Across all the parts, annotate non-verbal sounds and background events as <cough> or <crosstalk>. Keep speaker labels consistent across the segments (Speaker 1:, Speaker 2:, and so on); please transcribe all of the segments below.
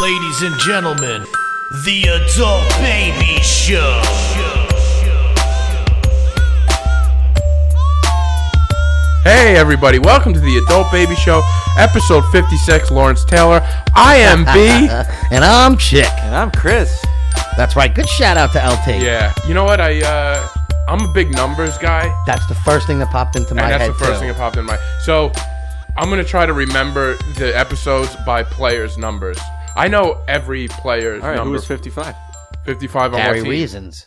Speaker 1: Ladies and gentlemen, the Adult Baby Show.
Speaker 2: Hey everybody, welcome to the Adult Baby Show, episode 56, Lawrence Taylor. I am B.
Speaker 3: <laughs> and I'm Chick.
Speaker 4: And I'm Chris.
Speaker 3: That's right. Good shout out to LT.
Speaker 2: yeah. You know what? I uh I'm a big numbers guy.
Speaker 3: That's the first thing that popped into my
Speaker 2: and that's
Speaker 3: head.
Speaker 2: the first
Speaker 3: too.
Speaker 2: thing that popped in my So I'm gonna try to remember the episodes by players' numbers. I know every player's
Speaker 4: All right, who
Speaker 2: number.
Speaker 4: was 55?
Speaker 2: 55 on my
Speaker 3: Gary
Speaker 2: team.
Speaker 3: Reasons.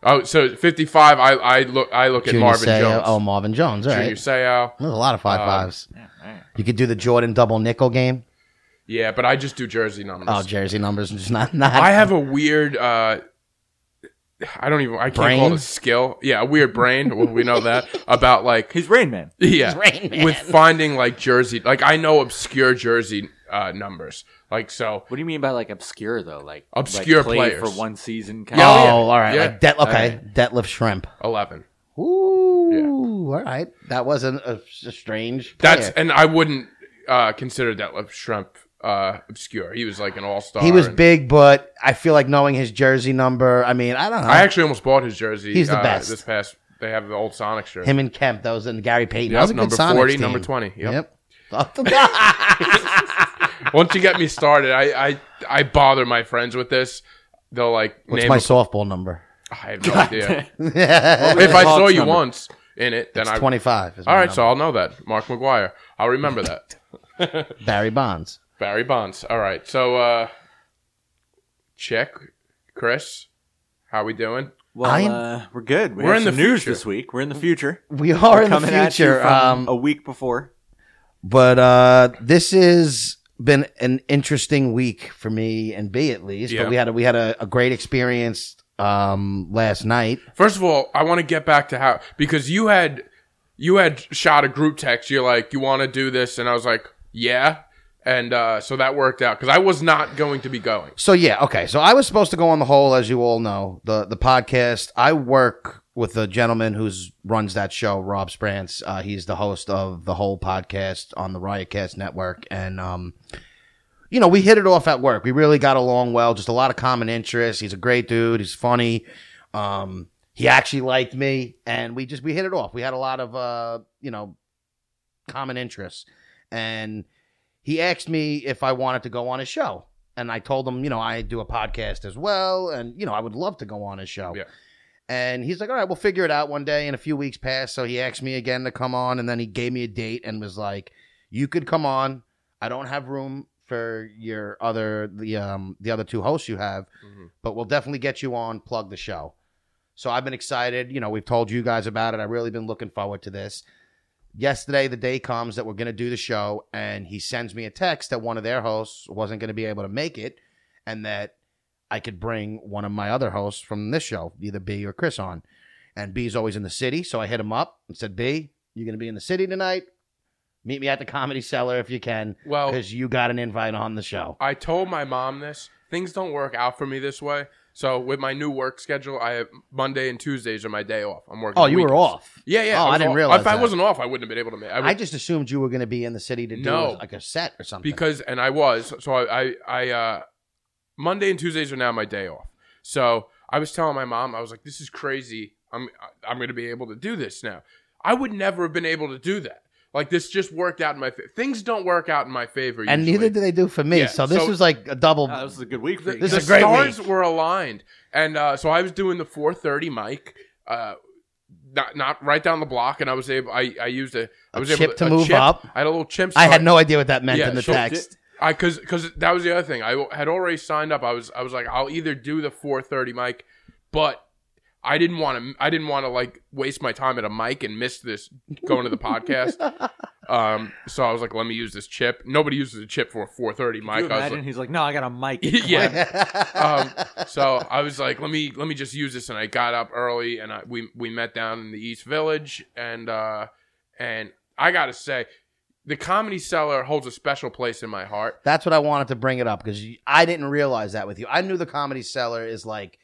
Speaker 2: Oh, so 55. I, I look. I look at
Speaker 3: Junior
Speaker 2: Marvin
Speaker 3: Seau-
Speaker 2: Jones.
Speaker 3: Oh, Marvin Jones. All
Speaker 2: Junior Um,
Speaker 3: right.
Speaker 2: Seau.
Speaker 3: There's a lot of five fives. You could do the Jordan double nickel game.
Speaker 2: Yeah, but I just do jersey numbers.
Speaker 3: Oh, jersey numbers. Just not, not
Speaker 2: I have a weird. Uh, I don't even. I can't call it
Speaker 3: Brain?
Speaker 2: a skill. Yeah, a weird brain. well, we know
Speaker 3: <laughs>
Speaker 2: that about like
Speaker 4: He's Rain Man.
Speaker 2: yeah
Speaker 3: Rain Man.
Speaker 2: with finding like jersey. Like I know obscure jersey uh, numbers. Like so.
Speaker 4: What do you mean by like obscure though? Like
Speaker 2: Obscure
Speaker 4: like played
Speaker 2: players.
Speaker 4: for one
Speaker 3: Oh,
Speaker 4: season. Kind
Speaker 2: Yeah, yeah.
Speaker 3: all right.
Speaker 2: Yeah.
Speaker 3: Like Det-
Speaker 2: All
Speaker 3: okay. Detlef Shrimp.
Speaker 2: Eleven.
Speaker 3: Ooh. All right. That wasn't a, a strange.
Speaker 2: That's
Speaker 3: player.
Speaker 2: and I wouldn't uh, consider Detlef Shrimp uh, obscure. He was like an all star.
Speaker 3: He was big, but I feel like knowing his jersey number. I mean, I don't know.
Speaker 2: I actually almost bought his jersey.
Speaker 3: He's the
Speaker 2: uh,
Speaker 3: best.
Speaker 2: This past they have the old Sonic shirt.
Speaker 3: Him and Kemp. That was in Gary Payton.
Speaker 2: Yep,
Speaker 3: that was a
Speaker 2: number
Speaker 3: good Sonics
Speaker 2: 40,
Speaker 3: team.
Speaker 2: number 20, yep.
Speaker 3: <laughs> Yep.
Speaker 2: Once you get me started, I, I I bother my friends with this. They'll like
Speaker 3: What's
Speaker 2: name
Speaker 3: my
Speaker 2: a-
Speaker 3: softball number?
Speaker 2: I have no idea.
Speaker 4: of
Speaker 2: if I saw you
Speaker 4: number.
Speaker 2: once in it, then
Speaker 3: It's
Speaker 2: I.
Speaker 3: 25. Is my
Speaker 2: All right,
Speaker 3: number.
Speaker 2: so I'll know that. Mark McGuire. I'll remember that.
Speaker 3: Barry Bonds.
Speaker 2: Barry Bonds. All right, so uh check, Chris. How we doing?
Speaker 4: Well,
Speaker 3: I'm-
Speaker 4: uh, we're good. We
Speaker 2: We're
Speaker 4: have
Speaker 2: in the
Speaker 4: some news
Speaker 2: future.
Speaker 4: this week. We're in the future.
Speaker 3: We are in the
Speaker 4: Coming at you
Speaker 3: future.
Speaker 4: from a
Speaker 3: Um,
Speaker 4: week before.
Speaker 3: but uh, this has been an interesting week for me and B at least.
Speaker 2: Yeah.
Speaker 3: But we had a, we had a, a great experience um, last night.
Speaker 2: First of all, I want to get back to how because you had you had shot a group text. You're like, you want to do this, and I was like, yeah, and uh, so that worked out because I was not going to be going.
Speaker 3: So yeah, okay. So I was supposed to go on the whole, as you all know, the the podcast. I work with a gentleman who's runs that show, Rob Sprance. Uh, he's the host of the whole podcast on the Riotcast Network, and um, you know, we hit it off at work. We really got along well. Just a lot of common interests. He's a great dude. He's funny. Um, he actually liked me, and we just we hit it off. We had a lot of uh, you know, common interests, and he asked me if I wanted to go on his show. And I told him, you know, I do a podcast as well. And, you know, I would love to go on his show.
Speaker 2: Yeah.
Speaker 3: And he's like, all right, we'll figure it out one day. And a few weeks passed. So he asked me again to come on. And then he gave me a date and was like, you could come on. I don't have room for your other, the, um, the other two hosts you have,
Speaker 2: Mhm.
Speaker 3: but we'll definitely get you on, plug the show. So I've been excited. You know, we've told you guys about it. I've really been looking forward to this yesterday the day comes that we're going to do the show and he sends me a text that one of their hosts wasn't going to be able to make it and that i could bring one of my other hosts from this show either b or chris on and b's always in the city so i hit him up and said b you're going to be in the city tonight meet me at the comedy cellar if you can
Speaker 2: Well,
Speaker 3: because you got an invite on the show
Speaker 2: I told my mom this. Things don't work out for me this way. So with my new work schedule, I have Monday and Tuesdays are my day off. I'm working.
Speaker 3: oh you were
Speaker 2: weekends.
Speaker 3: off
Speaker 2: Yeah, yeah.
Speaker 3: Oh, I
Speaker 2: was
Speaker 3: didn't
Speaker 2: off.
Speaker 3: realize
Speaker 2: If I
Speaker 3: that.
Speaker 2: wasn't off, I wouldn't have been able to make. I,
Speaker 3: i
Speaker 2: would,
Speaker 3: just assumed you were going to be in the city to do
Speaker 2: No.
Speaker 3: like a set or something
Speaker 2: because and I was so I I, I uh, Monday and Tuesdays are now my day off. So I was telling my mom, I was like, "This is crazy. I'm I'm going to be able to do this now. I would never have been able to do that. Like this just worked out in my fa- things don't work out in my favor.
Speaker 3: and
Speaker 2: usually.
Speaker 3: neither do they do for me
Speaker 2: Yeah,
Speaker 3: so this
Speaker 2: so-
Speaker 3: was like a double
Speaker 4: Oh, this is a good week for
Speaker 2: the,
Speaker 4: you.
Speaker 3: This
Speaker 2: the
Speaker 3: is a great
Speaker 2: stars
Speaker 3: week.
Speaker 2: were aligned and uh, so i was doing the 430 mic uh, not, not right down the block and i was able i, I used a I
Speaker 3: A
Speaker 2: was
Speaker 3: chip
Speaker 2: able
Speaker 3: to
Speaker 2: a
Speaker 3: move up.
Speaker 2: i had a little chimp
Speaker 3: i
Speaker 2: start.
Speaker 3: had no idea what that meant
Speaker 2: Yeah,
Speaker 3: in the
Speaker 2: so did-
Speaker 3: text
Speaker 2: i because because that was the other thing i w- had already signed up i was i was like i'll either do the 430 mic but I didn't want to. I didn't want to like waste my time at a mic and miss this going to the podcast.
Speaker 3: <laughs>
Speaker 2: Um, so I was like, let me use this chip. Nobody uses a chip for a 430 mic.
Speaker 4: Can you
Speaker 2: I was
Speaker 4: imagine?
Speaker 2: like-
Speaker 4: He's like, no, I got a mic.
Speaker 2: <laughs>
Speaker 4: Uh,
Speaker 2: yeah,
Speaker 3: <laughs>
Speaker 2: um, so I was like, let me let me just use this, and I got up early, and I, we we met down in the East Village, and uh, and I gotta say, the Comedy Cellar holds a special place in my heart.
Speaker 3: That's what I wanted to bring it up because I didn't realize that with you. I knew the Comedy Cellar is like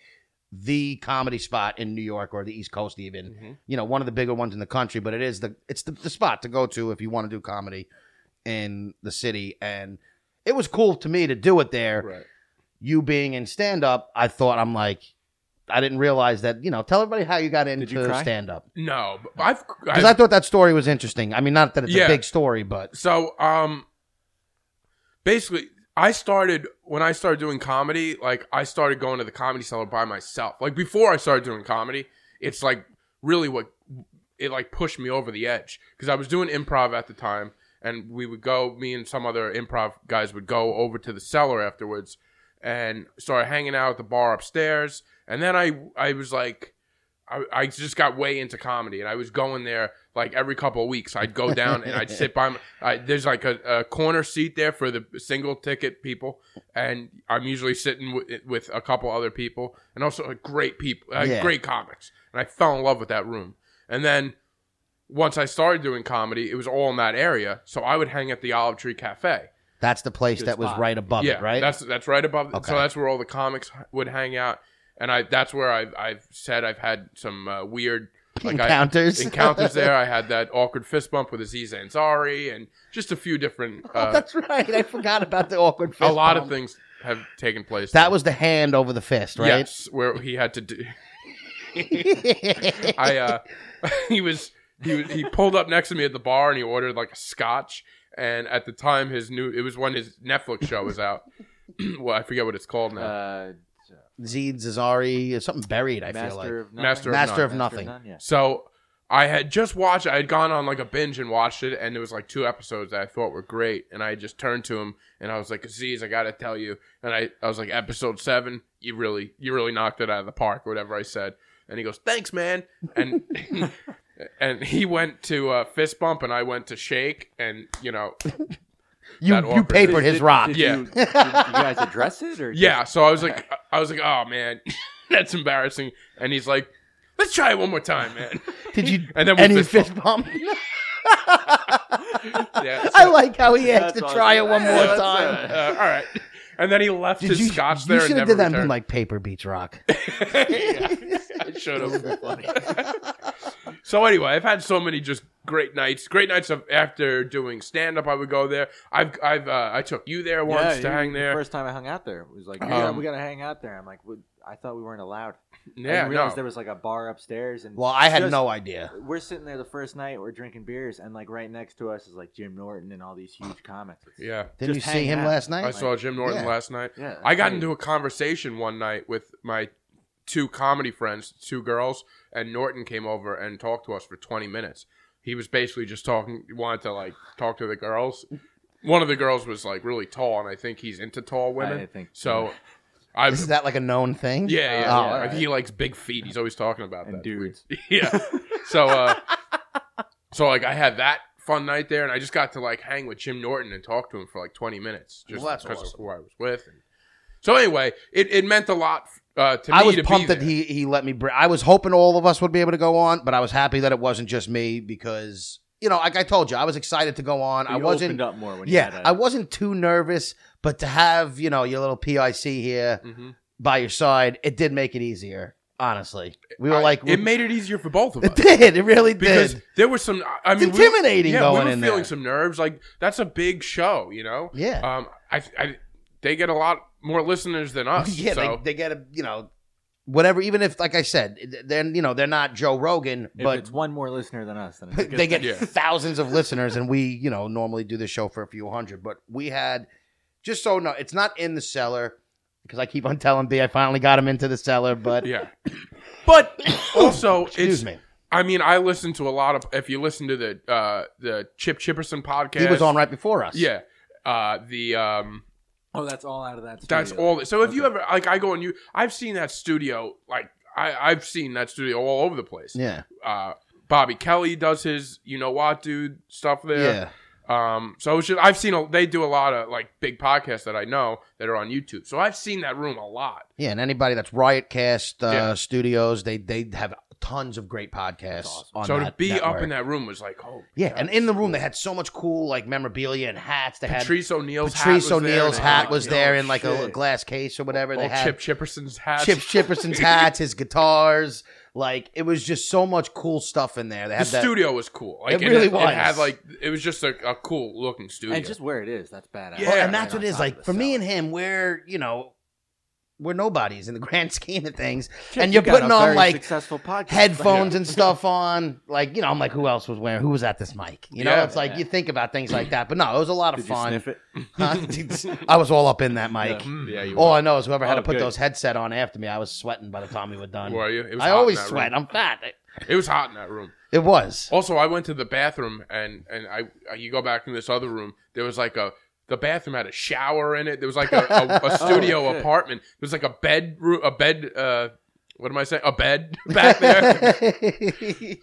Speaker 3: the comedy spot in New York or the East Coast, even
Speaker 2: Mm-hmm.
Speaker 3: you know one of the bigger ones in the country. But it is the it's the, the spot to go to if you want to do comedy in the city. And it was cool to me to do it there.
Speaker 2: Right.
Speaker 3: You being in stand up, I thought I'm like, I didn't realize that. You know, tell everybody how you got
Speaker 4: you
Speaker 3: into
Speaker 4: cry?
Speaker 3: stand up
Speaker 2: No, but I've,
Speaker 3: because
Speaker 2: I've
Speaker 3: I thought that story was interesting. I mean, not that it's
Speaker 2: Yeah.
Speaker 3: a big story, but
Speaker 2: so um basically I started when I started doing comedy, like I started going to the comedy cellar by myself. Like before I started doing comedy, it's like really what it like pushed me over the edge because I was doing improv at the time and we would go me and some other improv guys would go over to the cellar afterwards and started hanging out at the bar upstairs and then I I was like I, I just got way into comedy and I was going there like every couple of weeks. I'd go down and I'd sit by my, I, there's like a, a corner seat there for the single ticket people. And I'm usually sitting wi- with a couple other people and also like great people, uh,
Speaker 3: Yeah.
Speaker 2: great comics. And I fell in love with that room. And then once I started doing comedy, it was all in that area. So I would hang at the Olive Tree Cafe.
Speaker 3: that's the place that was
Speaker 4: spot.
Speaker 3: right above it, right?
Speaker 2: That's that's right above.
Speaker 3: Okay.
Speaker 2: So that's where all the comics would hang out, and I that's where I've I've said I've had some uh,
Speaker 3: <laughs>
Speaker 2: weird like
Speaker 3: Encounters.
Speaker 2: I, encounters there. I had that awkward fist bump with Aziz Ansari, and just a few different.
Speaker 3: oh,
Speaker 2: Uh,
Speaker 3: <laughs> that's right. I forgot about the awkward. Fist
Speaker 2: a lot
Speaker 3: bump.
Speaker 2: of things have taken place.
Speaker 3: That
Speaker 2: there.
Speaker 3: was the hand over the fist, right? <laughs>
Speaker 2: yes, where he had to do. <laughs> I uh, <laughs> he was he was, he pulled up next to me at the bar and he ordered like a scotch. And at the time, his new it was when his Netflix show was out. <clears throat> well, I forget what it's called now.
Speaker 4: Uh,
Speaker 3: Zed Zazari, something buried. I feel like
Speaker 4: Master of None.
Speaker 2: Master of
Speaker 3: Master
Speaker 2: None.
Speaker 3: of Nothing.
Speaker 4: None, yeah.
Speaker 2: So I had just watched. I had gone on like a binge and watched it, and there was like two episodes that I thought were great. And I just turned to him and I was like, "Aziz, I gotta tell you." And I, I was like, "Episode seven, you really, you really knocked it out of the park," or whatever I said. And he goes, "Thanks, man." And <laughs> and he went to uh, fist bump, and I went to shake, and you know,
Speaker 3: you
Speaker 2: That
Speaker 3: you
Speaker 2: awkward.
Speaker 3: papered his
Speaker 4: Did-
Speaker 3: rock.
Speaker 4: did
Speaker 2: Yeah.
Speaker 4: You, did you guys address
Speaker 2: <laughs>
Speaker 4: it or
Speaker 2: yeah. So I was like, I was like, "Oh man, <laughs> that's embarrassing." And he's like, "Let's try it one more time, man." <laughs>
Speaker 3: Did you?
Speaker 2: And then we
Speaker 3: any
Speaker 2: fist <laughs>
Speaker 3: fist bump?
Speaker 2: Yeah,
Speaker 3: I like how he asked
Speaker 4: That's
Speaker 3: to try it
Speaker 4: awesome.
Speaker 3: one
Speaker 4: Yeah,
Speaker 3: more
Speaker 4: that's
Speaker 3: time.
Speaker 2: <laughs> uh, all right. And then he left
Speaker 3: Did
Speaker 2: his
Speaker 3: you,
Speaker 2: scotch
Speaker 3: you
Speaker 2: there
Speaker 3: should
Speaker 2: and
Speaker 3: have
Speaker 2: never
Speaker 3: did that and been
Speaker 2: returned.
Speaker 3: like paper beats rock.
Speaker 2: <laughs> Yeah, I should have. <laughs> so anyway, I've had so many just great nights. Great nights of after doing stand up. I would go there. I've I've uh, I took you there once
Speaker 4: Yeah,
Speaker 2: to
Speaker 4: you-
Speaker 2: hang
Speaker 4: the
Speaker 2: there.
Speaker 4: First time I hung out there, it was like, yeah,
Speaker 2: Um,
Speaker 4: we gotta hang out there. I'm like, "What- I thought we weren't allowed. I
Speaker 2: yeah,
Speaker 4: didn't realize
Speaker 2: no.
Speaker 4: there was like a bar upstairs, and
Speaker 3: <laughs> Well, I had
Speaker 4: Just-
Speaker 3: no idea.
Speaker 4: we're sitting there the first night, we're drinking beers, and like right next to us is like Jim Norton and all these huge comics. It's-
Speaker 2: yeah.
Speaker 3: Didn't you
Speaker 4: just
Speaker 3: see
Speaker 4: hang
Speaker 3: him
Speaker 4: out.
Speaker 3: last night?
Speaker 2: I saw Jim Norton
Speaker 3: Yeah.
Speaker 2: last night.
Speaker 4: yeah.
Speaker 2: I got into a conversation one night with my two comedy friends, two girls, and Norton came over and talked to us for 20 minutes. He was basically just talking, wanted to like talk to the girls. One of the girls was like really tall, and I think he's into tall women.
Speaker 4: I think-
Speaker 2: so. I
Speaker 3: <laughs> Is that like a known thing?
Speaker 2: yeah, yeah.
Speaker 3: Oh,
Speaker 2: yeah.
Speaker 3: all right.
Speaker 2: He likes big feet. He's always talking about
Speaker 4: and
Speaker 2: that.
Speaker 4: dudes.
Speaker 2: <laughs> Yeah. So uh so like I had that fun night there and I just got to like hang with Jim Norton and talk to him for like 20 minutes just
Speaker 3: Well, that's
Speaker 2: because
Speaker 3: awesome.
Speaker 2: of who I was with. And so anyway, it, it meant a lot uh to me
Speaker 3: I was
Speaker 2: to be
Speaker 3: pumped that
Speaker 2: there.
Speaker 3: he he let me. Br- I was hoping all of us would be able to go on, but I was happy that it wasn't just me because you know, like I told you, I was excited to go on. I
Speaker 4: You
Speaker 3: wasn't.
Speaker 4: opened up more when
Speaker 3: Yeah,
Speaker 4: you had
Speaker 3: I I wasn't too nervous, but to have you know your little PIC here
Speaker 2: Mhm.
Speaker 3: by your side, it did make it easier. Honestly, we were
Speaker 2: I-
Speaker 3: like,
Speaker 2: it made it easier for both of us.
Speaker 3: <laughs> it did, it really
Speaker 2: because
Speaker 3: did.
Speaker 2: there was some. I- I
Speaker 3: It's
Speaker 2: mean, we were-
Speaker 3: intimidating
Speaker 2: yeah,
Speaker 3: going
Speaker 2: we were
Speaker 3: in
Speaker 2: feeling
Speaker 3: there.
Speaker 2: some nerves. Like that's a big show, you know.
Speaker 3: Yeah.
Speaker 2: Um. I. I they get a lot more listeners than us.
Speaker 3: <laughs> yeah,
Speaker 2: Oh, so-
Speaker 3: they, they get a you know whatever. Even if, like I said, th- they're you know they're not Joe Rogan,
Speaker 4: If
Speaker 3: but
Speaker 4: it's one more listener than us,
Speaker 3: <laughs>
Speaker 4: then it's a good
Speaker 3: they get
Speaker 2: Yeah.
Speaker 3: thousands
Speaker 2: <laughs>
Speaker 3: of listeners, and we, you know, normally do this show for a few hundred, but we had just so no, it's not in the cellar because I keep on telling B I finally got him into the cellar, but <coughs>
Speaker 2: yeah. But also,
Speaker 3: excuse
Speaker 2: it's,
Speaker 3: me,
Speaker 2: I mean, I listen to a lot of. If you listen to the uh, the Chip Chipperson podcast,
Speaker 3: he was on right before us.
Speaker 2: Yeah, uh, the um,
Speaker 4: Oh, that's all out of that.
Speaker 2: that's
Speaker 4: studio.
Speaker 2: all. So if you
Speaker 4: Okay.
Speaker 2: ever like, I go and you, I've seen that studio. Like I, I've seen that studio all over the place.
Speaker 3: yeah,
Speaker 2: Uh, Bobby Kelly does his, you know what, dude stuff there.
Speaker 3: yeah.
Speaker 2: Um, so it's just, I've seen a, they do a lot of like big podcasts that I know that are on YouTube. So I've seen that room a lot.
Speaker 3: Yeah, and anybody that's Riotcast uh,
Speaker 2: Yeah.
Speaker 3: Studios, they they have tons of great podcasts
Speaker 4: awesome.
Speaker 3: on
Speaker 2: so
Speaker 3: that
Speaker 2: to be up
Speaker 3: network.
Speaker 2: in that room was like, oh
Speaker 3: Yeah, and in the room they had so much cool like memorabilia and hats. They had
Speaker 2: Patrice O'Neill's
Speaker 3: Patrice
Speaker 2: hat was there.
Speaker 3: O'Neill's
Speaker 2: They
Speaker 3: hat
Speaker 2: had,
Speaker 3: was
Speaker 2: you know,
Speaker 3: there in like a
Speaker 4: Oh, shit.
Speaker 3: glass case or whatever.
Speaker 2: all
Speaker 3: they had
Speaker 2: Chip Chipperson's hat.
Speaker 4: <laughs>
Speaker 3: Chip Chipperson's hats, his guitars, Like it was just so much cool stuff in there. They
Speaker 2: The
Speaker 3: had that,
Speaker 2: studio was cool. Like,
Speaker 3: It really
Speaker 2: it,
Speaker 3: was.
Speaker 2: It had like it was just a, a cool looking studio.
Speaker 4: And just where it is, that's badass.
Speaker 2: Yeah.
Speaker 3: Well,
Speaker 2: Yeah.
Speaker 3: Oh, and that's
Speaker 4: Right
Speaker 3: what it
Speaker 4: on
Speaker 3: is.
Speaker 4: top
Speaker 3: Like
Speaker 4: of the
Speaker 3: for me
Speaker 4: cellar.
Speaker 3: and him, we're you know, we're nobodies in the <laughs> grand scheme of things.
Speaker 4: Shit,
Speaker 3: and
Speaker 4: you
Speaker 3: you're
Speaker 4: got
Speaker 3: putting
Speaker 4: a
Speaker 3: on
Speaker 4: very
Speaker 3: like
Speaker 4: successful <laughs> podcast.
Speaker 3: headphones
Speaker 4: <laughs>
Speaker 3: and stuff on. Like you know, I'm like, who else was wearing? Who was at this mic? You know,
Speaker 2: Yeah.
Speaker 3: it's like you think about things
Speaker 4: <clears throat>
Speaker 3: like that. But no, it was a lot of
Speaker 4: Did you
Speaker 3: fun.
Speaker 4: sniff it?
Speaker 3: Huh? <laughs> I was all up in that mic.
Speaker 2: Mm, yeah, you
Speaker 3: All
Speaker 2: were.
Speaker 3: I know is whoever had
Speaker 4: Oh,
Speaker 3: to put
Speaker 4: good.
Speaker 3: those headset on after me, I was sweating by the time we were done.
Speaker 2: Were you? It was
Speaker 3: I
Speaker 2: hot in
Speaker 3: always
Speaker 2: that
Speaker 3: sweat.
Speaker 2: room. Oh,
Speaker 3: I'm fat. It-
Speaker 2: It was hot in that room.
Speaker 3: It was.
Speaker 2: Also, I went to the bathroom and and I I- you go back in this other room. There was like a the bathroom had a shower in it. There was like a, a,
Speaker 3: <laughs>
Speaker 2: a
Speaker 3: Oh,
Speaker 2: studio
Speaker 4: shit.
Speaker 2: apartment. There was like a bed roo- a bed. Uh, what am I saying? A bed <laughs> back there.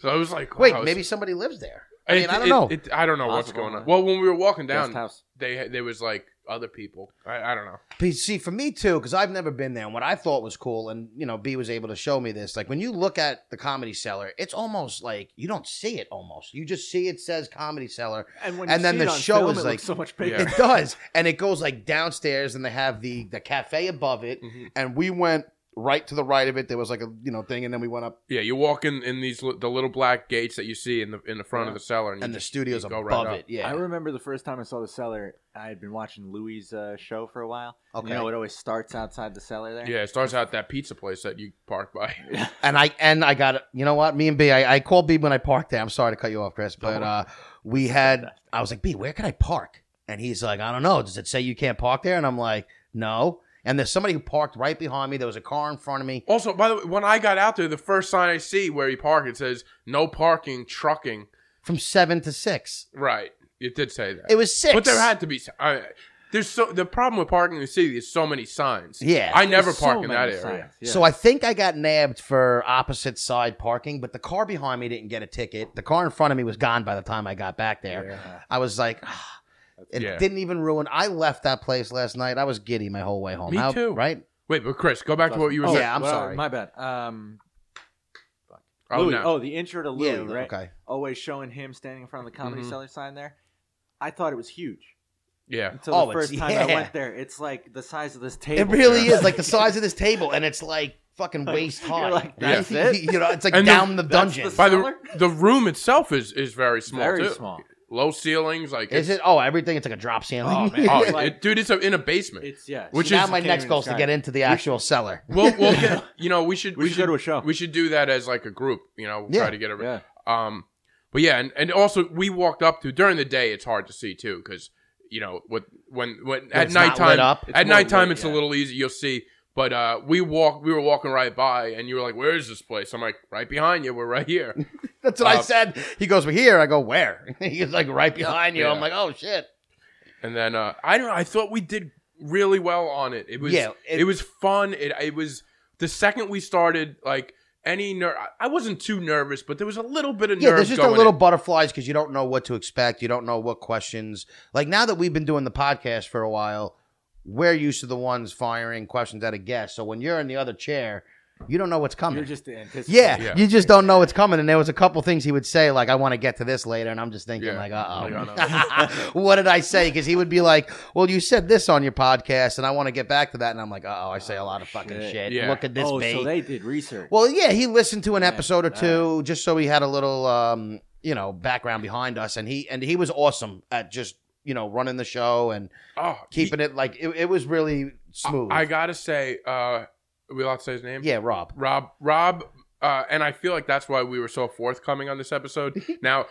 Speaker 2: so I was like,
Speaker 3: <laughs> Wait,
Speaker 2: wow, it's-
Speaker 3: maybe somebody lives there. I mean,
Speaker 2: it-
Speaker 3: I don't
Speaker 2: it-
Speaker 3: know.
Speaker 2: it- I don't know what's
Speaker 4: Possible,
Speaker 2: going on.
Speaker 4: huh?
Speaker 2: Well, when we were walking
Speaker 4: Guest
Speaker 2: down,
Speaker 4: house.
Speaker 2: they there was like other people. I, I don't know.
Speaker 3: But see, for me too, because I've never been there. And what I thought was cool, and you know, B was able to show me this. Like when you look at the Comedy Cellar, it's almost like you don't see it. Almost, you just see it says Comedy Cellar.
Speaker 4: And, when
Speaker 3: And
Speaker 4: you
Speaker 3: then
Speaker 4: see
Speaker 3: the
Speaker 4: it on
Speaker 3: show
Speaker 4: film,
Speaker 3: is
Speaker 4: it
Speaker 3: like-
Speaker 4: looks so much
Speaker 2: Yeah.
Speaker 4: bigger.
Speaker 3: It does, and it goes like downstairs, and they have the the cafe above it.
Speaker 2: Mhm.
Speaker 3: And we went right to the right of it. There was like a you know thing, and then we went up,
Speaker 2: Yeah, you walk in in these li- the little black gates that you see in the in the front of the cellar, and, you
Speaker 3: and the
Speaker 2: just-
Speaker 3: studio's
Speaker 2: you go
Speaker 3: above
Speaker 2: right up.
Speaker 3: it. Yeah,
Speaker 4: I remember the first time I saw the cellar. I had been watching Louis' uh, show for a while. Okay.
Speaker 3: Okay.
Speaker 4: You know, it always starts outside the cellar there.
Speaker 2: Yeah, it starts out that pizza place that you park by. <laughs>
Speaker 3: and I and I got you know what me and B I, I called B when I parked there. I'm sorry to cut you off, Chris, but uh, we had I was like B, where can I park? And he's like, I don't know. Does it say you can't park there? And I'm like, no. And there's somebody who parked right behind me. There was a car in front of me.
Speaker 2: Also, by the way, when I got out there, the first sign I see where he parked it says "No parking, trucking."
Speaker 3: From seven to six,
Speaker 2: Right, it did say that.
Speaker 3: it was six.
Speaker 2: but there had to be. I, there's so the problem with parking in the city is so many signs.
Speaker 3: Yeah.
Speaker 2: I never
Speaker 4: There's so
Speaker 2: park in that
Speaker 4: many
Speaker 2: area.
Speaker 4: signs, yeah.
Speaker 3: So I think I got nabbed for opposite side parking, but the car behind me didn't get a ticket. The car in front of me was gone by the time I got back there. I was like, <sighs> ah. it
Speaker 2: Yeah.
Speaker 3: didn't even ruin. I left that place last night. I was giddy my whole way home.
Speaker 2: Me
Speaker 3: How-
Speaker 2: too.
Speaker 3: Right?
Speaker 2: Wait, but Chris, go back to what you were
Speaker 3: Oh,
Speaker 2: saying.
Speaker 3: yeah, I'm
Speaker 4: well,
Speaker 3: sorry.
Speaker 4: My bad. Um,
Speaker 2: Oh,
Speaker 4: Louis.
Speaker 2: no.
Speaker 4: Oh, the intro to Louis,
Speaker 3: yeah.
Speaker 4: right?
Speaker 3: Okay.
Speaker 4: Always showing him standing in front of the comedy
Speaker 2: Mhm.
Speaker 4: cellar sign there. I thought it was huge
Speaker 2: yeah.
Speaker 4: until
Speaker 3: Oh,
Speaker 4: the
Speaker 3: it's-
Speaker 4: first time I
Speaker 3: yeah.
Speaker 4: went there. It's like the size of this
Speaker 3: It
Speaker 4: table.
Speaker 3: really is like the size of this table, and it's like fucking waist high.
Speaker 4: like, that's
Speaker 3: Yeah.
Speaker 4: it?
Speaker 3: <laughs> you know, it's like
Speaker 2: And the-
Speaker 3: down the, dungeon.
Speaker 4: the-
Speaker 2: By the
Speaker 4: Cellar?
Speaker 2: the room itself is is very small.
Speaker 4: Very
Speaker 2: too.
Speaker 4: small.
Speaker 2: Low ceilings, like
Speaker 3: is
Speaker 2: it's-
Speaker 3: it? Oh, everything. It's like a drop ceiling.
Speaker 4: Oh,
Speaker 3: <laughs>
Speaker 4: man.
Speaker 2: Oh,
Speaker 4: It's like-
Speaker 2: it- dude, it's a, in a basement.
Speaker 4: It's yeah.
Speaker 2: Which
Speaker 3: now
Speaker 2: is-
Speaker 3: my
Speaker 4: can't
Speaker 3: next
Speaker 4: even
Speaker 3: goal is to
Speaker 4: describe
Speaker 3: get
Speaker 4: it.
Speaker 3: into the actual cellar. <laughs>
Speaker 2: we'll, we'll get, you know, we should
Speaker 4: We should go to a show.
Speaker 2: We should do that as like a group, you know,
Speaker 3: Yeah.
Speaker 2: try to get a
Speaker 4: Yeah.
Speaker 2: Um, but yeah, and, and also we walked up to during the day. It's hard to see too because you know with when when at
Speaker 3: it's not lit
Speaker 2: nighttime
Speaker 3: up.
Speaker 4: It's
Speaker 2: at
Speaker 4: more
Speaker 2: nighttime
Speaker 4: lit,
Speaker 2: it's a
Speaker 4: yeah.
Speaker 2: little easy. You'll see. But uh, we walk we were walking right by, and you were like, "Where is this place?" I'm like, "Right behind you. We're right here."
Speaker 3: <laughs> That's what I
Speaker 2: Uh,
Speaker 3: said. He goes well, here. I go where? <laughs> He's like right behind you.
Speaker 2: Yeah.
Speaker 3: I'm like, oh shit.
Speaker 2: and then uh, I don't know. I thought we did really well on it. It was
Speaker 3: Yeah,
Speaker 2: it,
Speaker 3: it-
Speaker 2: was fun. It it was the second we started like. Any ner- I- I wasn't too nervous, but there was a little bit of
Speaker 3: Yeah,
Speaker 2: nerves
Speaker 3: there's just a
Speaker 2: going
Speaker 3: little
Speaker 2: in.
Speaker 3: butterflies because you don't know what to expect. You don't know what questions. Like now that we've been doing the podcast for a while, we're used to the ones firing questions at a guest. So when you're in the other chair, you don't know what's coming.
Speaker 4: You're just anticipating.
Speaker 3: Yeah,
Speaker 2: Yeah.
Speaker 3: you just don't know what's coming. And there was a couple things he would say, like, I want to get to this later. And I'm just thinking,
Speaker 2: Yeah.
Speaker 3: like,
Speaker 2: Like,
Speaker 3: uh
Speaker 2: I
Speaker 3: oh. <laughs> what did I say? Because he would be like, Well, you said this on your podcast, and I want to get back to that. And I'm like, Uh oh, I say a lot of fucking shit.
Speaker 4: shit.
Speaker 2: Yeah.
Speaker 3: Look at this
Speaker 4: oh,
Speaker 3: bait.
Speaker 4: so they did research.
Speaker 3: well, yeah, he listened to an
Speaker 4: Yeah,
Speaker 3: episode or
Speaker 4: all
Speaker 3: two just so he had a little, um, you know, background behind us. And he and he was awesome at just, you know, running the show and
Speaker 2: Oh, he-
Speaker 3: keeping it like it, it was really smooth.
Speaker 2: I gotta say, uh, are we allowed to say his name?
Speaker 3: yeah, Rob.
Speaker 2: Rob. Rob. Uh, and I feel like that's why we were so forthcoming on this
Speaker 3: <laughs>
Speaker 2: episode. now,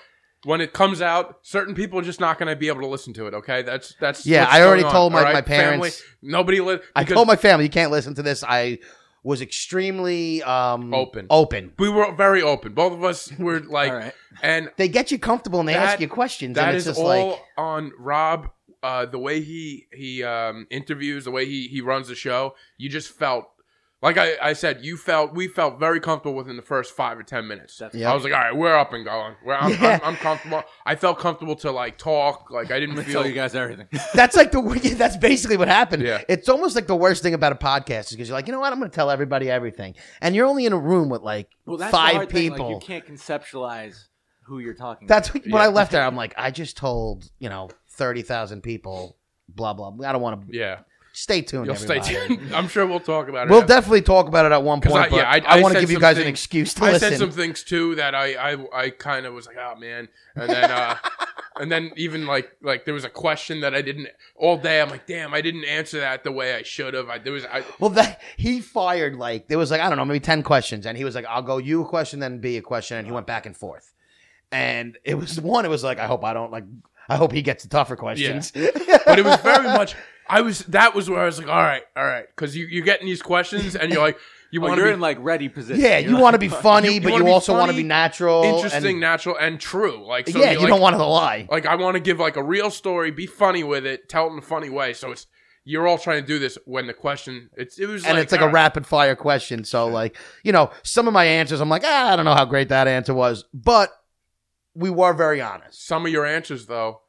Speaker 2: when it comes out, certain people are just not going to be able to listen to it. Okay, that's that's
Speaker 3: Yeah,
Speaker 2: what's
Speaker 3: I already
Speaker 2: going on,
Speaker 3: told my-
Speaker 2: all right,
Speaker 3: my parents-
Speaker 2: Family, nobody. Li-
Speaker 3: I
Speaker 2: because
Speaker 3: told my family you can't listen to this. I was extremely um,
Speaker 2: Open.
Speaker 3: Open.
Speaker 2: we were very open. Both of us were like,
Speaker 4: <laughs> All right.
Speaker 2: and
Speaker 3: They get you comfortable and they
Speaker 2: That-
Speaker 3: ask you questions.
Speaker 2: that
Speaker 3: and it's
Speaker 2: is
Speaker 3: just
Speaker 2: all
Speaker 3: like
Speaker 2: on Rob. Uh, the way he he um, interviews, the way he he runs the show, you just felt. Like I, I said, you felt we felt very comfortable within the first five or ten minutes.
Speaker 4: That's
Speaker 3: Yeah.
Speaker 2: I was like, all right, we're up and going. We're, I'm,
Speaker 3: Yeah.
Speaker 2: I'm, I'm comfortable. I felt comfortable to like talk. Like I
Speaker 3: <laughs>
Speaker 2: didn't
Speaker 4: I'm gonna tell
Speaker 2: feel.
Speaker 4: you guys everything.
Speaker 3: <laughs> that's like the wicked- <laughs> that's basically what happened.
Speaker 2: Yeah.
Speaker 3: It's almost like the worst thing about a podcast is because you're like, you know what, I'm going to tell everybody everything, and you're only in a room with like
Speaker 4: Well, that's the
Speaker 3: five
Speaker 4: hard thing, like,
Speaker 3: people.
Speaker 4: you can't conceptualize who you're talking. to.
Speaker 3: that's what, when I
Speaker 2: Yeah.
Speaker 3: left there. I'm like, I just told you know thirty thousand people, blah blah. I don't want to
Speaker 2: yeah,
Speaker 3: Stay tuned.
Speaker 2: You'll stay
Speaker 3: everybody.
Speaker 2: tuned. <laughs> I'm sure we'll talk about it.
Speaker 3: We'll
Speaker 2: after.
Speaker 3: definitely talk about it at one
Speaker 2: 'Cause
Speaker 3: point.
Speaker 2: I-
Speaker 3: but
Speaker 2: yeah,
Speaker 3: I,
Speaker 2: I- I
Speaker 3: want to
Speaker 2: said
Speaker 3: give you
Speaker 2: some
Speaker 3: guys an
Speaker 2: things-
Speaker 3: excuse to
Speaker 2: I
Speaker 3: listen.
Speaker 2: said some things too that I I, I kind of was like, oh man, and then
Speaker 3: <laughs>
Speaker 2: uh, and then even like like there was a question that I didn't all day. I'm like, damn, I didn't answer that the way I should have. I there was I,
Speaker 3: Well, that he fired like there was like I don't know maybe ten questions, and he was like, "I'll go you a question, then B a question," and he went back and forth. And it was one. It was like I hope I don't like. I hope he gets the tougher questions.
Speaker 2: but it was very much. I was that was where I was like, all right, all right, because you you're getting these questions and you're like,
Speaker 3: <laughs>
Speaker 2: you
Speaker 3: Oh,
Speaker 4: Well,
Speaker 2: want to
Speaker 4: you're
Speaker 2: be
Speaker 4: in like ready
Speaker 3: <laughs>
Speaker 4: position.
Speaker 3: yeah,
Speaker 4: You're
Speaker 3: you
Speaker 4: like-
Speaker 3: want to be funny,
Speaker 2: <laughs> You- you
Speaker 3: but
Speaker 2: wanna
Speaker 3: you
Speaker 2: be
Speaker 3: also want to
Speaker 2: funny,
Speaker 3: be natural. and-
Speaker 2: interesting, natural, and true. Like, so
Speaker 3: yeah,
Speaker 2: you're
Speaker 3: you
Speaker 2: like,
Speaker 3: don't want to lie.
Speaker 2: like I want to give like a real story, be funny with it, tell it in a funny way. So it's you're all trying to do this when the question it's uh, it was
Speaker 3: and it's like
Speaker 2: all
Speaker 3: a
Speaker 2: right.
Speaker 3: rapid fire question. So like, you know, some of my answers, I'm like, ah, I don't know how great that answer was, but we were very honest.
Speaker 2: some of your answers though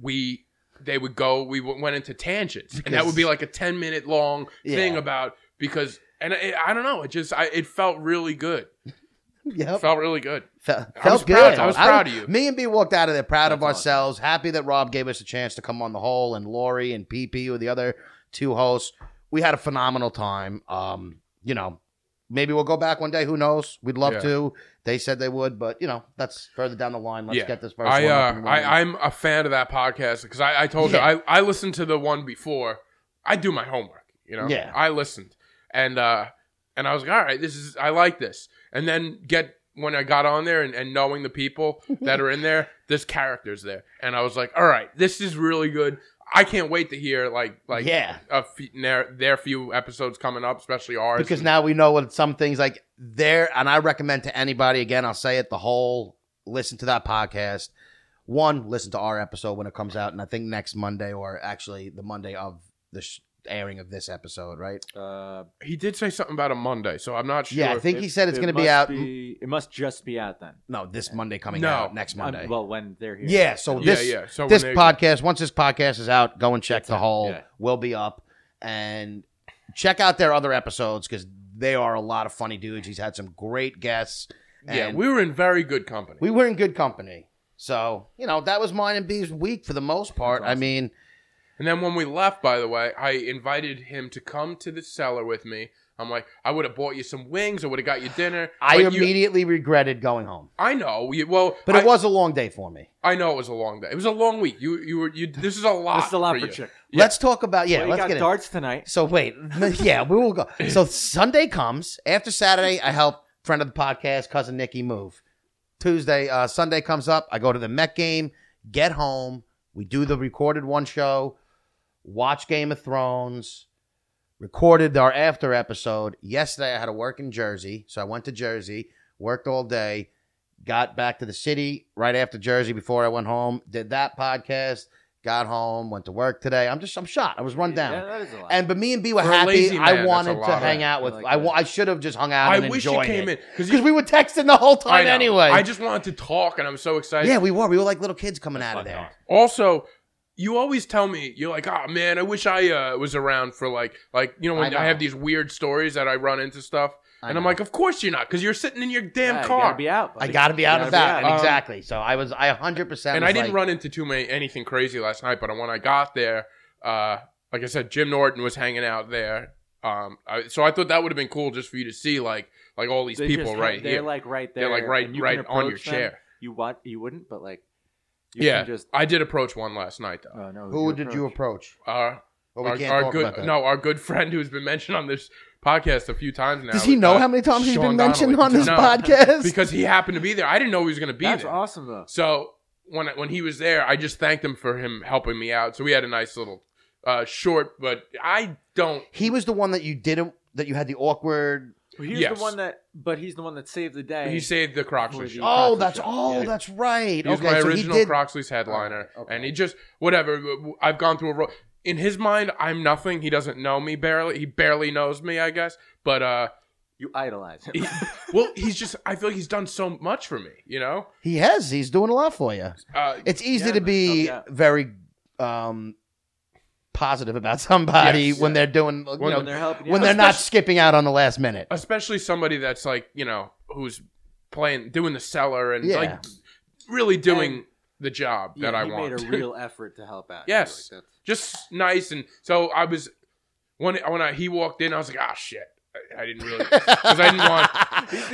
Speaker 2: we they would go we w- went into tangents and that
Speaker 3: Because-
Speaker 2: would be like a 10 minute long thing
Speaker 3: Yeah.
Speaker 2: about because and I, I don't know it just I, it felt really good
Speaker 3: Yep.
Speaker 2: it felt really good
Speaker 3: Fe- felt
Speaker 2: I was
Speaker 3: good.
Speaker 2: proud- I was proud of you.
Speaker 3: Me and B walked out of there proud of
Speaker 4: That's awesome.
Speaker 3: ourselves, happy that Rob gave us a chance to come on the hole, and Lori and PP were the other two hosts. We had a phenomenal time. Um, you know, maybe we'll go back one day. Who knows? We'd love
Speaker 2: Yeah.
Speaker 3: to. They said they would, but you know, that's further down the line. Let's
Speaker 2: Yeah.
Speaker 3: get this first
Speaker 2: I,
Speaker 3: one. up
Speaker 2: uh,
Speaker 3: and running.
Speaker 2: I I'm a fan of that podcast because I, I told
Speaker 3: Yeah.
Speaker 2: you I, I listened to the one before I do my homework you know
Speaker 3: Yeah.
Speaker 2: I listened and uh and I was like all right this is I like this and then get when I got on there and, and knowing the people that are in
Speaker 3: <laughs>
Speaker 2: there this character's there and I was like all right this is really good I can't wait to hear like like
Speaker 3: yeah.
Speaker 2: a few, their, their few episodes coming up especially ours
Speaker 3: because now we know what some things like there and i recommend to anybody again i'll say it the whole listen to that podcast one listen to our episode when it comes out and i think next monday or actually the monday of the sh- airing of this episode right
Speaker 4: <laughs> Uh,
Speaker 2: he did say something about a Monday so I'm not sure
Speaker 3: yeah i think
Speaker 4: it-
Speaker 3: he said it's
Speaker 4: it
Speaker 3: going to be
Speaker 4: must
Speaker 3: out
Speaker 4: it must just be out then.
Speaker 3: no this monday coming
Speaker 2: No.
Speaker 3: out next
Speaker 4: I'm-
Speaker 3: monday
Speaker 4: well, when they're here.
Speaker 3: yeah so
Speaker 2: yeah
Speaker 3: this
Speaker 2: yeah so when
Speaker 3: this
Speaker 2: they-
Speaker 3: podcast once this podcast is out go and check the whole
Speaker 4: yeah.
Speaker 3: we'll be up and check out their other episodes because they are a lot of funny dudes he's had some great guests
Speaker 2: yeah
Speaker 3: and-
Speaker 2: we were in very good company
Speaker 3: we were in good company. So, you know, that was mine and B's week for the most part.
Speaker 4: That's awesome.
Speaker 3: I mean,
Speaker 2: And then when we left, by the way, I invited him to come to the cellar with me. I'm like, I would have bought you some wings. I would have got you dinner.
Speaker 3: I
Speaker 2: But you-
Speaker 3: immediately regretted going home.
Speaker 2: I know. You, well,
Speaker 3: But
Speaker 2: I,
Speaker 3: it was a long day for me.
Speaker 2: I know it was a long day. It was a long week. You, you were. You. This is a lot.
Speaker 4: This is a lot for
Speaker 2: you.
Speaker 4: chick.
Speaker 2: Yeah.
Speaker 3: Let's talk about yeah,
Speaker 4: Well, you
Speaker 3: let's
Speaker 4: got
Speaker 3: get it.
Speaker 4: darts tonight.
Speaker 3: So wait, <laughs> yeah, we will go. So Sunday comes. After Saturday, I help friend of the podcast, cousin Nikki move. Tuesday, uh, Sunday comes up. I go to the Met game, get home. We do the recorded one show, watch Game of Thrones, recorded our after episode. Yesterday, I had to work in Jersey. So I went to Jersey, worked all day, got back to the city right after Jersey before I went home, did that podcast, got home, went to work today. I'm just, I'm shot. I was run down.
Speaker 4: Yeah, that is a lot.
Speaker 3: And but me and B were
Speaker 2: For a
Speaker 3: happy.
Speaker 2: lazy man,
Speaker 3: I
Speaker 2: that's a
Speaker 3: wanted
Speaker 2: lot
Speaker 3: to
Speaker 2: of-
Speaker 3: hang out with.
Speaker 4: I like
Speaker 3: I, wa-
Speaker 4: that.
Speaker 3: I should have just hung out.
Speaker 2: I
Speaker 3: and
Speaker 2: wish you
Speaker 3: enjoyed
Speaker 2: came
Speaker 3: it.
Speaker 2: in because
Speaker 3: because we were texting the whole time anyway.
Speaker 2: I just wanted to talk, and I'm so excited.
Speaker 3: yeah, we were. We were like little kids coming out of
Speaker 4: Fuck
Speaker 3: there.
Speaker 4: off.
Speaker 2: Also, you always tell me you're like, oh man, I wish I uh, was around for like, like you know,
Speaker 3: I
Speaker 2: when
Speaker 3: know.
Speaker 2: I, have these weird stories that I run into stuff,
Speaker 3: I
Speaker 2: and I'm
Speaker 3: know.
Speaker 2: like, of course you're not, because you're sitting in your damn
Speaker 4: Yeah, you
Speaker 2: car.
Speaker 4: gotta be out.
Speaker 3: I
Speaker 4: buddy.
Speaker 3: got to be
Speaker 4: You
Speaker 3: out of
Speaker 4: gotta be
Speaker 3: that
Speaker 2: out. Um,
Speaker 3: exactly. So I was. I 100. percent
Speaker 2: and I didn't run into too many anything crazy last night. But when I got there, uh, like I said, Jim Norton was hanging out there. Um, I, so I thought that would have been cool just for you to see, like like all these
Speaker 4: They
Speaker 2: people
Speaker 4: just-
Speaker 2: right
Speaker 4: they're
Speaker 2: here.
Speaker 4: like right there.
Speaker 2: They're like right
Speaker 4: and you can
Speaker 2: right on your
Speaker 4: approach them.
Speaker 2: chair.
Speaker 4: You want you wouldn't, but like you
Speaker 2: Yeah,
Speaker 4: can just
Speaker 2: I did approach one last night though.
Speaker 4: oh no.
Speaker 3: Who did you approach?
Speaker 2: Uh,
Speaker 3: Well, we
Speaker 2: our,
Speaker 3: can't
Speaker 2: our
Speaker 3: talk
Speaker 2: good
Speaker 3: about that.
Speaker 2: no, our good friend who's been mentioned on this podcast a few times now.
Speaker 3: Does he
Speaker 2: is,
Speaker 3: know
Speaker 2: uh,
Speaker 3: how many times he's
Speaker 2: Sean
Speaker 3: been mentioned
Speaker 2: Donnelly.
Speaker 3: on this
Speaker 2: No,
Speaker 3: podcast?
Speaker 2: because he happened to be there. I didn't know he was going to be
Speaker 4: That's
Speaker 2: there.
Speaker 4: awesome though.
Speaker 2: So when when he was there, I just thanked him for him helping me out. So we had a nice little uh, short, but I don't.
Speaker 3: he was the one that you didn't. That you had the awkward.
Speaker 4: He's
Speaker 2: Yes.
Speaker 4: the one that, but he's the one that saved the day.
Speaker 2: He saved the Croxley shot.
Speaker 3: Oh,
Speaker 4: Croxley
Speaker 3: that's
Speaker 4: shot.
Speaker 3: oh,
Speaker 4: Yeah.
Speaker 3: that's right.
Speaker 2: He was
Speaker 3: okay,
Speaker 2: my
Speaker 3: so he
Speaker 2: original
Speaker 3: did.
Speaker 2: Croxley's headliner,
Speaker 3: Oh, okay.
Speaker 2: and he just whatever. I've gone through a ro- in his mind. I'm nothing. He doesn't know me barely. He barely knows me, I guess. But uh,
Speaker 4: you idolize <laughs> him.
Speaker 2: he, well, he's just. I feel like he's done so much for me. You know.
Speaker 3: he has. He's doing a lot for you.
Speaker 2: Uh,
Speaker 3: It's easy
Speaker 4: Yeah,
Speaker 3: to
Speaker 4: man.
Speaker 3: be
Speaker 4: Oh, yeah.
Speaker 3: very um, positive about somebody
Speaker 2: Yes.
Speaker 3: when they're doing, you
Speaker 2: When
Speaker 3: know,
Speaker 4: when they're helping. you
Speaker 3: when
Speaker 4: out.
Speaker 3: they're not skipping out on the last minute.
Speaker 2: especially somebody that's like you know who's playing doing the seller and
Speaker 3: Yeah.
Speaker 2: like really doing
Speaker 4: And-
Speaker 2: the job
Speaker 4: Yeah,
Speaker 2: that I
Speaker 4: he
Speaker 2: <laughs> want.
Speaker 4: made a real effort to help out.
Speaker 2: Yes.
Speaker 4: Like, that's-
Speaker 2: just nice and so I was when when I, he walked in, I was like, ah, shit. I, I didn't
Speaker 3: <laughs>
Speaker 2: really because I didn't want.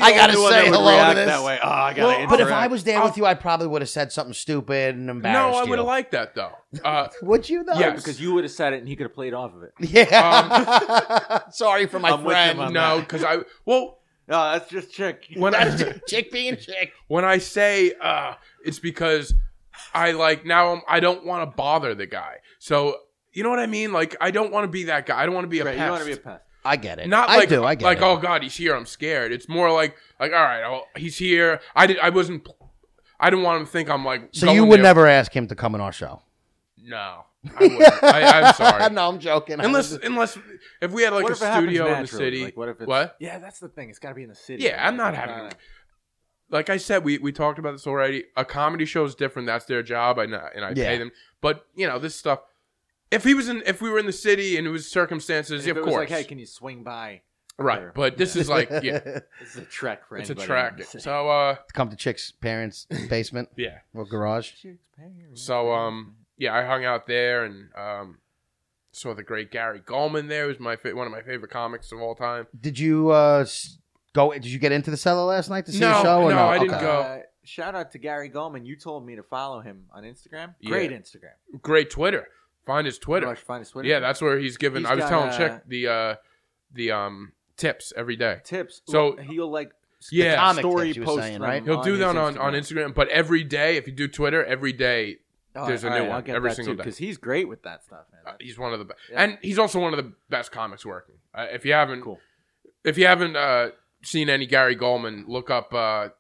Speaker 3: I gotta
Speaker 4: only one
Speaker 3: say
Speaker 4: that would
Speaker 3: hello to
Speaker 4: react
Speaker 3: this.
Speaker 4: That way. Oh, I gotta
Speaker 2: Well,
Speaker 3: But if I
Speaker 4: interact.
Speaker 3: was there with you, I probably would have said something stupid and embarrassed
Speaker 2: Oh. No, I
Speaker 3: you.
Speaker 2: would have liked that though. Uh,
Speaker 3: Would you though?
Speaker 2: Yes.
Speaker 4: because you would have said it and he could have played off of it.
Speaker 3: <laughs> Yeah.
Speaker 2: Um,
Speaker 3: <laughs> Sorry for my
Speaker 4: I'm with
Speaker 3: friend. <laughs>
Speaker 4: him on
Speaker 2: no, because I well
Speaker 4: Oh, that's just trick.
Speaker 2: when
Speaker 3: <laughs>
Speaker 2: I
Speaker 3: chick being chick.
Speaker 2: when I say uh, it's because I like now I'm, I don't want to bother the guy. So you know what I mean? Like I don't want to be that guy. I don't want to be a
Speaker 4: Right,
Speaker 2: pest.
Speaker 4: you want to be a pest.
Speaker 3: I get it.
Speaker 2: Not
Speaker 3: I
Speaker 2: like
Speaker 3: do. I get
Speaker 2: like
Speaker 3: it.
Speaker 2: oh god he's here I'm scared. It's more like like all right well, he's here. I did I wasn't I didn't want him to think I'm like
Speaker 3: so
Speaker 2: going
Speaker 3: you would
Speaker 2: there-
Speaker 3: never ask him to come on our show.
Speaker 2: no I wouldn't. I,
Speaker 3: <laughs>
Speaker 2: I'm sorry
Speaker 3: no, I'm joking.
Speaker 2: unless unless if we had like
Speaker 4: what
Speaker 2: a
Speaker 4: if it happens
Speaker 2: studio in the
Speaker 4: naturally?
Speaker 2: city
Speaker 4: Like, what if it's,
Speaker 2: what
Speaker 4: Yeah, that's the thing. It's got to be in the city.
Speaker 2: Yeah, I'm not having-
Speaker 4: Uh,
Speaker 2: like I said, we, we talked about this already. A comedy show is different. That's their job, and I, and I
Speaker 3: Yeah.
Speaker 2: pay them. But you know this stuff. If he was in, if we were in the city and it was circumstances,
Speaker 4: if it
Speaker 2: of
Speaker 4: was
Speaker 2: course,
Speaker 4: like, hey, can you swing by?
Speaker 2: right. But this is like, yeah,
Speaker 4: This is a trek for
Speaker 2: it's a
Speaker 4: anybody
Speaker 2: track.
Speaker 4: in the city.
Speaker 2: So, uh,
Speaker 3: come to chick's parents'
Speaker 2: <laughs>
Speaker 3: basement
Speaker 2: yeah,
Speaker 3: or garage.
Speaker 2: so um, yeah, I hung out there and um, saw the great Gary Goldman there, who's my fa- one of my favorite comics of all time.
Speaker 3: Did you uh, s- go? Did you get into the cellar last night to see
Speaker 2: No,
Speaker 3: the show? Or
Speaker 2: no,
Speaker 3: no,
Speaker 2: I didn't
Speaker 3: Okay.
Speaker 2: go.
Speaker 4: Uh, shout out to Gary Goldman. You told me to follow him on Instagram. Great
Speaker 2: Yeah.
Speaker 4: Instagram.
Speaker 2: Great Twitter. Find his
Speaker 4: Oh, I
Speaker 2: Twitter.
Speaker 4: should find his Twitter.
Speaker 2: Yeah, that's where he's given.
Speaker 4: He's
Speaker 2: I was
Speaker 4: got,
Speaker 2: telling
Speaker 4: uh,
Speaker 2: Chick the uh, the um tips every day.
Speaker 4: tips.
Speaker 2: So-
Speaker 4: So he'll like
Speaker 2: Yeah.
Speaker 3: comic
Speaker 4: story
Speaker 3: that you were
Speaker 4: post
Speaker 3: saying,
Speaker 4: them
Speaker 3: right?
Speaker 2: He'll do
Speaker 4: his
Speaker 2: that on, on Instagram, but every day, if you do Twitter, every day,
Speaker 4: Oh,
Speaker 2: There's a
Speaker 4: all
Speaker 2: new
Speaker 4: I'll
Speaker 2: one
Speaker 4: get
Speaker 2: every
Speaker 4: that
Speaker 2: single
Speaker 4: too,
Speaker 2: day.
Speaker 4: because he's great with that stuff, man.
Speaker 2: uh,
Speaker 4: That's
Speaker 2: he's one of the best,
Speaker 4: Yeah.
Speaker 2: and he's also one of the best comics working. Uh, if you haven't,
Speaker 4: cool.
Speaker 2: if you haven't uh, seen any Gary Goldman, look up uh,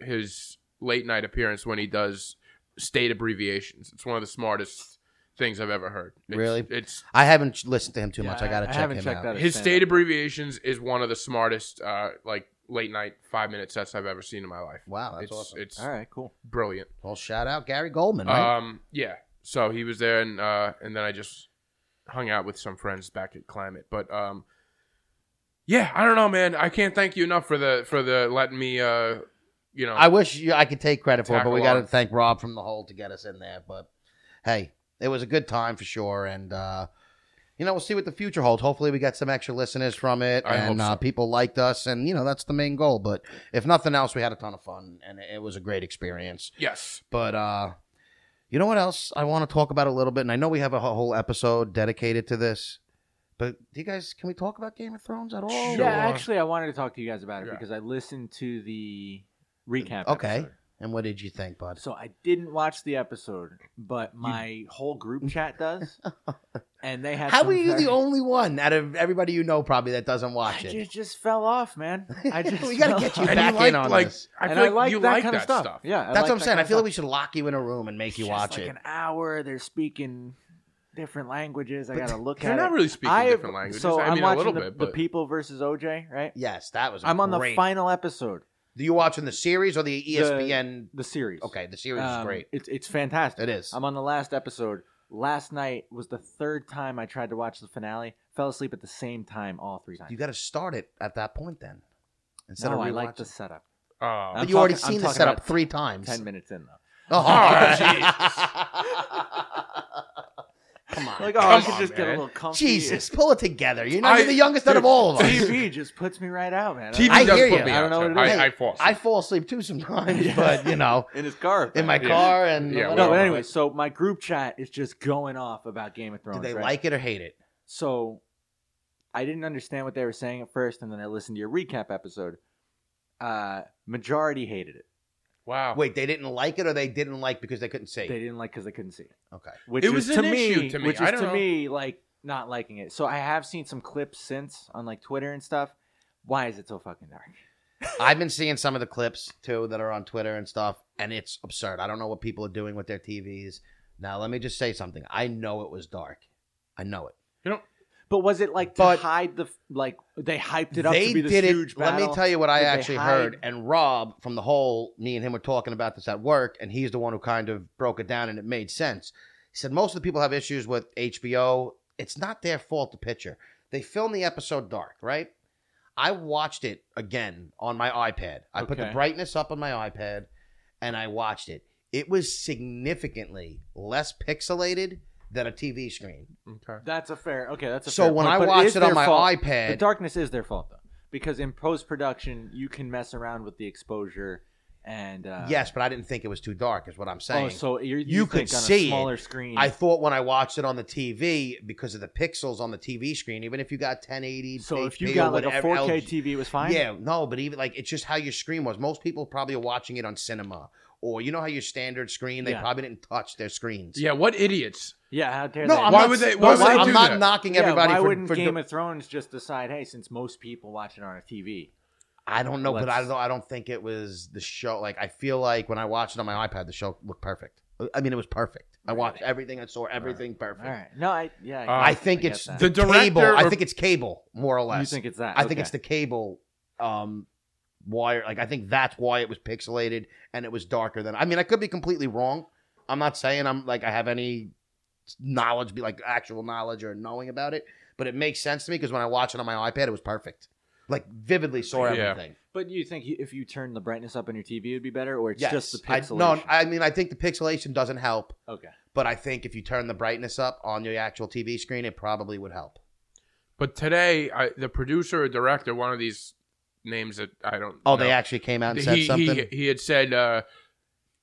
Speaker 2: his late night appearance when he does state abbreviations. It's one of the smartest things I've ever heard. It's-
Speaker 3: Really?
Speaker 2: it's
Speaker 3: I haven't ch- listened to him too much.
Speaker 4: Yeah,
Speaker 3: I gotta
Speaker 4: I
Speaker 3: check
Speaker 4: haven't
Speaker 3: him
Speaker 4: checked
Speaker 3: out.
Speaker 4: that out.
Speaker 2: his
Speaker 4: stand-up.
Speaker 2: state abbreviations is one of the smartest uh, like late night five minute sets I've ever seen in my life.
Speaker 3: Wow, that's
Speaker 2: it's
Speaker 3: awesome.
Speaker 2: it's
Speaker 4: All right, cool.
Speaker 2: brilliant.
Speaker 3: Well, shout out Gary Goldman. Right?
Speaker 2: Um, yeah. So he was there, and uh, and then I just hung out with some friends back at Climate. But um, yeah, I don't know, man. I can't thank you enough for the for the letting me, uh, you know,
Speaker 3: I wish you, I could take credit for it, but
Speaker 2: Tackle
Speaker 3: we got to
Speaker 2: on.
Speaker 3: thank Rob from the hole to get us in there. But hey, it was a good time for sure, and uh, you know we'll see what the future holds. Hopefully, we got some extra listeners from it,
Speaker 2: I hope
Speaker 3: and uh,
Speaker 2: so.
Speaker 3: people liked us, and you know that's the main goal. But if nothing else, we had a ton of fun, and it was a great experience.
Speaker 2: yes,
Speaker 3: But uh, you know what else I want to talk about a little bit, and I know we have a wh- whole episode dedicated to this. But do you guys can we talk about Game of Thrones at all?
Speaker 2: Sure.
Speaker 4: Yeah, actually, I wanted to talk to you guys about it
Speaker 2: Yeah.
Speaker 4: because I listened to the recap.
Speaker 3: Okay.
Speaker 4: episode.
Speaker 3: And what did you think, bud?
Speaker 4: So I didn't watch the episode, but my
Speaker 3: <laughs>
Speaker 4: whole group chat does, and they had.
Speaker 3: How
Speaker 4: some
Speaker 3: are you
Speaker 4: very-
Speaker 3: the only one out of everybody you know probably that doesn't watch
Speaker 4: I
Speaker 3: it?
Speaker 4: just, just fell off, man.
Speaker 3: <laughs>
Speaker 4: I just
Speaker 3: We gotta
Speaker 4: fell
Speaker 3: get you
Speaker 4: off.
Speaker 2: and
Speaker 3: back
Speaker 2: you
Speaker 3: in
Speaker 2: like
Speaker 3: on
Speaker 2: like
Speaker 3: this.
Speaker 2: I feel
Speaker 4: and I
Speaker 2: like,
Speaker 4: like
Speaker 2: you
Speaker 4: that
Speaker 2: like
Speaker 4: kind
Speaker 2: that
Speaker 4: of stuff. Yeah, I
Speaker 3: That's
Speaker 4: like
Speaker 3: what I'm
Speaker 4: that
Speaker 3: saying.
Speaker 4: kind
Speaker 3: I
Speaker 4: of
Speaker 3: feel
Speaker 4: stuff.
Speaker 3: like we should lock you in a room and make you
Speaker 4: Just
Speaker 3: watch
Speaker 4: like
Speaker 3: it.
Speaker 4: An hour. They're speaking different languages. I
Speaker 3: But
Speaker 4: gotta look
Speaker 2: They're
Speaker 4: at
Speaker 2: not
Speaker 4: it.
Speaker 2: really speaking
Speaker 4: I've-
Speaker 2: different languages.
Speaker 4: So
Speaker 2: I
Speaker 4: am
Speaker 2: mean, a
Speaker 4: watching
Speaker 2: little
Speaker 4: the,
Speaker 2: bit,
Speaker 4: the
Speaker 2: but
Speaker 4: people versus OJ, right?
Speaker 3: yes, that was.
Speaker 4: I'm on the
Speaker 3: great.
Speaker 4: final episode,
Speaker 3: You watching the series or the E ESPN?
Speaker 4: the series.
Speaker 3: okay, the series is
Speaker 4: Um,
Speaker 3: great.
Speaker 4: It's it's fantastic.
Speaker 3: It is.
Speaker 4: I'm on the last episode. Last night was the third time I tried to watch the finale. Fell asleep at the same time all three times.
Speaker 3: you got to start it at that point then. Instead
Speaker 4: no,
Speaker 3: of
Speaker 4: I
Speaker 3: rewatching.
Speaker 4: like the setup.
Speaker 2: uh,
Speaker 4: I'm
Speaker 3: But you already
Speaker 4: talking- I'm
Speaker 3: seen the
Speaker 4: talking
Speaker 3: setup
Speaker 4: about
Speaker 3: three times.
Speaker 4: Ten minutes in though.
Speaker 3: Oh, <laughs>
Speaker 2: Oh,
Speaker 3: Come on,
Speaker 4: Like oh,
Speaker 2: <laughs> Ah, Come
Speaker 4: I could
Speaker 2: on,
Speaker 4: just get a
Speaker 2: man.
Speaker 4: little comfy. <laughs>
Speaker 3: Jesus, pull it together. You know,
Speaker 2: I-
Speaker 3: you're the youngest out
Speaker 2: dude,
Speaker 3: of all of us.
Speaker 4: TV just puts me right out, man.
Speaker 2: TV
Speaker 3: I
Speaker 2: does
Speaker 3: hear
Speaker 2: put
Speaker 3: you.
Speaker 2: me
Speaker 4: I don't know
Speaker 2: outside.
Speaker 4: what it is.
Speaker 2: I, I fall.
Speaker 3: I fall asleep too sometimes, but you know,
Speaker 4: in his car
Speaker 3: in
Speaker 2: <laughs>
Speaker 3: my
Speaker 2: Yeah.
Speaker 3: car and
Speaker 2: Yeah,
Speaker 4: No,
Speaker 2: Well,
Speaker 4: but anyway, so my group chat is just going off about Game of Thrones.
Speaker 3: Do they
Speaker 4: right?
Speaker 3: like it or hate it?
Speaker 4: So I didn't understand what they were saying at first, and then I listened to your recap episode. Uh, majority hated it.
Speaker 2: wow.
Speaker 3: Wait, they didn't like it or they didn't like because they couldn't see.
Speaker 4: They didn't like because they couldn't see it.
Speaker 3: okay.
Speaker 4: Which
Speaker 2: It
Speaker 4: is
Speaker 2: was
Speaker 4: to
Speaker 2: an
Speaker 4: me,
Speaker 2: issue to me.
Speaker 4: Which
Speaker 2: I
Speaker 4: is
Speaker 2: don't
Speaker 4: to
Speaker 2: know.
Speaker 4: me like not liking it. So I have seen some clips since on like Twitter and stuff. Why is it so fucking dark?
Speaker 3: I've been seeing some of the clips too that are on Twitter and stuff, and it's absurd. I don't know what people are doing with their TVs. Now, let me just say something. I know it was dark. I know it.
Speaker 4: But was it like to
Speaker 3: But-
Speaker 4: hide the f- like they hyped it up
Speaker 3: they
Speaker 4: to be this
Speaker 3: did
Speaker 4: huge
Speaker 3: it. Let me
Speaker 4: battle?
Speaker 3: tell you what I
Speaker 4: Did they
Speaker 3: actually
Speaker 4: hide-
Speaker 3: heard. And Rob from the whole, me and him were talking about this at work, and he's the one who kind of broke it down, and it made sense. He said most of the people have issues with HBO. It's not their fault. The picture they filmed the episode dark, right? I watched it again on my iPad. I put the
Speaker 4: Okay.
Speaker 3: brightness up on my iPad, and I watched it. It was significantly less pixelated than a TV screen.
Speaker 2: Okay.
Speaker 4: That's a fair. Okay, that's a
Speaker 3: So
Speaker 4: fair
Speaker 3: when
Speaker 4: point,
Speaker 3: I
Speaker 4: but
Speaker 3: watched
Speaker 4: is
Speaker 3: it on
Speaker 4: their
Speaker 3: my
Speaker 4: fault.
Speaker 3: iPad-
Speaker 4: the darkness is their fault though, because in post production you can mess around with the exposure and uh,
Speaker 3: yes, but I didn't think it was too dark. Is what I'm saying.
Speaker 4: Oh, so you're, you,
Speaker 3: you could
Speaker 4: think on
Speaker 3: see
Speaker 4: a smaller
Speaker 3: it.
Speaker 4: screen.
Speaker 3: I thought when I watched it on the TV because of the pixels on the TV screen, even if you got 1080,
Speaker 4: so if you
Speaker 3: HP or
Speaker 4: got like a
Speaker 3: whatever,
Speaker 4: 4K
Speaker 3: LG
Speaker 4: TV, it was fine.
Speaker 3: Yeah, no, but even like it's just how your screen was. Most people probably are watching it on cinema, or you know how your standard screen. They
Speaker 4: Yeah.
Speaker 3: probably didn't touch their screens.
Speaker 2: Yeah. What idiots?
Speaker 4: yeah. How dare
Speaker 3: No,
Speaker 4: they?
Speaker 3: I'm
Speaker 2: Why
Speaker 3: not,
Speaker 2: would they-
Speaker 3: no,
Speaker 2: why would they
Speaker 3: I'm
Speaker 2: do
Speaker 3: not
Speaker 2: that?
Speaker 3: knocking
Speaker 4: yeah,
Speaker 3: everybody.
Speaker 4: why
Speaker 3: for,
Speaker 4: wouldn't
Speaker 3: for
Speaker 4: Game
Speaker 3: do-
Speaker 4: of Thrones just decide, hey, since most people watch it on a TV,
Speaker 3: I don't know, but I
Speaker 4: Let's-
Speaker 3: don't. I don't think it was the show. Like I feel like when I watched it on my iPad, the show looked perfect. I mean, it was perfect. I watched everything. I saw everything perfect.
Speaker 4: all right. No, I yeah.
Speaker 2: Uh,
Speaker 3: I think
Speaker 4: get
Speaker 3: it's
Speaker 4: that.
Speaker 3: the
Speaker 2: The director
Speaker 3: cable. I
Speaker 2: or-
Speaker 3: think it's cable, more or less.
Speaker 4: you think it's that?
Speaker 3: I think
Speaker 4: Okay.
Speaker 3: it's the cable um wire like I think that's why it was pixelated and it was darker than I mean I could be completely wrong. I'm not saying I'm like I have any knowledge be like actual knowledge or knowing about it, but it makes sense to me because when I watch it on my iPad it was perfect. Like vividly saw
Speaker 2: Yeah.
Speaker 3: everything.
Speaker 4: But you think if you turn the brightness up on your TV, it'd be better, or it's
Speaker 3: Yes.
Speaker 4: just the
Speaker 3: I-
Speaker 4: pixelation?
Speaker 3: no, I mean I think the pixelation doesn't help,
Speaker 4: okay.
Speaker 3: but I think if you turn the brightness up on your actual TV screen it probably would help.
Speaker 2: But today, I, the producer or director, one of these names that I don't. know,
Speaker 3: Oh, they actually came out and said
Speaker 2: he,
Speaker 3: something.
Speaker 2: He, he had said, uh,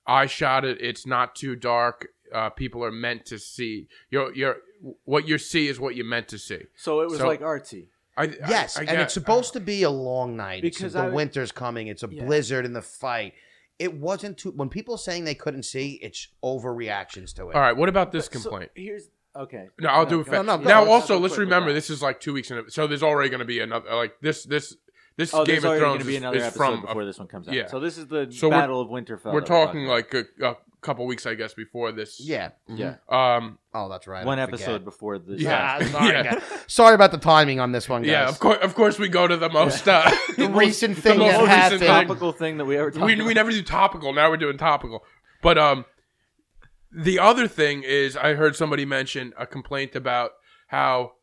Speaker 2: "I shot it. It's not too dark. Uh, people are meant to see. You're, you're, what you see is what you're meant to see."
Speaker 4: So it was
Speaker 2: So-
Speaker 4: like artsy.
Speaker 2: I,
Speaker 3: Yes,
Speaker 2: I, I
Speaker 3: and
Speaker 2: get-
Speaker 3: it's supposed to be a long night.
Speaker 4: Because
Speaker 3: Because the
Speaker 4: I-
Speaker 3: winter's coming. It's a
Speaker 4: Yeah.
Speaker 3: blizzard in the fight. It wasn't too. When people are saying they couldn't see, it's overreactions to it.
Speaker 2: All right. What about this
Speaker 4: So
Speaker 2: complaint?
Speaker 4: here's okay.
Speaker 2: No, I'll do it
Speaker 4: go
Speaker 2: fast.
Speaker 4: ahead.
Speaker 3: No, no, go
Speaker 2: now,
Speaker 3: ahead.
Speaker 2: also,
Speaker 4: Go
Speaker 2: let's
Speaker 4: quick with
Speaker 2: remember
Speaker 4: that.
Speaker 2: this is like two weeks in. a- So there's already going to be another like this. This this
Speaker 4: Oh,
Speaker 2: Game
Speaker 4: there's
Speaker 2: of
Speaker 4: already going
Speaker 2: Thrones
Speaker 4: to be
Speaker 2: is-
Speaker 4: another
Speaker 2: is
Speaker 4: episode
Speaker 2: from. a-
Speaker 4: before this one comes out.
Speaker 2: yeah.
Speaker 4: So this is the
Speaker 2: So we're-
Speaker 4: Battle of Winterfell.
Speaker 2: we're
Speaker 4: that
Speaker 2: talking like a, a couple weeks, I guess, before this.
Speaker 3: Yeah.
Speaker 4: yeah,
Speaker 2: Um.
Speaker 3: Oh, that's right. I
Speaker 4: one
Speaker 3: forget.
Speaker 4: episode before this.
Speaker 2: Yeah. <laughs>
Speaker 3: Ah, sorry,
Speaker 2: Yeah.
Speaker 3: guys. sorry about the timing on this one, guys.
Speaker 2: Yeah. Of course. Of course, we go to the most.
Speaker 4: <laughs>
Speaker 2: Uh,
Speaker 3: The recent
Speaker 2: the
Speaker 3: thing
Speaker 2: most
Speaker 3: that
Speaker 2: recent
Speaker 3: happened.
Speaker 2: thing.
Speaker 4: topical thing that we ever talked
Speaker 2: we,
Speaker 4: about.
Speaker 2: we never do topical. Now we're doing topical. But um, the other thing is, I heard somebody mention a complaint about how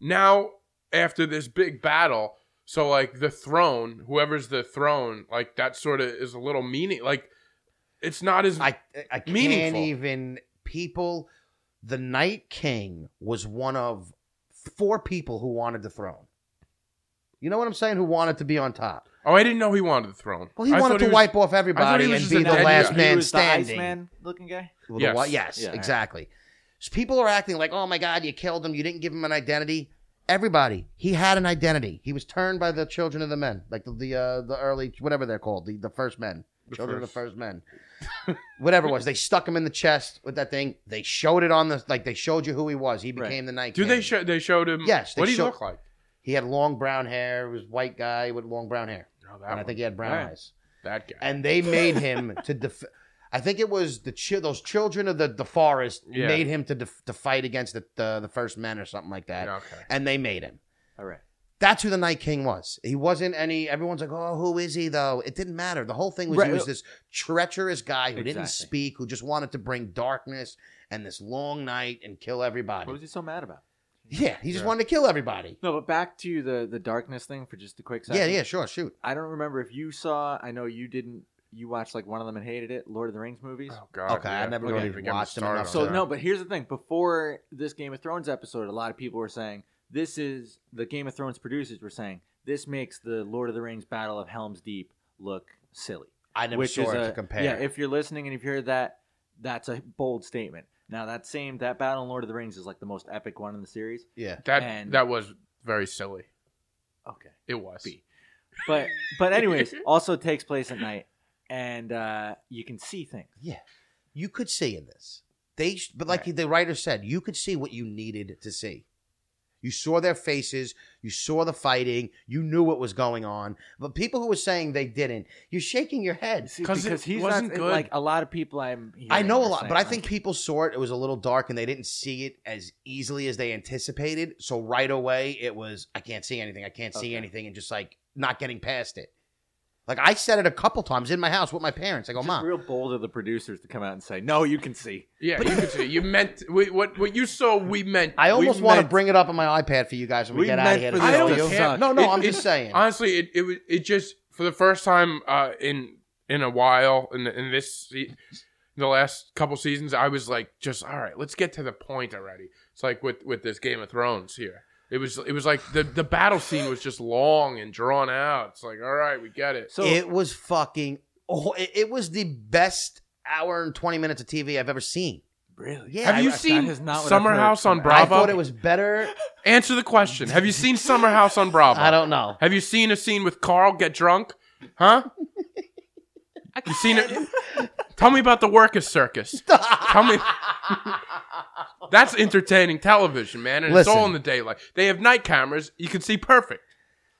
Speaker 2: now after this big battle, so like the throne, whoever's the throne, like that sort of is a little meaning. Like it's not as
Speaker 3: I I can't
Speaker 2: Meaningful.
Speaker 3: even. People, the Night King was one of four people who wanted the throne. You know what I'm saying? Who wanted to be on top?
Speaker 2: oh, I didn't know he wanted the throne.
Speaker 3: Well, he
Speaker 2: I
Speaker 3: wanted
Speaker 2: thought
Speaker 3: to
Speaker 2: was-
Speaker 3: wipe off
Speaker 2: I thought he
Speaker 3: everybody
Speaker 2: was
Speaker 3: and
Speaker 2: just
Speaker 3: be
Speaker 2: an
Speaker 3: the
Speaker 2: idiot.
Speaker 3: last
Speaker 2: He
Speaker 4: He
Speaker 3: man
Speaker 4: was the
Speaker 3: standing.
Speaker 4: Iceman looking guy.
Speaker 3: Well, the
Speaker 2: Yes.
Speaker 3: wa- yes,
Speaker 4: Yeah.
Speaker 3: exactly. So people are acting like, oh my God, you killed him. You didn't give him an identity. Everybody, he had an identity. He was turned by the children of the men, like the the, uh, the early whatever they're called, the, the first men,
Speaker 2: The
Speaker 3: children of the
Speaker 2: first.
Speaker 3: first men, whatever it was. They stuck him in the chest with that thing. They showed it on the like they showed you who he was. He
Speaker 4: Right.
Speaker 3: became the night.
Speaker 2: Do
Speaker 3: King.
Speaker 2: they show? They showed him.
Speaker 3: Yes, they
Speaker 2: What did
Speaker 3: show-
Speaker 2: he look like?
Speaker 3: He had long brown hair. He was a white guy with long brown hair,
Speaker 2: No,
Speaker 3: and I think he had brown
Speaker 4: All right.
Speaker 3: eyes.
Speaker 2: that guy.
Speaker 3: and they made him
Speaker 4: <laughs>
Speaker 3: to def- I think it was the chi- those children of the, the forest
Speaker 2: Yeah.
Speaker 3: made him to def- to fight against the, the the first men or something like that,
Speaker 2: Yeah, okay.
Speaker 3: and they made him.
Speaker 4: All right.
Speaker 3: That's who the Night King was. He wasn't any. Everyone's like, "Oh, who is he?" Though it didn't matter. The whole thing was he
Speaker 4: Right.
Speaker 3: was this treacherous guy who didn't
Speaker 4: Exactly.
Speaker 3: speak, who just wanted to bring darkness and this long night and kill everybody.
Speaker 4: What was he so mad about?
Speaker 3: yeah, he just
Speaker 2: Yeah.
Speaker 3: wanted to kill everybody.
Speaker 4: No, but back to the the darkness thing for just a quick second.
Speaker 3: Yeah, yeah, sure, shoot.
Speaker 4: I don't remember if you saw. I know you didn't. You watched like one of them and hated it. Lord of the Rings movies.
Speaker 2: Oh God.
Speaker 3: Okay, I never
Speaker 2: Don't
Speaker 3: really
Speaker 2: even get me
Speaker 3: watched him
Speaker 2: started
Speaker 3: enough
Speaker 2: on
Speaker 3: to-
Speaker 4: So
Speaker 2: that.
Speaker 4: no, but here's the thing. Before this Game of Thrones episode, a lot of people were saying this is the Game of Thrones producers were saying this makes the Lord of the Rings Battle of Helm's Deep look silly.
Speaker 3: I never
Speaker 4: which
Speaker 3: saw
Speaker 4: is
Speaker 3: it
Speaker 4: a,
Speaker 3: to compare.
Speaker 4: Yeah, if you're listening and you've heard that, that's a bold statement. Now that same that battle in Lord of the Rings is like the most epic one in the series.
Speaker 3: yeah.
Speaker 2: That
Speaker 4: and-
Speaker 2: that was very silly.
Speaker 4: Okay.
Speaker 2: It was.
Speaker 4: Be. But
Speaker 3: <laughs>
Speaker 4: but anyways, also takes place at night and uh you can see things.
Speaker 3: Yeah, you could see in this. They, sh- but like the writer said, you could see what you needed to see. You saw their faces. You saw the fighting. You knew what was going on. But people who were saying they didn't, you're shaking your head.
Speaker 4: See,
Speaker 2: 'Cause it
Speaker 4: because he's
Speaker 2: wasn't
Speaker 4: not
Speaker 2: good.
Speaker 4: like a lot of people I'm hearing
Speaker 3: I know a
Speaker 4: are
Speaker 3: lot,
Speaker 4: saying,
Speaker 3: but I
Speaker 4: like,
Speaker 3: think people saw it. It was a little dark, and they didn't see it as easily as they anticipated. So right away, it was I can't see anything. I can't see
Speaker 4: Okay.
Speaker 3: anything, and just like not getting past it. Like I said it a couple times in my house with my parents. I go,
Speaker 4: It's
Speaker 3: Mom,
Speaker 4: just real bold of the producers to come out and say, "No, you can see."
Speaker 2: Yeah, you could see. You meant we, what what you saw. We meant.
Speaker 3: I almost want to
Speaker 4: meant-
Speaker 3: bring it up on my iPad for you guys when we,
Speaker 4: We
Speaker 3: get out of
Speaker 4: meant
Speaker 3: here.
Speaker 4: for
Speaker 3: to
Speaker 4: this
Speaker 3: show
Speaker 4: to
Speaker 3: you.
Speaker 4: suck.
Speaker 3: No, no,
Speaker 2: It-
Speaker 3: I'm
Speaker 2: it-
Speaker 3: just saying.
Speaker 2: Honestly, it it was it just for the first time uh, in in a while in in this se- the last couple seasons, I was like, just all right, let's get to the point already. It's like with with this Game of Thrones here. It was it was like the the battle scene was just long and drawn out. It's like all right, we get it.
Speaker 4: So
Speaker 3: it was fucking. Oh, it, it was the best hour and twenty minutes of TV I've ever seen.
Speaker 4: really,
Speaker 3: Yeah,
Speaker 2: Have you
Speaker 4: I- that
Speaker 2: seen
Speaker 4: is not what I've
Speaker 2: Summer
Speaker 4: heard.
Speaker 2: House on
Speaker 3: I
Speaker 2: Bravo?
Speaker 3: thought it was better.
Speaker 2: Answer the question. Have you seen Summer House on Bravo?
Speaker 3: I don't know.
Speaker 2: Have you seen a scene with Carl get drunk? Huh? You seen it? Tell me about the Workers Circus. Tell me. That's entertaining television, man, and it's all
Speaker 3: Listen.
Speaker 2: in the daylight. They have night cameras. You can see perfect.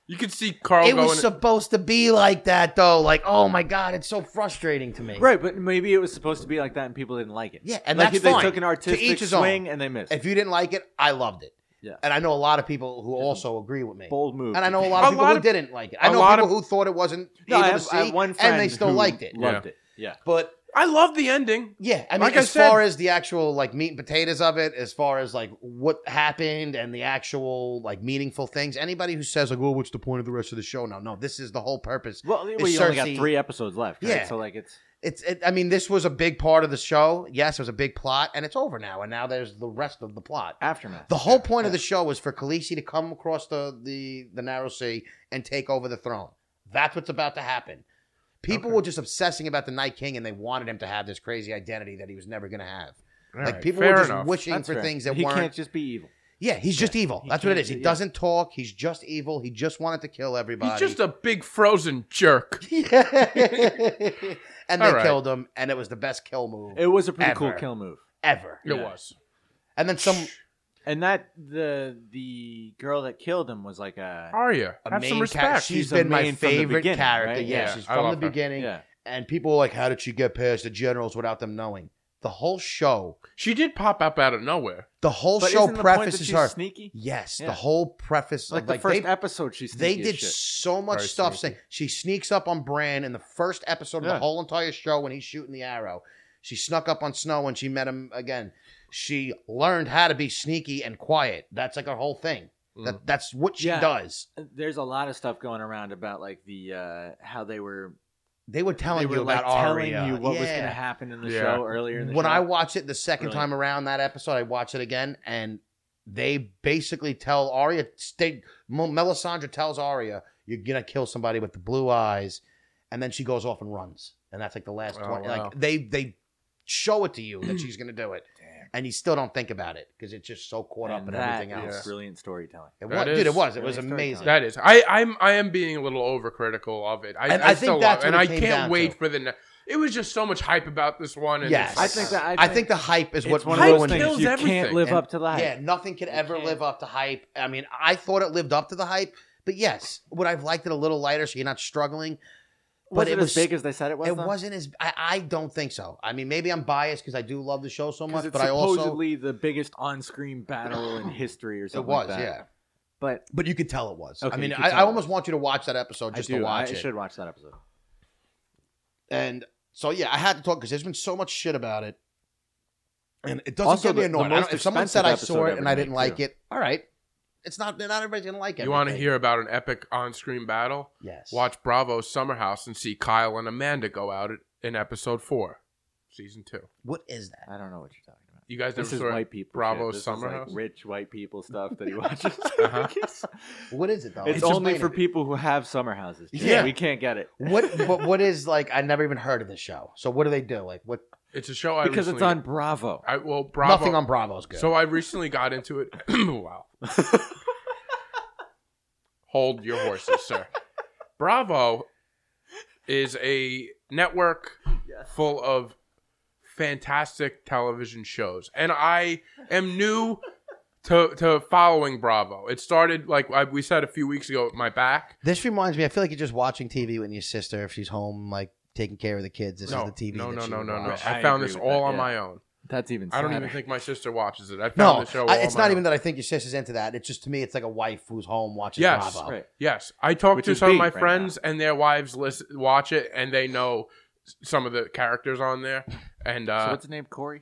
Speaker 2: You can see Carl
Speaker 3: It
Speaker 2: going.
Speaker 3: was supposed to be like that though. Like, oh my god, it's so frustrating to me.
Speaker 4: Right, but maybe it was supposed to be like that, and people didn't like it.
Speaker 3: Yeah, and
Speaker 4: like
Speaker 3: that's
Speaker 4: they
Speaker 3: fine.
Speaker 4: took an
Speaker 3: To
Speaker 4: artistic
Speaker 3: each his own.
Speaker 4: swing and they missed.
Speaker 3: If you didn't like it, I loved it.
Speaker 4: Yeah.
Speaker 3: And I know a lot of people who also agree with me.
Speaker 4: Bold move,
Speaker 3: And I know a
Speaker 4: to
Speaker 3: lot of
Speaker 2: A
Speaker 3: people
Speaker 2: lot
Speaker 3: who
Speaker 2: of-
Speaker 3: didn't like it.
Speaker 2: a
Speaker 3: I know
Speaker 2: lot
Speaker 3: people
Speaker 2: of-
Speaker 3: who thought it wasn't
Speaker 4: No,
Speaker 3: able
Speaker 4: I
Speaker 3: to
Speaker 4: have,
Speaker 3: see,
Speaker 4: I have one friend
Speaker 3: and they still
Speaker 4: who
Speaker 3: liked it.
Speaker 4: Loved
Speaker 2: Yeah.
Speaker 4: it. Yeah.
Speaker 3: But
Speaker 2: I love the ending.
Speaker 3: yeah, I mean,
Speaker 2: Like I
Speaker 3: as
Speaker 2: said-
Speaker 3: far as the actual like meat and potatoes of it, as far as like what happened and the actual like meaningful things, anybody who says like, "Well, what's the point of the rest of the show?" No, no, this is the whole purpose.
Speaker 4: Well, well,
Speaker 3: It's
Speaker 4: you only got
Speaker 3: Cersei-
Speaker 4: three episodes left. Right?
Speaker 3: Yeah.
Speaker 4: So like it's
Speaker 3: It's, it, I mean, this was a big part of the show. Yes, it was a big plot, and it's over now. And now there's the rest of the plot.
Speaker 4: aftermath.
Speaker 3: The whole point of the show was for Khaleesi to come across the, the, the narrow sea and take over the throne. That's what's about to happen. People
Speaker 2: Okay.
Speaker 3: were just obsessing about the Night King and they wanted him to have this crazy identity that he was never going to have.
Speaker 2: All
Speaker 3: like
Speaker 2: right,
Speaker 3: people
Speaker 2: fair
Speaker 3: were just
Speaker 2: enough.
Speaker 3: wishing
Speaker 4: That's
Speaker 3: for
Speaker 4: fair.
Speaker 3: things that
Speaker 4: he
Speaker 3: weren't.
Speaker 4: can't just be evil.
Speaker 3: yeah, he's just
Speaker 4: Yeah,
Speaker 3: evil.
Speaker 4: he
Speaker 3: That's what it
Speaker 4: can't
Speaker 3: is.
Speaker 4: ju-
Speaker 3: He
Speaker 4: yeah.
Speaker 3: doesn't talk. He's just evil. He just wanted to kill everybody.
Speaker 2: He's just a big frozen jerk.
Speaker 3: <laughs> and they
Speaker 2: All right.
Speaker 3: killed him, and it was the best kill move
Speaker 4: It was a pretty cool
Speaker 3: Ever.
Speaker 4: kill move.
Speaker 3: ever.
Speaker 2: It
Speaker 4: Yeah.
Speaker 2: was.
Speaker 3: And then some
Speaker 4: And that the the girl that killed him was like a
Speaker 2: Arya,
Speaker 3: a
Speaker 2: have
Speaker 3: main
Speaker 2: some respect.
Speaker 3: character.
Speaker 4: She's
Speaker 3: she's
Speaker 4: a
Speaker 3: been my
Speaker 4: main from the
Speaker 3: favorite
Speaker 4: beginning,
Speaker 3: character.
Speaker 4: right?
Speaker 3: Yeah,
Speaker 2: Yeah,
Speaker 3: she's
Speaker 2: I
Speaker 3: from the
Speaker 2: love her.
Speaker 3: beginning.
Speaker 4: yeah.
Speaker 3: and people were like, "How did she get past the generals without them knowing?" The whole show,
Speaker 2: she did pop up out of nowhere.
Speaker 3: the whole
Speaker 4: But
Speaker 3: show
Speaker 4: isn't the point that
Speaker 3: prefaces
Speaker 4: she's
Speaker 3: her.
Speaker 4: sneaky.
Speaker 3: Yes,
Speaker 4: Yeah.
Speaker 3: the whole preface,
Speaker 4: Like
Speaker 3: like,
Speaker 4: the
Speaker 3: like
Speaker 4: first
Speaker 3: they,
Speaker 4: episode, she's
Speaker 3: they
Speaker 4: sneaky as
Speaker 3: did
Speaker 4: shit.
Speaker 3: so much
Speaker 2: Very
Speaker 3: stuff.
Speaker 2: sneaky.
Speaker 3: Saying she sneaks up on Bran in the first episode of
Speaker 4: Yeah.
Speaker 3: the whole entire show when he's shooting the arrow. She snuck up on Snow when she met him again. She learned how to be sneaky and quiet. That's like her whole thing. That that's what she
Speaker 4: Mm. Yeah.
Speaker 3: does.
Speaker 4: There's a lot of stuff going around about like the uh how they were
Speaker 3: They were telling
Speaker 4: they were
Speaker 3: you
Speaker 4: like
Speaker 3: about
Speaker 4: telling
Speaker 3: Arya.
Speaker 4: you what was
Speaker 3: Yeah.
Speaker 4: going to happen in the
Speaker 2: Yeah.
Speaker 4: show earlier in the
Speaker 3: when
Speaker 4: show.
Speaker 3: I watched it the second
Speaker 4: Brilliant.
Speaker 3: time around that episode, I watched it again, and they basically tell Arya, they, Mel- Melisandre tells Arya, "You're gonna kill somebody with the blue eyes," and then she goes off and runs, and that's like the last
Speaker 2: Oh,
Speaker 3: twenty.
Speaker 2: wow.
Speaker 3: Like they they show it to you
Speaker 4: <clears throat>
Speaker 3: that she's gonna do it, and you still don't think about it because it's just so caught up
Speaker 4: and
Speaker 3: in
Speaker 4: that
Speaker 3: everything
Speaker 4: is
Speaker 3: else.
Speaker 4: brilliant storytelling.
Speaker 3: It
Speaker 2: That
Speaker 3: was,
Speaker 2: is
Speaker 3: dude, it was. It was
Speaker 4: really
Speaker 3: amazing.
Speaker 4: storytelling.
Speaker 2: That is, I, I'm, I am being a little overcritical of it. I,
Speaker 3: And
Speaker 2: I,
Speaker 3: I think
Speaker 2: still love-
Speaker 3: that's what
Speaker 2: and
Speaker 3: it
Speaker 2: I
Speaker 3: came
Speaker 2: can't
Speaker 3: down
Speaker 2: wait
Speaker 3: to.
Speaker 2: for the. Ne- it was just so much hype about this one. And
Speaker 3: yes,
Speaker 2: it's-
Speaker 4: I think that- I
Speaker 3: I
Speaker 4: think-
Speaker 3: think the hype is what
Speaker 4: it's one
Speaker 2: Hype
Speaker 4: of those
Speaker 3: ruined
Speaker 2: kills
Speaker 4: things you can't
Speaker 2: everything.
Speaker 4: live
Speaker 3: And-
Speaker 4: up to that.
Speaker 3: Yeah, nothing could ever
Speaker 4: can't.
Speaker 3: live up to hype. I mean, I thought it lived up to the hype, but yes, would I've liked it a little lighter so you're not struggling?
Speaker 4: was
Speaker 3: but
Speaker 4: it,
Speaker 3: it
Speaker 4: as
Speaker 3: was-
Speaker 4: big as they said it was?
Speaker 3: it
Speaker 4: though?
Speaker 3: wasn't as I, I don't think so. I mean, maybe I'm biased because I do love the show so
Speaker 4: 'Cause
Speaker 3: much,
Speaker 4: it's
Speaker 3: but I also
Speaker 4: supposedly the biggest on-screen
Speaker 3: <sighs>
Speaker 4: battle in history or
Speaker 3: it
Speaker 4: something.
Speaker 3: was
Speaker 4: like that.
Speaker 3: yeah.
Speaker 4: But
Speaker 3: But you could tell it was.
Speaker 4: Okay,
Speaker 3: I mean,
Speaker 4: you could
Speaker 3: I,
Speaker 4: tell
Speaker 3: I
Speaker 4: it
Speaker 3: almost
Speaker 4: was.
Speaker 3: want you to watch that episode just
Speaker 4: I do.
Speaker 3: to watch
Speaker 4: I
Speaker 3: it.
Speaker 4: should watch that episode.
Speaker 3: And so yeah, I had to talk because there's been so much shit about it, and it doesn't
Speaker 4: Also,
Speaker 3: get me
Speaker 4: the-
Speaker 3: annoyed.
Speaker 4: the
Speaker 3: I don't-
Speaker 4: most
Speaker 3: if someone
Speaker 4: expensive
Speaker 3: said I
Speaker 4: episode
Speaker 3: saw it
Speaker 4: ever
Speaker 3: and I didn't
Speaker 4: made,
Speaker 3: like
Speaker 4: too.
Speaker 3: it, all right, it's not not everybody's gonna like it.
Speaker 2: You want to hear about an epic on-screen battle?
Speaker 3: Yes.
Speaker 2: Watch Bravo Summer House and see Kyle and Amanda go out it- in episode four, season two.
Speaker 3: What is that?
Speaker 4: I don't know what you're talking about.
Speaker 2: You guys never
Speaker 4: This is
Speaker 2: saw it?
Speaker 4: white people.
Speaker 2: Bravo
Speaker 4: shit. This is,
Speaker 2: Summer
Speaker 4: like,
Speaker 2: House?
Speaker 4: Rich white people stuff <laughs> that he watches.
Speaker 2: Uh-huh.
Speaker 3: What is it though?
Speaker 4: It's
Speaker 3: Explain
Speaker 4: only for
Speaker 3: it.
Speaker 4: people who have summer houses. Jay.
Speaker 2: Yeah.
Speaker 4: we can't get it
Speaker 3: <laughs> what but what is like I never even heard of this show. So what do they do? Like what
Speaker 2: It's a show I
Speaker 4: because it's
Speaker 2: recently-
Speaker 4: on Bravo.
Speaker 2: I, well, Bravo.
Speaker 3: nothing on Bravo's good.
Speaker 2: So I recently got into it. <clears throat> wow. Hold your horses, sir. Bravo is a network full of fantastic television shows, and I am new to to following Bravo. It started like I, we said a few weeks ago. with My back.
Speaker 3: this reminds me, I feel like you're just watching TV with your sister if she's home, like taking care of the kids. This
Speaker 2: no,
Speaker 3: is the TV.
Speaker 2: no,
Speaker 3: that
Speaker 2: no,
Speaker 3: she
Speaker 2: no,
Speaker 3: would
Speaker 2: no, no.
Speaker 3: watch.
Speaker 2: I,
Speaker 4: I
Speaker 2: found
Speaker 4: agree
Speaker 2: this
Speaker 4: with
Speaker 2: all
Speaker 4: that,
Speaker 2: on
Speaker 4: yeah.
Speaker 2: my own.
Speaker 4: That's even.
Speaker 2: I don't
Speaker 4: sadder.
Speaker 2: even think my sister watches it. I found
Speaker 3: No,
Speaker 2: the show.
Speaker 3: I-
Speaker 2: all
Speaker 3: it's
Speaker 2: on my
Speaker 3: not
Speaker 2: own.
Speaker 3: even that I think your sister's into that. It's just to me, it's like a wife who's home watching
Speaker 2: Yes.
Speaker 3: Bravo.
Speaker 4: Right.
Speaker 2: Yes, I talked
Speaker 4: Which
Speaker 2: to
Speaker 4: is
Speaker 2: some of
Speaker 4: big
Speaker 2: my
Speaker 4: right now.
Speaker 2: friends and their wives listen, watch it, and they know s- some of the characters on there. And
Speaker 4: So
Speaker 2: uh,
Speaker 4: what's the name? <laughs> Corey.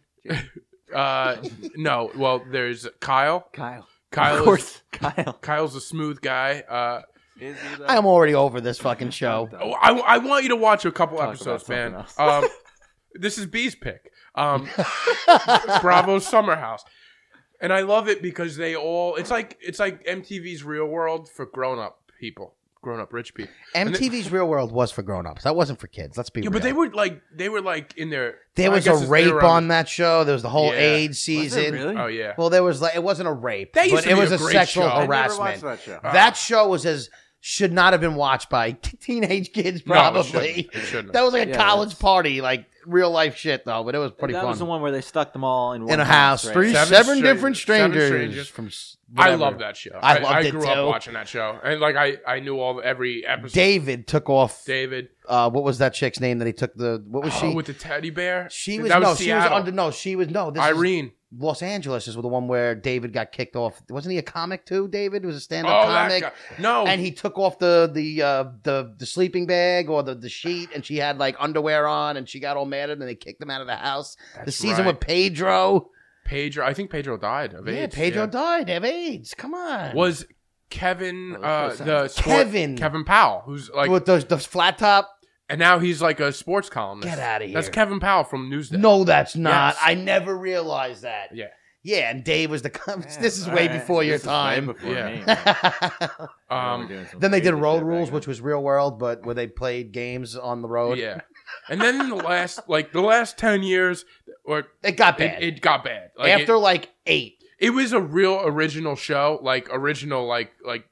Speaker 2: uh,
Speaker 4: <laughs>
Speaker 2: no, well, there's Kyle.
Speaker 4: Kyle.
Speaker 2: Kyle
Speaker 4: Of
Speaker 2: is-
Speaker 4: course. Kyle.
Speaker 2: Kyle's a smooth guy. Uh,
Speaker 4: <laughs> Is he though?
Speaker 3: I am already over this fucking show.
Speaker 2: oh, I, I want you to watch a couple
Speaker 4: Talk about
Speaker 2: episodes, man.
Speaker 4: something else.
Speaker 2: Um, This is B's pick.
Speaker 4: <laughs>
Speaker 2: Um, Bravo Summer House. And I love it because they all it's like it's like MTV's Real World for grown up people, grown up rich people. And they-
Speaker 3: MTV's Real World was for grown-ups. That wasn't for kids. Let's be
Speaker 2: Yeah,
Speaker 3: real.
Speaker 2: but they were like they were like in their
Speaker 3: there
Speaker 2: I
Speaker 3: was
Speaker 2: guess
Speaker 3: a
Speaker 2: it's-
Speaker 3: rape
Speaker 2: they were
Speaker 3: on that show. There was the whole
Speaker 2: Yeah.
Speaker 3: AIDS
Speaker 4: Was
Speaker 3: season.
Speaker 4: it really?
Speaker 2: Oh yeah.
Speaker 3: Well, there was like it wasn't a rape,
Speaker 2: That used
Speaker 3: but
Speaker 2: to
Speaker 3: it
Speaker 2: be
Speaker 3: was
Speaker 2: a
Speaker 3: a
Speaker 2: great
Speaker 3: sexual
Speaker 2: show. I
Speaker 4: I
Speaker 2: never
Speaker 4: never watched
Speaker 3: harassment.
Speaker 4: that show.
Speaker 3: That show was as should not have been watched by <laughs> t- teenage kids,
Speaker 2: No, it shouldn't.
Speaker 3: probably.
Speaker 2: It shouldn't.
Speaker 3: <laughs> that was like a
Speaker 4: Yeah,
Speaker 3: college
Speaker 4: that's-
Speaker 3: party, like real life shit though. But it was pretty
Speaker 4: that
Speaker 3: fun.
Speaker 4: was the one where they stuck them all in, one
Speaker 3: In a house,
Speaker 4: right?
Speaker 3: three
Speaker 2: Seven
Speaker 3: seven
Speaker 2: strangers.
Speaker 3: different
Speaker 2: Seven
Speaker 3: strangers,
Speaker 2: strangers.
Speaker 3: from. s-
Speaker 2: I
Speaker 3: whatever.
Speaker 2: love that show.
Speaker 3: I
Speaker 2: I,
Speaker 3: loved
Speaker 2: I
Speaker 3: it,
Speaker 2: grew
Speaker 3: too.
Speaker 2: up watching that show, and like I, I knew all the, every episode.
Speaker 3: David took off.
Speaker 2: David,
Speaker 3: Uh, what was that chick's name that he took the? What was
Speaker 2: Oh,
Speaker 3: she?
Speaker 2: with the teddy bear.
Speaker 3: she was
Speaker 2: That
Speaker 3: no. She was
Speaker 2: Seattle.
Speaker 3: under no. She was no. This is-
Speaker 2: Irene.
Speaker 3: Los Angeles is the one where David got kicked off. Wasn't he a comic too? David He was a
Speaker 2: Oh,
Speaker 3: stand-up
Speaker 2: that
Speaker 3: comic,
Speaker 2: guy. No,
Speaker 3: and he took off the the uh, the the sleeping bag or the the sheet, and she had like underwear on, and she got all mad, and then they kicked him out of the house. the
Speaker 2: That's
Speaker 3: season
Speaker 2: right.
Speaker 3: with Pedro,
Speaker 2: Pedro. I think Pedro died of
Speaker 3: yeah,
Speaker 2: AIDS.
Speaker 3: Pedro
Speaker 2: yeah.
Speaker 3: died of AIDS. Come on,
Speaker 2: Was Kevin
Speaker 4: Oh,
Speaker 2: uh,
Speaker 4: that's what it
Speaker 2: the sport-
Speaker 3: Kevin.
Speaker 2: Kevin Powell, who's like,
Speaker 3: with the, the flat top?
Speaker 2: and now he's like a sports columnist.
Speaker 3: Get outta
Speaker 2: That's
Speaker 3: here.
Speaker 2: Kevin Powell from Newsday.
Speaker 3: No, that's not.
Speaker 2: Yes.
Speaker 3: I never realized that.
Speaker 2: Yeah.
Speaker 3: yeah, and Dave was the. Com-
Speaker 4: Man,
Speaker 3: this is
Speaker 4: all
Speaker 3: way
Speaker 4: right.
Speaker 3: before your
Speaker 4: This is way
Speaker 3: time. <laughs>
Speaker 4: before
Speaker 2: Yeah.
Speaker 4: me.
Speaker 2: Um,
Speaker 4: Doing some
Speaker 3: then they did
Speaker 4: crazy
Speaker 3: Road
Speaker 4: shit back
Speaker 3: Rules,
Speaker 4: then.
Speaker 3: which was Real World, but where they played games on the road.
Speaker 2: yeah. And then in the last, like the last ten years, or
Speaker 3: It got bad.
Speaker 2: it, it got bad. Like, it-
Speaker 3: After like eight.
Speaker 2: it was a real original show, like original, like like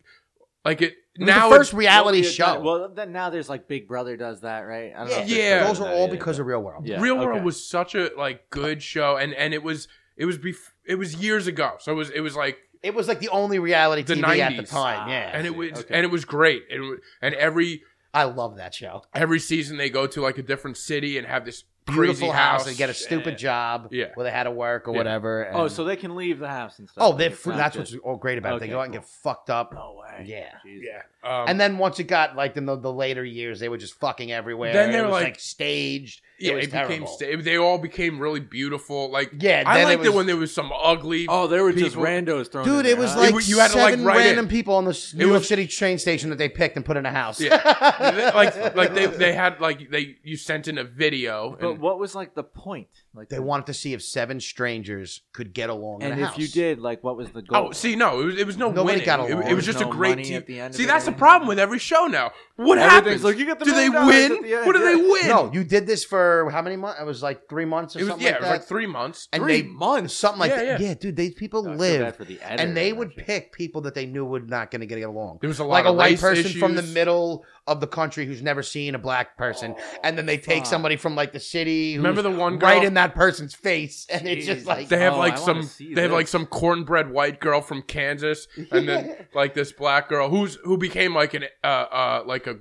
Speaker 2: like it.
Speaker 3: was
Speaker 2: now
Speaker 3: the first
Speaker 2: it-
Speaker 3: reality
Speaker 4: Well, yeah,
Speaker 3: show.
Speaker 4: Well, then now there's like Big Brother does that, right? I don't know if
Speaker 2: Yeah.
Speaker 4: they're
Speaker 2: Yeah.
Speaker 4: still
Speaker 3: Those
Speaker 4: doing
Speaker 3: are
Speaker 4: that
Speaker 3: all
Speaker 4: yet,
Speaker 3: because
Speaker 4: but-
Speaker 3: of Real World.
Speaker 4: Yeah,
Speaker 2: Real World
Speaker 4: okay.
Speaker 2: was such a like good show, and and it was it was bef- it was years ago, so it was it was like
Speaker 3: It was like the only reality
Speaker 2: The
Speaker 3: TV at the
Speaker 2: 90s.
Speaker 3: time. Yeah.
Speaker 2: and it was
Speaker 4: Okay.
Speaker 2: and it was great, and it wa- and every
Speaker 3: I love that show.
Speaker 2: every season they go to like a different city and have this
Speaker 3: Beautiful
Speaker 2: crazy
Speaker 3: house.
Speaker 2: house
Speaker 3: They get a stupid job
Speaker 2: Yeah.
Speaker 3: where they had to work or
Speaker 2: Yeah.
Speaker 3: whatever. and-
Speaker 4: Oh, so they can leave the house and stuff.
Speaker 3: Oh,
Speaker 4: like,
Speaker 3: they're
Speaker 4: it's
Speaker 3: fr-
Speaker 4: not
Speaker 3: that's
Speaker 4: just-
Speaker 3: what's all great about it. They
Speaker 4: Okay,
Speaker 3: go out and get fucked up.
Speaker 4: No way.
Speaker 3: Yeah.
Speaker 4: Jeez.
Speaker 2: yeah. Oh, Um,
Speaker 3: and then once it got like in the, the later years, they were just fucking everywhere.
Speaker 2: Then they
Speaker 3: It
Speaker 2: were
Speaker 3: was,
Speaker 2: like-
Speaker 3: staged.
Speaker 2: yeah,
Speaker 3: it, was
Speaker 2: it, became
Speaker 3: terrible.
Speaker 2: sta- they all became really beautiful. Like
Speaker 3: Yeah, then
Speaker 2: I
Speaker 3: it
Speaker 2: liked it
Speaker 3: was-
Speaker 2: when there was some ugly.
Speaker 4: Oh, they were just
Speaker 2: people.
Speaker 4: randos throwing.
Speaker 3: Dude,
Speaker 4: in
Speaker 3: it
Speaker 4: there,
Speaker 3: was
Speaker 4: huh?
Speaker 3: like
Speaker 2: w- you had to, like,
Speaker 3: seven
Speaker 2: write in.
Speaker 3: random people on the New York
Speaker 2: was-
Speaker 3: City train station that they picked and put in a house. <laughs>
Speaker 2: Yeah. They- like like they, they had like they you sent in a video
Speaker 4: But
Speaker 2: and-
Speaker 4: what was like the point? Like
Speaker 3: They wanted to see if seven strangers could get along. in
Speaker 4: and
Speaker 3: a
Speaker 4: if you
Speaker 3: house.
Speaker 4: did, like, what was the goal?
Speaker 2: Oh, see, no, it was, it was no
Speaker 3: Nobody
Speaker 2: winning.
Speaker 3: got
Speaker 2: It-
Speaker 3: along.
Speaker 2: It, was just
Speaker 4: There's
Speaker 2: a
Speaker 4: no
Speaker 2: great
Speaker 4: money
Speaker 2: team.
Speaker 4: at the end of
Speaker 2: see,
Speaker 4: it
Speaker 2: that's the
Speaker 4: or anything.
Speaker 2: problem with every show now. What
Speaker 4: Everything's
Speaker 2: happens?
Speaker 4: like, you get the
Speaker 2: do they
Speaker 4: million dollars
Speaker 2: win?
Speaker 4: at the end,
Speaker 2: what do they
Speaker 4: yeah.
Speaker 2: win?
Speaker 3: No, you did this for how many months? It was like three months or
Speaker 2: it was
Speaker 3: something
Speaker 2: yeah,
Speaker 3: like
Speaker 2: it
Speaker 3: that.
Speaker 2: was like three months.
Speaker 3: and
Speaker 4: three
Speaker 3: they,
Speaker 4: months.
Speaker 3: something like
Speaker 2: Yeah,
Speaker 3: that.
Speaker 2: yeah.
Speaker 3: Yeah, dude, these people
Speaker 4: I feel bad
Speaker 3: live,
Speaker 4: for the editor
Speaker 3: and they
Speaker 4: of
Speaker 3: would
Speaker 4: that shit.
Speaker 3: pick people that they knew would not going to get along.
Speaker 2: There was a lot
Speaker 3: Like
Speaker 2: of
Speaker 3: a white
Speaker 2: race
Speaker 3: person from the
Speaker 2: issues.
Speaker 3: middle of the country who's never seen a black person, and then they take
Speaker 4: fuck.
Speaker 3: somebody from like the city. Who's
Speaker 2: Oh, Remember the one
Speaker 3: right
Speaker 2: girl-
Speaker 3: in that person's face, and it's just
Speaker 4: Jesus.
Speaker 3: like
Speaker 2: They have
Speaker 4: Oh,
Speaker 2: like
Speaker 4: I wanna
Speaker 2: some they
Speaker 4: see
Speaker 2: have like
Speaker 4: this.
Speaker 2: some cornbread white girl from Kansas, and
Speaker 4: <laughs>
Speaker 2: then like this black girl who's who became like an uh uh like a,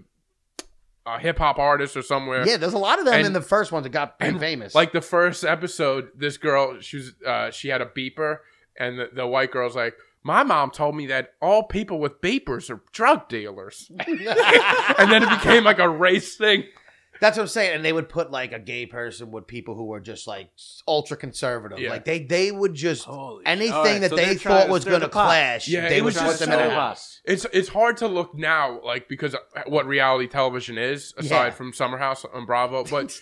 Speaker 2: a hip hop artist or somewhere.
Speaker 3: yeah. There's a lot of them
Speaker 2: And-
Speaker 3: in the first ones that got pretty
Speaker 2: and,
Speaker 3: famous. <laughs>
Speaker 2: Like the first episode, this girl, she was, uh, she had a beeper, and the, the white girl's like, "My mom told me that all people with beepers are drug
Speaker 4: <laughs>
Speaker 2: dealers," and then it became like a race thing.
Speaker 3: That's what I'm saying. And they would put like a gay person with people who were just like ultra conservative.
Speaker 2: Yeah.
Speaker 3: Like they they would just
Speaker 4: Holy
Speaker 3: anything
Speaker 4: shit. Alright,
Speaker 3: that
Speaker 4: so
Speaker 3: they
Speaker 4: they're trying
Speaker 3: thought
Speaker 4: to
Speaker 3: was
Speaker 4: stir
Speaker 3: going to
Speaker 4: the pot.
Speaker 3: clash,
Speaker 2: Yeah,
Speaker 3: they
Speaker 2: it
Speaker 3: would
Speaker 2: was
Speaker 3: put
Speaker 2: just
Speaker 3: them
Speaker 2: so
Speaker 3: in a
Speaker 2: hot.
Speaker 3: house.
Speaker 2: It's it's hard to look now, like because of what reality television is, aside
Speaker 3: Yeah.
Speaker 2: from Summer House on Bravo,
Speaker 4: <laughs>
Speaker 2: but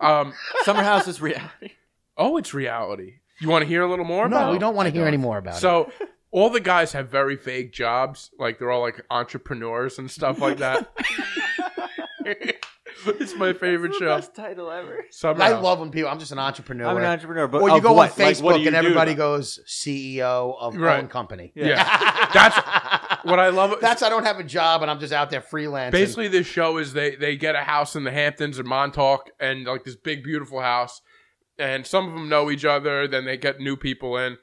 Speaker 2: um,
Speaker 4: Summer House is reality.
Speaker 2: oh, it's reality. You want to hear a little more? about
Speaker 3: No,
Speaker 2: it?
Speaker 3: we don't want to hear any more about it.
Speaker 2: So <laughs> all the guys have very vague jobs, like they're all like entrepreneurs and stuff like that. <laughs> it's my favorite
Speaker 4: It's the
Speaker 2: show.
Speaker 4: Best title ever.
Speaker 2: Summer
Speaker 3: I
Speaker 2: House.
Speaker 3: love when people. I'm just an entrepreneur.
Speaker 4: <laughs> I'm an entrepreneur, but
Speaker 3: or you
Speaker 4: of
Speaker 3: go
Speaker 4: what?
Speaker 3: on
Speaker 4: Like,
Speaker 3: Facebook
Speaker 4: what do you
Speaker 3: and
Speaker 4: do,
Speaker 3: everybody
Speaker 4: though?
Speaker 3: goes CEO of
Speaker 2: Right.
Speaker 3: own company.
Speaker 4: Yeah.
Speaker 2: Yeah. That's what I love.
Speaker 3: <laughs> That's I don't have a job and I'm just out there freelancing. <laughs>
Speaker 2: basically this show is they they get a house in the Hamptons or Montauk and like this big beautiful house, and some of them know each other. Then they get new people in,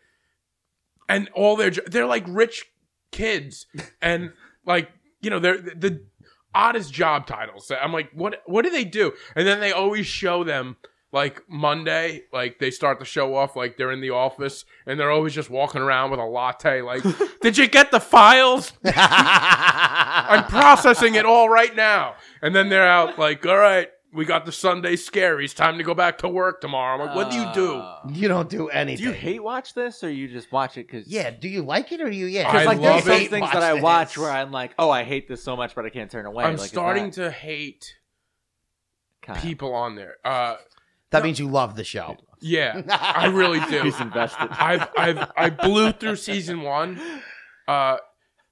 Speaker 2: and all their jo- they're like rich kids and like you know they're the, the oddest job titles. I'm like, what what do they do? And then they always show them. Like Monday, like they start the show off like they're in the office and they're always just walking around with a latte. Like, did you get the files? I'm processing it all right now. And then they're out like, all right, we got the Sunday scaries. Time to go back to work tomorrow. I'm like, what do you do?
Speaker 4: Uh,
Speaker 3: you don't do
Speaker 4: do
Speaker 3: anything.
Speaker 4: you hate watch this, or you just watch it because
Speaker 3: yeah, do you like it or do you yeah?
Speaker 2: I
Speaker 4: Because like
Speaker 2: love
Speaker 4: there's some
Speaker 2: it.
Speaker 4: things that I watch where I'm like, oh, I hate this so much, but I can't turn away.
Speaker 2: I'm
Speaker 4: like,
Speaker 2: starting to hate people on there. Uh,
Speaker 3: That means you love the show.
Speaker 2: Yeah, I really do.
Speaker 4: He's <laughs> invested.
Speaker 2: I've I've I blew through season one. Uh,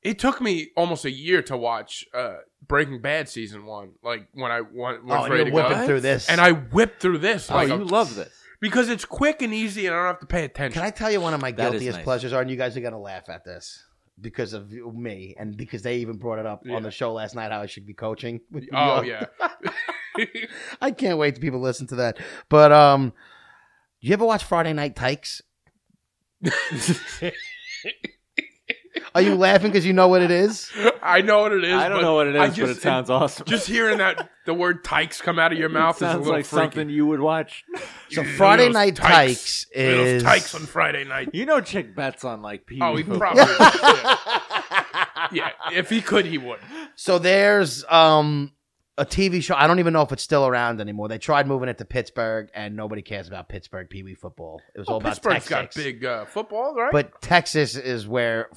Speaker 2: it took me almost a year to watch uh, Breaking Bad season one. Like when I went, was
Speaker 3: Oh, and
Speaker 2: ready
Speaker 3: you're
Speaker 2: to go,
Speaker 3: whipping through this.
Speaker 2: and I whipped through this.
Speaker 4: oh,
Speaker 2: like
Speaker 4: you
Speaker 2: a-
Speaker 4: love this.
Speaker 2: because it's quick and easy, and I don't have to pay
Speaker 3: Can
Speaker 2: attention.
Speaker 3: I tell you one of my
Speaker 4: That is
Speaker 3: guiltiest
Speaker 4: nice.
Speaker 3: pleasures are, and you guys are gonna laugh at this because of you- me, and because they even brought it up
Speaker 2: Yeah.
Speaker 3: on the show last night how I should be coaching. with you
Speaker 2: oh
Speaker 3: <laughs> all.
Speaker 2: yeah,
Speaker 3: I can't wait to people listen to that. But um, do you ever watch Friday Night Tykes?
Speaker 2: <laughs>
Speaker 3: Are you laughing because you know what it is?
Speaker 2: I know what it is.
Speaker 4: I don't
Speaker 2: but
Speaker 4: know what it
Speaker 2: I
Speaker 4: is, but
Speaker 2: just-
Speaker 4: it sounds awesome.
Speaker 2: Just hearing that the word "tykes" come out of your mouth is a
Speaker 4: sounds
Speaker 2: little
Speaker 4: like
Speaker 2: freaky.
Speaker 4: something you would watch. <laughs>
Speaker 3: So
Speaker 2: You know
Speaker 3: Friday
Speaker 2: those
Speaker 3: Night Tykes, is
Speaker 2: Those tykes on Friday night.
Speaker 4: You know, Chick bets on like Pee.
Speaker 2: Oh, he
Speaker 3: <laughs>
Speaker 4: Wee football.
Speaker 2: probably. yeah. yeah, if he could, he would.
Speaker 3: So there's um a TV show. I don't even know if it's still around anymore. They tried moving it to Pittsburgh, and nobody cares about Pittsburgh Pee Wee football. It was all
Speaker 2: Well,
Speaker 3: about
Speaker 2: Oh, Pittsburgh's
Speaker 3: Texas.
Speaker 2: got big uh, football, right?
Speaker 3: But Texas is where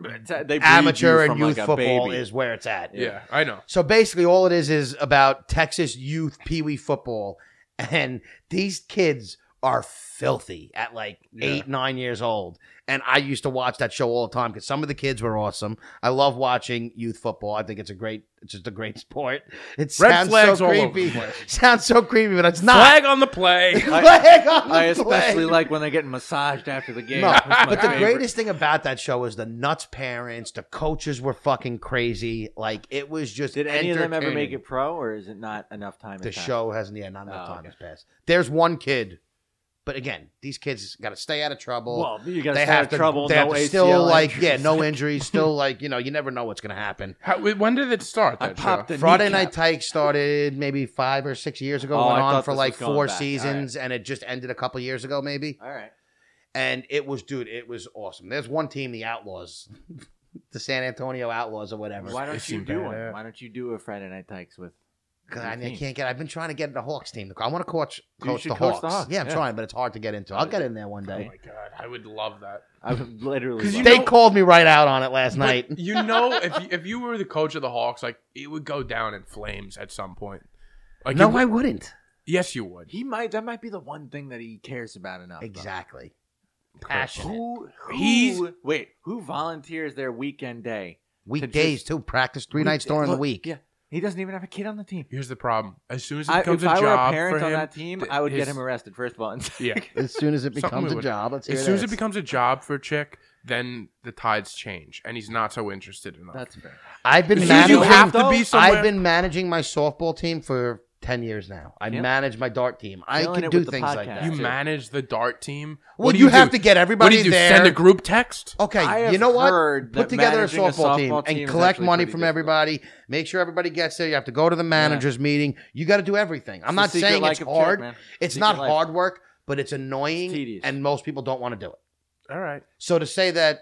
Speaker 4: They breed you
Speaker 3: amateur and
Speaker 4: from,
Speaker 3: youth
Speaker 4: like, a
Speaker 3: football
Speaker 4: baby.
Speaker 3: is where it's at.
Speaker 2: yeah, I know.
Speaker 3: So basically, all it is is about Texas youth Pee Wee football, and these kids are filthy at like
Speaker 2: Yeah.
Speaker 3: eight, nine years old. And I used to watch that show all the time because some of the kids were awesome. I love watching youth football. I think it's a great, it's just a great <laughs> sport. It
Speaker 2: Red
Speaker 3: sounds
Speaker 2: flags
Speaker 3: so
Speaker 2: all over
Speaker 3: creepy.
Speaker 2: the place.
Speaker 3: <laughs> sounds so creepy, but it's <laughs> not.
Speaker 2: Flag on the play.
Speaker 3: Flag <laughs> on the
Speaker 4: I especially
Speaker 3: flag.
Speaker 4: like when they get massaged after the game.
Speaker 3: No,
Speaker 4: That's my
Speaker 3: but the
Speaker 4: favorite.
Speaker 3: greatest thing about that show was the nuts parents. The coaches were fucking crazy. Like it was just.
Speaker 4: Did any of them ever make
Speaker 3: entertaining.
Speaker 4: it pro, or is it not enough time?
Speaker 3: The
Speaker 4: has passed?
Speaker 3: show hasn't. Yeah, not enough
Speaker 4: Oh,
Speaker 3: time
Speaker 4: okay.
Speaker 3: has passed. There's one kid, but again, these kids got to stay out of trouble.
Speaker 4: Well, you got
Speaker 3: they
Speaker 4: to have
Speaker 3: have to.
Speaker 4: trouble.
Speaker 3: they
Speaker 4: no
Speaker 3: have to
Speaker 4: ACL
Speaker 3: still like yeah,
Speaker 4: injuries. <laughs>
Speaker 3: no injuries. Still like you know, you never know what's gonna happen.
Speaker 2: How, when did it start?
Speaker 4: I
Speaker 2: That
Speaker 4: popped
Speaker 2: show?
Speaker 4: the
Speaker 3: Friday
Speaker 4: kneecap.
Speaker 3: Night Tyke started maybe five or six years ago.
Speaker 4: Oh,
Speaker 3: went
Speaker 4: I
Speaker 3: on
Speaker 4: thought
Speaker 3: for
Speaker 4: this
Speaker 3: like
Speaker 4: was going
Speaker 3: four
Speaker 4: back. All right.
Speaker 3: seasons, and it just ended a couple years ago, maybe.
Speaker 4: All right.
Speaker 3: And it was, dude, it was awesome. There's one team, the Outlaws, <laughs> the San Antonio Outlaws or whatever.
Speaker 4: Why don't you
Speaker 2: seemed
Speaker 4: do
Speaker 2: bad,
Speaker 4: one?
Speaker 2: yeah.
Speaker 4: Why don't you do a Friday Night Dykes with?
Speaker 3: God,
Speaker 4: your
Speaker 3: I, mean, I
Speaker 4: team?
Speaker 3: can't get. I've been trying to get the Hawks team. I want to coach
Speaker 4: You
Speaker 3: coach,
Speaker 4: should
Speaker 3: the,
Speaker 4: coach
Speaker 3: Hawks.
Speaker 4: the Hawks,
Speaker 3: Yeah, I'm
Speaker 4: yeah.
Speaker 3: trying, but it's hard to get into. I'll get in there one
Speaker 2: Oh
Speaker 3: day.
Speaker 2: my god, I would love that.
Speaker 4: I
Speaker 3: <laughs>
Speaker 4: would literally.
Speaker 2: 'Cause
Speaker 4: love
Speaker 2: you
Speaker 4: it.
Speaker 3: they
Speaker 2: know-
Speaker 3: called me right out on it last night.
Speaker 2: You know, if you, if you were the coach of the Hawks, like it would go down in flames at some point. Like
Speaker 3: no,
Speaker 2: it would-
Speaker 3: I wouldn't.
Speaker 2: yes, you would.
Speaker 4: He might. That might be the one thing that he cares about enough. though.
Speaker 3: Exactly. Passionate.
Speaker 4: Who? who
Speaker 2: He's-
Speaker 4: wait. Who volunteers their weekend day?
Speaker 3: Weekdays too. Practice three nights during the
Speaker 4: Look,
Speaker 3: week.
Speaker 4: Yeah. He doesn't even have a kid on the team.
Speaker 2: Here's the problem: as soon as it
Speaker 4: I,
Speaker 2: becomes
Speaker 4: if
Speaker 2: a
Speaker 4: I were
Speaker 2: job
Speaker 4: a parent
Speaker 2: for
Speaker 4: on
Speaker 2: him,
Speaker 4: that <laughs> team,
Speaker 2: th-
Speaker 4: I would
Speaker 2: his-
Speaker 4: get him arrested first of all. and-
Speaker 2: Yeah,
Speaker 3: As soon as it
Speaker 2: Something
Speaker 3: becomes
Speaker 2: we
Speaker 3: a
Speaker 2: would-
Speaker 3: job, let's hear
Speaker 2: as soon as it
Speaker 3: this.
Speaker 2: becomes a job for a chick, then the tides change, and he's not so interested enough.
Speaker 4: That's fair.
Speaker 3: I've been
Speaker 2: As soon as you
Speaker 3: managing.
Speaker 2: have to
Speaker 4: though,
Speaker 2: be
Speaker 4: I've
Speaker 2: somewhere.
Speaker 3: I've been managing my softball team for ten years now. I
Speaker 4: Yeah.
Speaker 3: manage my dart team. I
Speaker 4: Killing
Speaker 3: can
Speaker 4: it
Speaker 3: do
Speaker 4: with the
Speaker 3: things like
Speaker 4: podcast.
Speaker 3: that.
Speaker 2: You
Speaker 4: too.
Speaker 2: manage the dart team.
Speaker 3: Well, you, have to get
Speaker 2: What do
Speaker 3: everybody
Speaker 2: you do?
Speaker 3: there.
Speaker 2: Send a group text.
Speaker 4: I
Speaker 3: Okay,
Speaker 4: have
Speaker 3: you know what?
Speaker 4: heard
Speaker 3: Put
Speaker 4: that
Speaker 3: together a
Speaker 4: managing a
Speaker 3: softball, team,
Speaker 4: softball team
Speaker 3: and
Speaker 4: is
Speaker 3: collect
Speaker 4: actually
Speaker 3: money
Speaker 4: pretty
Speaker 3: from
Speaker 4: difficult.
Speaker 3: everybody. Make sure everybody gets there. You have to go to the managers meeting. You got to do everything. I'm
Speaker 4: It's the
Speaker 3: not
Speaker 4: secret
Speaker 3: saying
Speaker 4: life
Speaker 3: it's
Speaker 4: of
Speaker 3: hard.
Speaker 4: Jack, man.
Speaker 3: it's
Speaker 4: Secret
Speaker 3: not
Speaker 4: life.
Speaker 3: hard work, but it's annoying,
Speaker 4: It's tedious.
Speaker 3: and most people don't want to do it.
Speaker 2: All right.
Speaker 3: So to say that,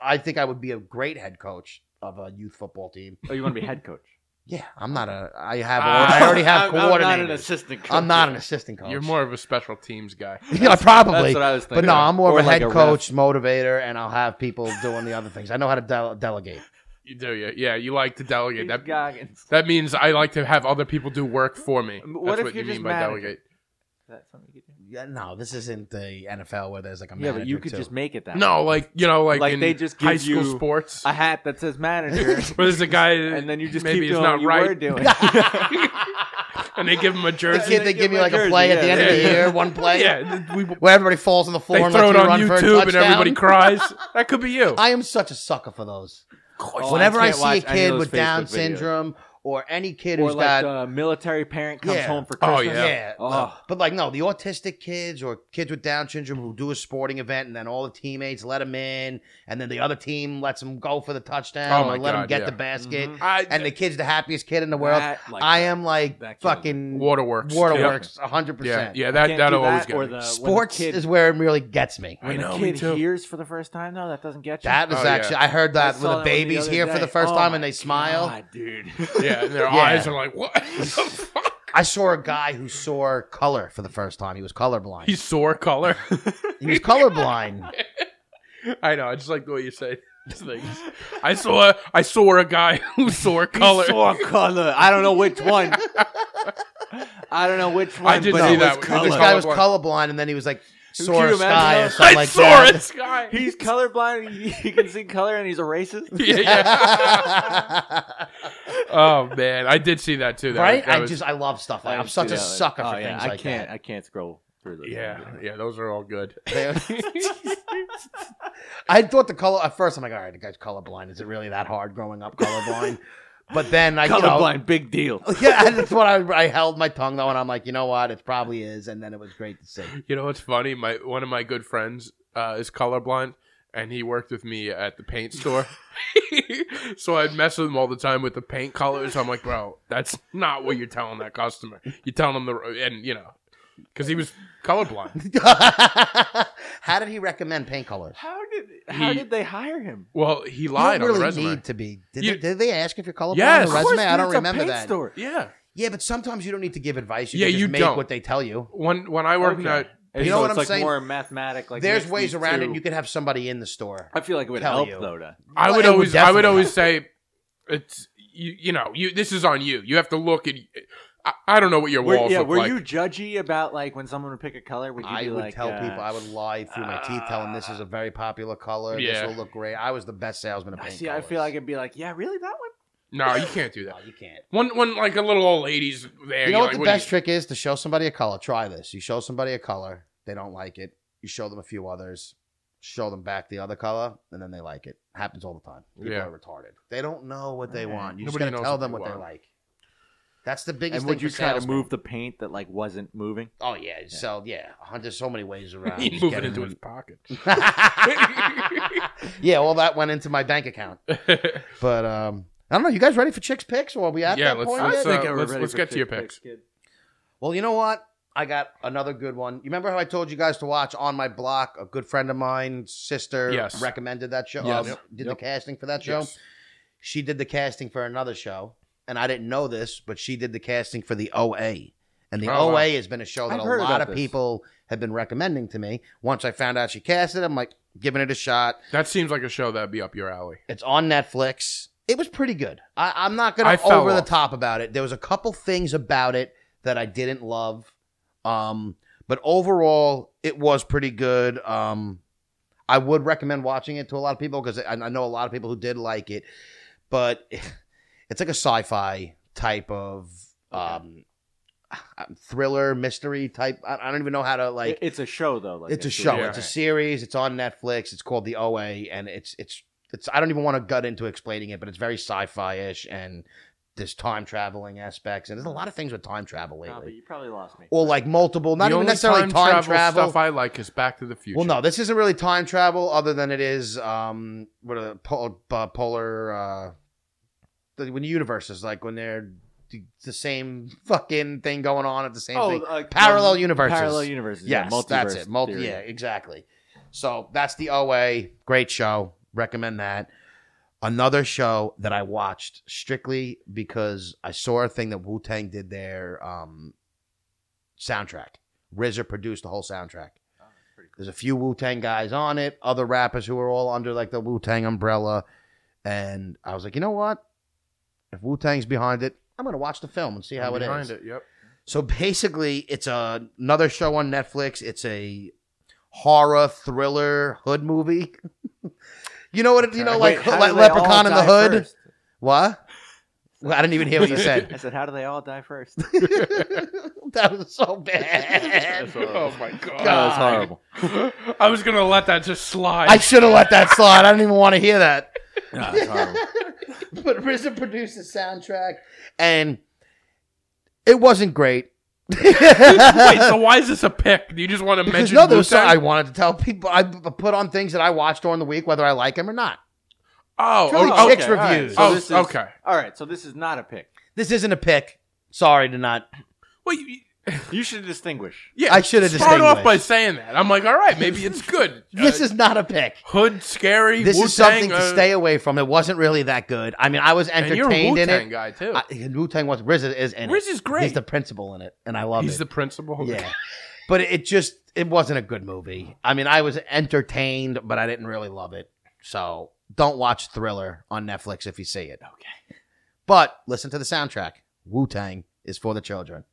Speaker 3: I think I would be a great head coach of a youth football team.
Speaker 4: Oh, you want to be head coach?
Speaker 3: Yeah, I'm not a. I have. I already have
Speaker 4: <laughs> I'm- I'm not an
Speaker 3: coordinators.
Speaker 4: assistant. Coach.
Speaker 3: I'm not an assistant coach.
Speaker 2: You're more of a special teams guy.
Speaker 3: <laughs> yeah, probably.
Speaker 4: That's what I was
Speaker 3: But
Speaker 4: thinking.
Speaker 3: no, I'm more
Speaker 4: Or
Speaker 3: of a
Speaker 4: like
Speaker 3: head
Speaker 4: a ref.
Speaker 3: coach, motivator, and I'll have people doing the other things. I know how to dele- delegate.
Speaker 2: You do, yeah. Yeah, you like to delegate.
Speaker 4: He's
Speaker 2: That
Speaker 4: Goggins.
Speaker 2: that means I like to have other people do work for me.
Speaker 4: M- what
Speaker 2: That's
Speaker 4: if
Speaker 2: what
Speaker 4: you're
Speaker 2: you mean
Speaker 4: just
Speaker 2: by
Speaker 4: manager?
Speaker 2: delegate.
Speaker 4: That's something you could do.
Speaker 3: Yeah, no, this isn't the NFL where there's like a
Speaker 4: Yeah, but you
Speaker 3: manager,
Speaker 4: could
Speaker 3: too.
Speaker 4: just make it that. way.
Speaker 2: No, like you know, like,
Speaker 4: Like,
Speaker 2: in
Speaker 4: they just
Speaker 2: high
Speaker 4: give
Speaker 2: school
Speaker 4: you
Speaker 2: sports.
Speaker 4: a hat that says manager,
Speaker 2: Where there's a guy,
Speaker 4: <laughs> and then you just
Speaker 2: maybe
Speaker 4: keep
Speaker 2: it's
Speaker 4: doing
Speaker 2: not
Speaker 4: what you
Speaker 2: right,
Speaker 4: were doing.
Speaker 2: and they give him a
Speaker 3: The
Speaker 2: jersey.
Speaker 3: kid they give me like a play at the end of the
Speaker 2: Yeah.
Speaker 3: year, one play
Speaker 2: yeah, th- we,
Speaker 3: where everybody falls on the
Speaker 2: they
Speaker 3: floor. and
Speaker 2: throw it
Speaker 3: lets you
Speaker 2: on
Speaker 3: run for a
Speaker 2: YouTube, and
Speaker 3: touchdown.
Speaker 2: everybody <laughs> cries. That could be you.
Speaker 3: I am such a sucker for those.
Speaker 4: Oh,
Speaker 3: Whenever I,
Speaker 4: can't
Speaker 3: see a
Speaker 4: watch any
Speaker 3: kid
Speaker 4: of those
Speaker 3: with Down
Speaker 4: Facebook videos.
Speaker 3: syndrome or any kid
Speaker 4: or
Speaker 3: who's
Speaker 4: like uh,
Speaker 3: got
Speaker 4: a military parent comes
Speaker 3: Yeah.
Speaker 4: home for
Speaker 2: Oh,
Speaker 4: Christmas.
Speaker 2: yeah.
Speaker 4: Oh.
Speaker 3: no. But like, no, the autistic kids or kids with Down syndrome who do a sporting event and then all the teammates let them in, and then the other team lets them go for the touchdown
Speaker 2: Oh, my
Speaker 3: or let them
Speaker 2: God,
Speaker 3: get
Speaker 2: yeah.
Speaker 3: the basket,
Speaker 2: I-
Speaker 3: and the kid's the happiest kid in the world.
Speaker 4: Mm-hmm. That, like,
Speaker 3: I am like
Speaker 4: that kid-
Speaker 3: fucking
Speaker 2: Waterworks.
Speaker 3: waterworks, hundred
Speaker 2: Yeah,
Speaker 3: percent.
Speaker 2: yeah.
Speaker 4: I
Speaker 2: That
Speaker 4: can't
Speaker 2: that
Speaker 4: do
Speaker 2: always
Speaker 4: that
Speaker 2: get
Speaker 4: or
Speaker 2: me.
Speaker 4: the- Uh, when the
Speaker 3: Sports
Speaker 4: kid-
Speaker 3: is where it really gets me.
Speaker 2: I
Speaker 4: When
Speaker 2: know,
Speaker 4: the
Speaker 2: me
Speaker 4: kid
Speaker 2: too.
Speaker 4: hears for the first time, though, that doesn't get you.
Speaker 3: That is
Speaker 2: Oh, yeah.
Speaker 3: actually, I heard
Speaker 4: I
Speaker 3: that
Speaker 4: saw
Speaker 3: with
Speaker 4: that
Speaker 3: the
Speaker 4: one
Speaker 3: babies
Speaker 4: other
Speaker 3: here for
Speaker 4: day.
Speaker 3: the first
Speaker 4: Oh
Speaker 3: time
Speaker 4: my
Speaker 3: and they smile.
Speaker 4: God, <laughs> dude.
Speaker 2: <laughs> <laughs> Yeah, and their
Speaker 3: Yeah.
Speaker 2: eyes are like, what the <laughs> fuck?
Speaker 3: I saw a guy who saw color for the first time. He was colorblind.
Speaker 2: He's sore color.
Speaker 3: he was colorblind.
Speaker 2: <laughs> I know. I just like the way you say things. I saw I <laughs> saw a guy who saw color. <laughs>
Speaker 4: color. I don't know which one. I don't know which one.
Speaker 2: I did
Speaker 4: but
Speaker 2: see
Speaker 4: it
Speaker 2: that
Speaker 4: was
Speaker 2: with the
Speaker 3: This
Speaker 4: color.
Speaker 3: guy was
Speaker 2: colorblind.
Speaker 3: colorblind, and then he was like
Speaker 4: Who
Speaker 3: sore
Speaker 4: can you imagine
Speaker 3: sky or
Speaker 4: that?
Speaker 3: something
Speaker 2: I
Speaker 3: like
Speaker 2: saw
Speaker 3: that.
Speaker 2: it,
Speaker 3: <laughs>
Speaker 2: Sky.
Speaker 4: He's colorblind. and He, he can see color, and he's a racist.
Speaker 2: <laughs> Yeah, <laughs> yeah. oh man, I did see that too. That
Speaker 3: right?
Speaker 2: was- that
Speaker 3: I
Speaker 2: was-
Speaker 3: just I love stuff like
Speaker 4: I
Speaker 3: I'm
Speaker 4: see
Speaker 3: such a
Speaker 4: that.
Speaker 3: sucker
Speaker 4: Oh,
Speaker 3: for
Speaker 4: yeah,
Speaker 3: things
Speaker 4: I
Speaker 3: like
Speaker 4: can't. I can't scroll through this.
Speaker 2: yeah, yeah. Those are all good.
Speaker 3: that. I thought the color at first. I'm like, all right, the guy's colorblind. Is it really that hard growing up colorblind? but then I you know-
Speaker 4: Colorblind, big deal.
Speaker 3: <laughs> yeah, that's what I, I held my tongue though, and I'm like, you know what? It probably is. And then it was great to see. <laughs>
Speaker 2: You know what's funny? My one of my good friends uh, is colorblind, and he worked with me at the paint
Speaker 3: <laughs>
Speaker 2: store. <laughs> so I'd mess with him all the time with the paint colors. I'm like, bro, that's not what you're telling that customer. You're telling him the and you know, because he was
Speaker 3: <laughs>
Speaker 2: colorblind.
Speaker 3: How did he recommend paint colors?
Speaker 4: How did how
Speaker 2: He-
Speaker 4: did they hire him?
Speaker 2: Well, he
Speaker 3: You
Speaker 2: lied
Speaker 3: don't really
Speaker 2: on the resume.
Speaker 3: need to be. Did,
Speaker 2: You-
Speaker 3: they, did they ask if you're colorblind
Speaker 2: Yes.
Speaker 3: on the
Speaker 2: Of
Speaker 3: resume?
Speaker 4: course,
Speaker 3: I don't
Speaker 4: it's a
Speaker 3: remember
Speaker 4: paint
Speaker 3: that.
Speaker 4: Store.
Speaker 2: Yeah.
Speaker 3: Yeah, but sometimes you don't need to give advice. You
Speaker 2: Yeah,
Speaker 3: can just
Speaker 2: you
Speaker 3: make
Speaker 2: don't.
Speaker 3: what they tell you.
Speaker 2: When when I worked
Speaker 4: Okay.
Speaker 2: at
Speaker 4: And
Speaker 3: You
Speaker 4: so
Speaker 3: know what
Speaker 4: it's
Speaker 3: I'm
Speaker 4: like
Speaker 3: saying?
Speaker 4: More mathematic. Like
Speaker 3: There's
Speaker 4: mixed
Speaker 3: ways
Speaker 4: these
Speaker 3: around it.
Speaker 4: two.
Speaker 3: and You could have somebody in the store.
Speaker 4: I feel like it would
Speaker 3: Tell
Speaker 4: help
Speaker 3: you.
Speaker 4: though. To,
Speaker 2: I
Speaker 3: Well,
Speaker 2: would
Speaker 3: it would
Speaker 2: always, I would
Speaker 3: definitely
Speaker 2: always say, it's you, you know, you. This is on you. You have to look at. I, I don't know what your
Speaker 4: were,
Speaker 2: walls
Speaker 4: yeah,
Speaker 2: look
Speaker 4: were
Speaker 2: like.
Speaker 4: you judgy about like when someone would pick a color? Would you
Speaker 3: I
Speaker 4: be
Speaker 3: would
Speaker 4: like,
Speaker 3: tell
Speaker 4: uh,
Speaker 3: people I would lie through my teeth, tell them this is a very popular color.
Speaker 2: Yeah.
Speaker 3: This will look great. I was the best salesman of
Speaker 4: I
Speaker 3: paint
Speaker 4: see.
Speaker 3: colors.
Speaker 4: I feel like it'd be like, yeah, really that one.
Speaker 2: no, you can't do
Speaker 3: no,
Speaker 2: that.
Speaker 3: you can't.
Speaker 2: When when like a little old lady's there,
Speaker 3: You
Speaker 2: you're
Speaker 3: know what
Speaker 2: like,
Speaker 3: the
Speaker 2: what <laughs>
Speaker 3: best
Speaker 2: are
Speaker 3: trick is to show somebody a color. Try this. You show somebody a color, they don't like it. You show them a few others, show them back the other color, and then they like it. Happens all the time. People
Speaker 2: Yeah.
Speaker 3: are retarded. They don't know what they
Speaker 4: Yeah.
Speaker 3: want. You just
Speaker 2: Nobody
Speaker 3: gotta
Speaker 2: knows
Speaker 3: tell
Speaker 2: what
Speaker 3: them
Speaker 2: they
Speaker 3: what they
Speaker 2: want.
Speaker 3: like. That's the biggest
Speaker 4: And
Speaker 3: thing.
Speaker 4: would you
Speaker 3: for
Speaker 4: try to
Speaker 3: salesmen.
Speaker 4: move the paint that like wasn't moving?
Speaker 3: Oh yeah. So yeah, hun- there's so many ways
Speaker 2: <laughs>
Speaker 3: around.
Speaker 2: you
Speaker 3: just
Speaker 2: moving
Speaker 3: getting
Speaker 2: into
Speaker 3: them
Speaker 2: his pocket?
Speaker 3: in- <laughs> yeah, all that went into my bank account. But um, I don't know. You guys ready for chicks picks? Or are we at
Speaker 2: yeah,
Speaker 3: that
Speaker 2: let's
Speaker 3: point?
Speaker 2: let's,
Speaker 3: yet?
Speaker 2: uh, let's, let's get to your picks.
Speaker 3: Well, you know what? I got another good one. You remember how I told you guys to watch on my block? A good friend of mine, sister,
Speaker 2: Yes.
Speaker 3: recommended that show.
Speaker 2: Yes.
Speaker 3: um,
Speaker 2: Yep.
Speaker 3: Did
Speaker 2: Yep.
Speaker 3: the casting for that show.
Speaker 2: <laughs> Yes.
Speaker 3: She did the casting for another show, and I didn't know this, but she did the casting for the OA. And the
Speaker 2: Oh,
Speaker 3: OA
Speaker 2: wow.
Speaker 3: has been a show that
Speaker 4: I've
Speaker 3: a
Speaker 4: heard
Speaker 3: lot
Speaker 4: about
Speaker 3: of
Speaker 4: this.
Speaker 3: people have been recommending to me. Once I found out she casted, I'm like giving it a shot.
Speaker 2: That seems like a show that'd be up your alley.
Speaker 3: It's on Netflix. It was pretty good. I, I'm not gonna
Speaker 2: I fell
Speaker 3: over the
Speaker 2: off.
Speaker 3: top about it. There was a couple things about it that I didn't love, um, but overall, it was pretty good. Um, I would recommend watching it to a lot of people because I, I know a lot of people who did like it, but <laughs> it's like a sci-fi type of um, thriller mystery type. I, I don't even know how to like
Speaker 4: Like it's a show though. Like
Speaker 3: it's a show.
Speaker 2: yeah.
Speaker 3: It's a series. It's on Netflix. It's called The OA, and it's it's it's. I don't even want to gut into explaining it, but it's very sci-fi ish, and there's time traveling aspects, and there's a lot of things with time travel
Speaker 4: Oh, but
Speaker 3: lately,
Speaker 4: you probably lost me.
Speaker 3: or like multiple, not
Speaker 2: the
Speaker 3: even
Speaker 2: only
Speaker 3: necessarily time, travel.
Speaker 2: stuff I like is Back to the Future.
Speaker 3: well, no, this isn't really time travel, other than it is um what are the pol- uh, polar uh the, when universes like when they're the- the same fucking thing going on at the
Speaker 2: Oh,
Speaker 3: same thing.
Speaker 4: like,
Speaker 3: Parallel
Speaker 4: um,
Speaker 3: universes.
Speaker 4: Parallel universes.
Speaker 3: Yes,
Speaker 4: yeah,
Speaker 3: that's it.
Speaker 4: multiverse
Speaker 3: Multi,
Speaker 4: theory.
Speaker 3: yeah, exactly. So that's the OA. Great show. Recommend that. Another show that I watched strictly because I saw a thing that Wu Tang did their um, soundtrack. RZA produced the whole soundtrack.
Speaker 2: Oh,
Speaker 3: There's a few Wu Tang guys on it, other rappers who are all under like the Wu Tang umbrella, and I was like, you know what? If Wu Tang's behind it, I'm gonna watch the film and see how
Speaker 2: I'm
Speaker 3: it is.
Speaker 2: behind It, yep.
Speaker 3: So basically, it's a, another show on Netflix. It's a horror thriller hood movie. <laughs> you know what? it- You know,
Speaker 2: Okay.
Speaker 3: like
Speaker 4: how
Speaker 3: like
Speaker 4: do they all
Speaker 3: Leprechaun in the
Speaker 4: die
Speaker 3: Hood.
Speaker 4: first?
Speaker 3: What? Well, I didn't even hear what you <laughs> said.
Speaker 4: I said, how do they all die first?
Speaker 3: that was so <laughs> bad.
Speaker 2: <laughs> Oh <laughs> my god,
Speaker 3: God.
Speaker 4: That's horrible.
Speaker 3: <laughs>
Speaker 2: I was gonna let that just slide.
Speaker 3: I should have let that slide. I didn't even want to hear that.
Speaker 4: No, it's horrible.
Speaker 3: <laughs> but RZA produced the soundtrack, and it wasn't great.
Speaker 2: <laughs>
Speaker 3: <laughs>
Speaker 2: Wait, so why is this a pick? Do you just want to
Speaker 3: Because
Speaker 2: mention?
Speaker 3: no, there was so-
Speaker 2: Wu-Tang?
Speaker 3: I wanted to tell people. I b- put on things that I watch during the week, whether I like them or not.
Speaker 2: Oh,
Speaker 3: Charlie
Speaker 2: oh,
Speaker 3: Six
Speaker 2: okay.
Speaker 4: all right.
Speaker 3: reviews.
Speaker 4: So
Speaker 2: Oh,
Speaker 4: this is-
Speaker 2: okay.
Speaker 4: All right, so this is not a pick.
Speaker 3: This isn't a pick. Sorry to not.
Speaker 2: Well, you,
Speaker 4: You should distinguish.
Speaker 2: yeah,
Speaker 3: I should've
Speaker 2: start off
Speaker 3: distinguished.
Speaker 2: by saying that. I'm like, all right, maybe it's good.
Speaker 3: This
Speaker 2: Uh,
Speaker 3: is not a pick.
Speaker 2: hood scary.
Speaker 3: This
Speaker 2: Wu-Tang,
Speaker 3: is something to
Speaker 2: uh,
Speaker 3: stay away from. It wasn't really that good. I mean, I was
Speaker 2: And you're a
Speaker 3: entertained
Speaker 2: Wu
Speaker 3: in
Speaker 2: Tang
Speaker 3: it.
Speaker 2: guy too.
Speaker 3: Wu Tang was RZA is in
Speaker 2: Riz
Speaker 3: it.
Speaker 2: is great.
Speaker 3: He's the principal in it, and I love
Speaker 2: He's
Speaker 3: it.
Speaker 2: the principal.
Speaker 3: yeah, but it just it wasn't a good movie. I mean, I was entertained, but I didn't really love it. So don't watch Thriller on Netflix if you see it.
Speaker 4: Okay.
Speaker 3: But listen to the soundtrack. Wu Tang is for the children.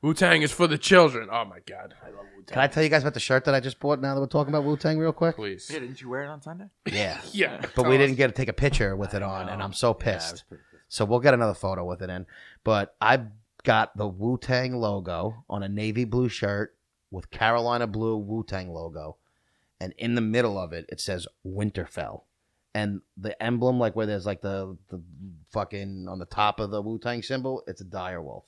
Speaker 2: Wu Tang is for the children. Oh my god, I love Wu
Speaker 3: Can I
Speaker 2: Tang.
Speaker 3: tell you guys about the shirt that I just bought now that we're talking about Wu Tang real quick?
Speaker 2: Please,
Speaker 4: Yeah, didn't you wear it on Sunday?
Speaker 3: Yeah.
Speaker 2: yeah.
Speaker 3: But we
Speaker 2: tell us.
Speaker 3: didn't get to take a picture with it on, and I'm so
Speaker 4: Yeah, I
Speaker 3: pissed.
Speaker 4: was pretty pissed.
Speaker 3: So we'll get another photo with it in. But I got the Wu Tang logo on a navy blue shirt with Carolina blue Wu Tang logo. And in the middle of it, it says Winterfell. And the emblem, like where there's like the, the fucking on the top of the Wu Tang symbol, it's a dire wolf.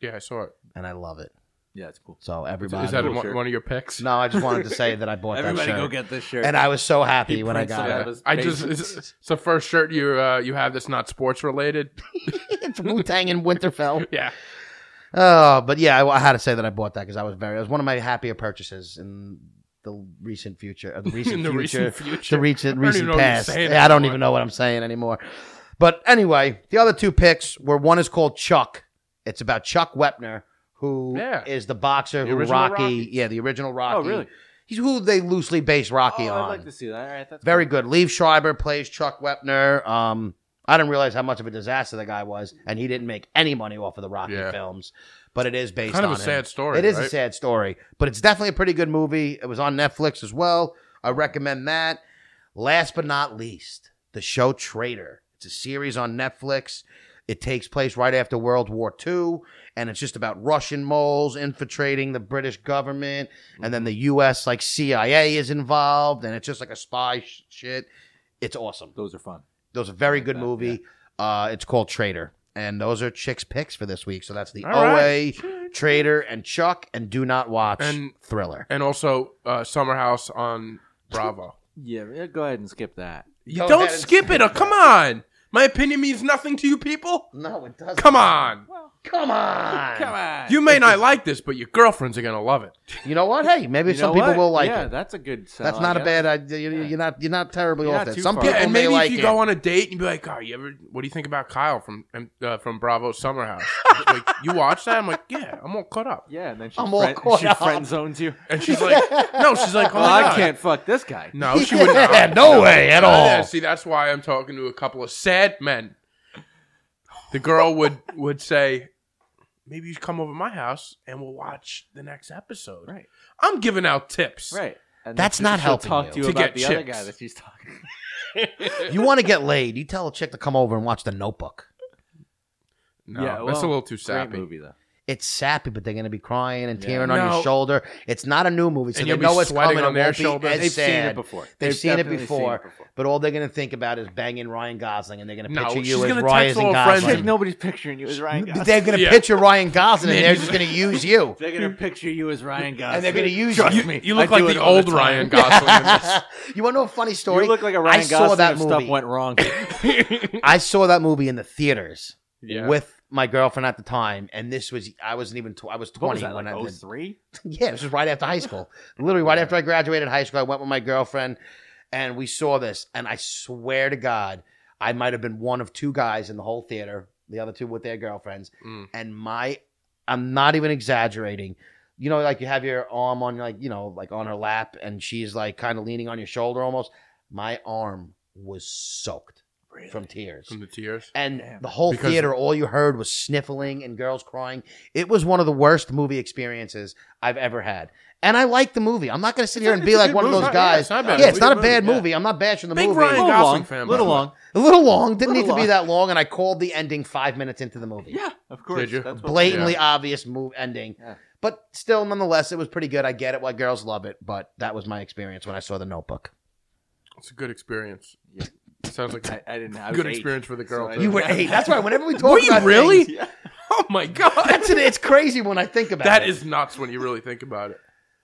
Speaker 2: Yeah, I saw it.
Speaker 3: And I love it.
Speaker 4: Yeah, it's cool.
Speaker 3: So everybody.
Speaker 2: Is that
Speaker 4: cool
Speaker 2: one,
Speaker 4: shirt.
Speaker 2: one of your picks?
Speaker 3: no, I just wanted to say that I bought that
Speaker 4: Everybody
Speaker 3: shirt.
Speaker 4: go get this shirt.
Speaker 3: and I was so happy
Speaker 4: He
Speaker 3: when I
Speaker 4: prints it
Speaker 3: got
Speaker 4: out of
Speaker 3: it.
Speaker 4: his
Speaker 2: I just
Speaker 4: basement.
Speaker 2: it's, it's the first shirt you uh, you have that's not sports related.
Speaker 3: it's Wu Tang and Winterfell.
Speaker 2: <laughs> Yeah,
Speaker 3: Oh, but yeah, I, I had to say that I bought that because I was very. It was one of my happier purchases in the recent future.
Speaker 2: <laughs>
Speaker 3: uh, The recent
Speaker 2: in the
Speaker 3: future.
Speaker 2: recent future.
Speaker 3: The
Speaker 2: I
Speaker 3: recent
Speaker 2: don't even
Speaker 3: recent
Speaker 2: know what you're
Speaker 3: past.
Speaker 2: saying
Speaker 3: Yeah, I don't
Speaker 2: anymore.
Speaker 3: even know what I'm saying anymore. But anyway, the other two picks were one is called Chuck. It's about Chuck Wepner, who is
Speaker 2: Yeah.
Speaker 3: the boxer
Speaker 2: The
Speaker 3: who Rocky,
Speaker 2: original Rocky.
Speaker 3: Yeah, the original Rocky.
Speaker 4: oh, really?
Speaker 3: He's who they loosely base Rocky
Speaker 4: oh,
Speaker 3: on.
Speaker 4: I'd like to see that. All right, that's
Speaker 3: Very
Speaker 4: cool.
Speaker 3: good. Lee Schreiber plays Chuck Wepner. Um, I didn't realize how much of a disaster the guy was, and he didn't make any money off of the Rocky
Speaker 2: Yeah.
Speaker 3: films. But it is based
Speaker 2: kind of
Speaker 3: on
Speaker 2: a
Speaker 3: him.
Speaker 2: sad story.
Speaker 3: It is
Speaker 2: right?
Speaker 3: a sad story, but it's definitely a pretty good movie. It was on Netflix as well. I recommend that. Last but not least, the show Traitor. It's a series on Netflix. It takes place right after World War II, and it's just about Russian moles infiltrating the British government, and then the U.S. like CIA is involved, and it's just like a spy sh- shit. It's awesome.
Speaker 4: Those are fun.
Speaker 3: Those was a very good
Speaker 4: Yeah,
Speaker 3: movie. Uh, it's called Trader. And those are Chick's picks for this week. So that's the
Speaker 2: All
Speaker 3: OA,
Speaker 2: right.
Speaker 3: Trader, and Chuck, and Do Not Watch
Speaker 2: And-
Speaker 3: Thriller.
Speaker 2: And also uh, Summer House on Bravo.
Speaker 4: Yeah, yeah, go ahead and skip that.
Speaker 3: Go
Speaker 2: Don't
Speaker 3: ahead and-
Speaker 2: skip it. <laughs> Oh, come on. My opinion means nothing to you people.
Speaker 3: No, it doesn't.
Speaker 2: Come on.
Speaker 3: Come on.
Speaker 4: Come on.
Speaker 2: You may not like this, but your girlfriends are gonna love it.
Speaker 3: You know what? Hey, maybe
Speaker 4: You
Speaker 3: some
Speaker 4: know
Speaker 3: people
Speaker 4: what?
Speaker 3: will like
Speaker 4: yeah,
Speaker 3: it.
Speaker 4: that's a good. Sell,
Speaker 3: That's
Speaker 4: I
Speaker 3: not a
Speaker 4: guess.
Speaker 3: bad idea. You- You're not, you're not terribly
Speaker 4: You're
Speaker 3: off
Speaker 4: not
Speaker 3: there.
Speaker 4: too
Speaker 3: Some
Speaker 4: far.
Speaker 2: Yeah,
Speaker 3: people
Speaker 2: and
Speaker 3: may
Speaker 2: maybe
Speaker 3: like
Speaker 2: if you
Speaker 3: it.
Speaker 2: go on a date and be like, "Oh, you ever? What do you think about Kyle from um, uh, from Bravo Summer
Speaker 3: <laughs>
Speaker 2: House?" She's like, you watch that? I'm like, "Yeah, I'm all caught up."
Speaker 4: Yeah, and then she,
Speaker 3: I'm all
Speaker 4: friend,
Speaker 3: caught
Speaker 4: she
Speaker 3: up.
Speaker 4: friend zones you.
Speaker 2: And she's
Speaker 3: <laughs>
Speaker 2: like, "No," she's like, "Oh,
Speaker 4: Well,
Speaker 2: my
Speaker 4: I
Speaker 2: God."
Speaker 4: can't fuck this guy.
Speaker 2: No, she would not.
Speaker 3: Yeah, no way at
Speaker 2: Uh,
Speaker 3: all.
Speaker 2: yeah, see, that's why I'm talking to a couple of sad men. The girl would would say, "Maybe you come over to my house and we'll watch the next episode."
Speaker 4: Right.
Speaker 2: I'm giving out tips.
Speaker 4: Right. And
Speaker 3: That's
Speaker 4: then she-
Speaker 3: not
Speaker 4: she'll
Speaker 3: helping
Speaker 4: talk
Speaker 3: you.
Speaker 4: to you
Speaker 2: To get
Speaker 4: about the other
Speaker 2: chicks.
Speaker 4: guy that she's talking.
Speaker 3: You want to get laid. You tell a chick to come over and watch The Notebook.
Speaker 2: No,
Speaker 4: yeah,
Speaker 2: that's a
Speaker 4: well,
Speaker 2: little too
Speaker 4: Great
Speaker 2: sappy.
Speaker 4: movie though.
Speaker 3: It's sappy, but they're going to be crying and
Speaker 4: Yeah.
Speaker 3: tearing on
Speaker 2: No.
Speaker 3: your shoulder. It's not a new movie, so
Speaker 2: And
Speaker 3: they
Speaker 2: you'll be
Speaker 3: know it's
Speaker 2: sweating
Speaker 3: coming.
Speaker 2: on
Speaker 3: it
Speaker 2: their
Speaker 3: won't
Speaker 2: shoulder.
Speaker 3: be as
Speaker 4: They've seen
Speaker 3: sad.
Speaker 4: it before.
Speaker 3: They've seen it
Speaker 4: definitely
Speaker 3: before.
Speaker 4: it before.
Speaker 3: But all they're going to think about is banging Ryan Gosling, and they're going to
Speaker 2: No,
Speaker 3: picture
Speaker 2: she's
Speaker 3: you as
Speaker 2: gonna
Speaker 3: Ryan
Speaker 2: text all her friends
Speaker 4: Like
Speaker 3: Gosling.
Speaker 4: nobody's picturing you as Ryan
Speaker 3: <laughs>
Speaker 4: Gosling.
Speaker 3: They're going to
Speaker 2: Yeah.
Speaker 3: picture Ryan Gosling,
Speaker 2: Man,
Speaker 3: and they're
Speaker 2: you-
Speaker 3: just going to use you.
Speaker 4: They're gonna picture you as Ryan Gosling,
Speaker 3: And they're going to use
Speaker 4: Trust
Speaker 3: you.
Speaker 4: me.
Speaker 2: You
Speaker 4: I
Speaker 2: look
Speaker 4: do
Speaker 2: like
Speaker 4: it
Speaker 2: the
Speaker 4: all
Speaker 2: old
Speaker 4: time.
Speaker 2: Ryan
Speaker 4: <laughs>
Speaker 2: Gosling.
Speaker 3: <laughs> you want to know a funny
Speaker 4: You
Speaker 3: story?
Speaker 4: look like a Ryan
Speaker 3: I
Speaker 4: Gosling.
Speaker 3: saw that
Speaker 4: if
Speaker 3: movie.
Speaker 4: stuff went wrong.
Speaker 3: I saw that movie in the theaters
Speaker 2: yeah.
Speaker 3: with my girlfriend at the time, and this was I wasn't even tw- I was
Speaker 4: what
Speaker 3: twenty
Speaker 4: was that?
Speaker 3: when
Speaker 4: Like
Speaker 3: I did.
Speaker 4: 03?
Speaker 3: <laughs> Yeah, this was right after high school. Literally right after I graduated high school, I went with my girlfriend and we saw this. And I swear to God, I might have been one of two guys in the whole theater, the other two with their girlfriends.
Speaker 2: Mm.
Speaker 3: And my, I'm not even exaggerating. You know, like you have your arm on, like, you know, like on her lap and she's like kind of leaning on your shoulder almost. My arm was soaked from tears.
Speaker 2: from the tears.
Speaker 3: And
Speaker 4: Damn.
Speaker 3: the whole
Speaker 2: Because-
Speaker 3: theater, all you heard was sniffling and girls crying. It was one of the worst movie experiences I've ever had. And I like the movie. I'm not going to sit here and be like one of those guys.
Speaker 2: not
Speaker 3: Yeah,
Speaker 2: bad.
Speaker 3: it's not a bad
Speaker 4: yeah.
Speaker 3: movie. I'm not bashing the
Speaker 2: Big
Speaker 3: movie.
Speaker 2: Ryan
Speaker 4: Little
Speaker 2: Gosling
Speaker 4: long,
Speaker 2: fan, by
Speaker 4: little
Speaker 2: the way.
Speaker 4: long.
Speaker 3: A little long. Didn't
Speaker 4: Little
Speaker 3: need to be
Speaker 4: long.
Speaker 3: that long. And I called the ending five minutes into the movie.
Speaker 4: Yeah, of course.
Speaker 2: Did you?
Speaker 4: That's what-
Speaker 3: Blatantly obvious move ending.
Speaker 4: Yeah.
Speaker 3: But still, nonetheless, it was pretty good. I get it why girls love it, but that was my experience when I saw The Notebook.
Speaker 2: It's a good experience.
Speaker 4: Yeah.
Speaker 2: Sounds like
Speaker 4: I,
Speaker 2: a
Speaker 4: I didn't. I was
Speaker 2: good
Speaker 4: eight.
Speaker 2: experience for the girl.
Speaker 4: So I-
Speaker 2: too.
Speaker 3: You were eight. That's right. Whenever we talk
Speaker 2: Were you
Speaker 3: about
Speaker 2: really?
Speaker 3: things-
Speaker 4: Yeah.
Speaker 2: oh my god,
Speaker 3: that's it. It's crazy when I think
Speaker 2: <laughs>
Speaker 3: about
Speaker 2: that
Speaker 3: it.
Speaker 2: is nuts when you really think about it.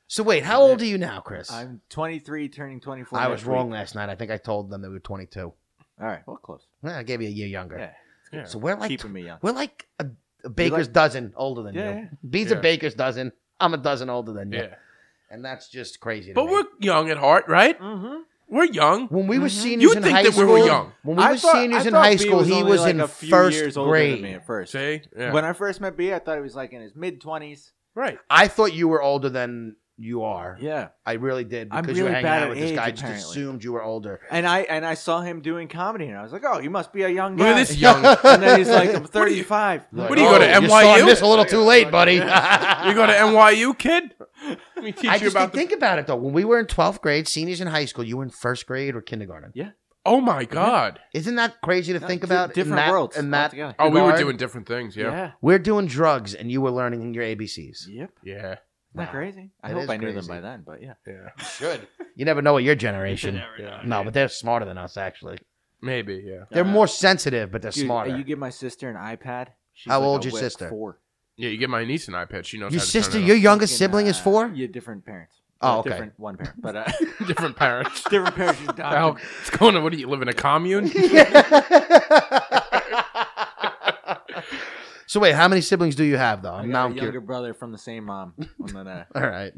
Speaker 3: So wait, how old are you now, Chris?
Speaker 4: <laughs> I'm 23, turning 24.
Speaker 3: I
Speaker 4: next
Speaker 3: was wrong
Speaker 4: week.
Speaker 3: last night. I think I told them they were 22.
Speaker 4: All right, well, close.
Speaker 3: Well, I gave you a year younger.
Speaker 4: Yeah,
Speaker 2: Yeah.
Speaker 3: So we're like
Speaker 4: keeping me young.
Speaker 3: we're like a, a baker's
Speaker 4: like-
Speaker 3: dozen older than
Speaker 4: Yeah,
Speaker 3: you.
Speaker 4: yeah.
Speaker 3: Bees a
Speaker 2: Yeah.
Speaker 3: baker's dozen. I'm a dozen older than you.
Speaker 2: yeah.
Speaker 3: And that's just crazy. to
Speaker 2: But
Speaker 3: me.
Speaker 2: we're young at heart, right?
Speaker 4: Mm-hmm.
Speaker 2: We're young.
Speaker 3: when we were
Speaker 4: Mhm.
Speaker 3: seniors
Speaker 2: You'd
Speaker 3: in
Speaker 2: think
Speaker 3: high
Speaker 2: that we
Speaker 3: school,
Speaker 2: were young.
Speaker 3: when we were seniors in high school, he was in first
Speaker 4: me
Speaker 3: grade.
Speaker 4: at first.
Speaker 2: See? Yeah.
Speaker 4: When I first met B, I thought he was like in his mid 20s.
Speaker 2: right.
Speaker 3: I thought you were older than you are.
Speaker 4: Yeah.
Speaker 3: I really did
Speaker 4: I'm
Speaker 3: because you were
Speaker 4: really
Speaker 3: hanging
Speaker 4: bad
Speaker 3: out
Speaker 4: at
Speaker 3: with this
Speaker 4: age,
Speaker 3: guy. I just
Speaker 4: apparently.
Speaker 3: assumed you were older.
Speaker 4: And I and I saw him doing comedy, and I was like, "Oh, you must be a young guy."
Speaker 2: Look at this young.
Speaker 4: And then
Speaker 3: <laughs>
Speaker 4: he's like, "I'm
Speaker 2: What are you-
Speaker 4: 35."
Speaker 2: What do you go to
Speaker 3: "Oh,
Speaker 2: NYU?
Speaker 3: saw this a little too late, buddy.
Speaker 2: <laughs> You go to NYU, kid. Let me teach
Speaker 3: I
Speaker 2: you
Speaker 3: just
Speaker 2: about
Speaker 3: didn't
Speaker 2: the.
Speaker 3: think about it though. When we were in twelfth grade, seniors in high school, you were in first grade or kindergarten.
Speaker 2: oh my god!
Speaker 3: Isn't that crazy to
Speaker 4: No,
Speaker 3: think
Speaker 4: di-
Speaker 3: about? in
Speaker 4: different
Speaker 3: that-
Speaker 4: worlds
Speaker 3: in that
Speaker 4: altogether.
Speaker 2: Oh, we were
Speaker 3: regard?
Speaker 2: doing different things.
Speaker 4: Yeah.
Speaker 2: Yeah,
Speaker 3: We're doing drugs, and you were learning your ABCs.
Speaker 4: Yep.
Speaker 2: yeah,
Speaker 4: Not
Speaker 3: Wow.
Speaker 4: crazy. I
Speaker 3: That
Speaker 4: hope
Speaker 3: is
Speaker 4: I knew them
Speaker 3: crazy.
Speaker 4: by then, but yeah.
Speaker 2: yeah.
Speaker 3: Should you never know what your generation?
Speaker 2: Yeah.
Speaker 3: no, but they're smarter than us. Actually,
Speaker 2: Maybe. Yeah,
Speaker 3: they're
Speaker 4: Uh,
Speaker 3: more sensitive, but they're
Speaker 4: Dude, uh,
Speaker 3: smarter.
Speaker 4: You give my sister an iPad. She's
Speaker 3: How
Speaker 4: like
Speaker 3: old
Speaker 4: a
Speaker 3: your
Speaker 4: whip
Speaker 3: sister?
Speaker 4: Four.
Speaker 2: yeah. You get my niece an iPad. She knows
Speaker 3: your
Speaker 2: how to turn
Speaker 3: sister,
Speaker 2: it
Speaker 3: your
Speaker 2: on.
Speaker 3: youngest
Speaker 4: Fucking,
Speaker 3: sibling is
Speaker 4: uh,
Speaker 3: four.
Speaker 4: Yeah, different parents.
Speaker 3: Oh,
Speaker 4: Uh,
Speaker 3: okay.
Speaker 4: Different one parent, but uh,
Speaker 3: <laughs>
Speaker 2: different parents.
Speaker 4: different parents. She's adopted.
Speaker 2: <laughs>
Speaker 3: Oh,
Speaker 2: How, what's going on? What do you live in a commune?
Speaker 3: so wait, how many siblings do you have though?
Speaker 4: I
Speaker 3: I'm
Speaker 4: got
Speaker 3: now
Speaker 4: a
Speaker 3: I'm
Speaker 4: younger
Speaker 3: curious.
Speaker 4: brother from the same mom. And
Speaker 3: <laughs>
Speaker 4: then, uh,
Speaker 3: All right,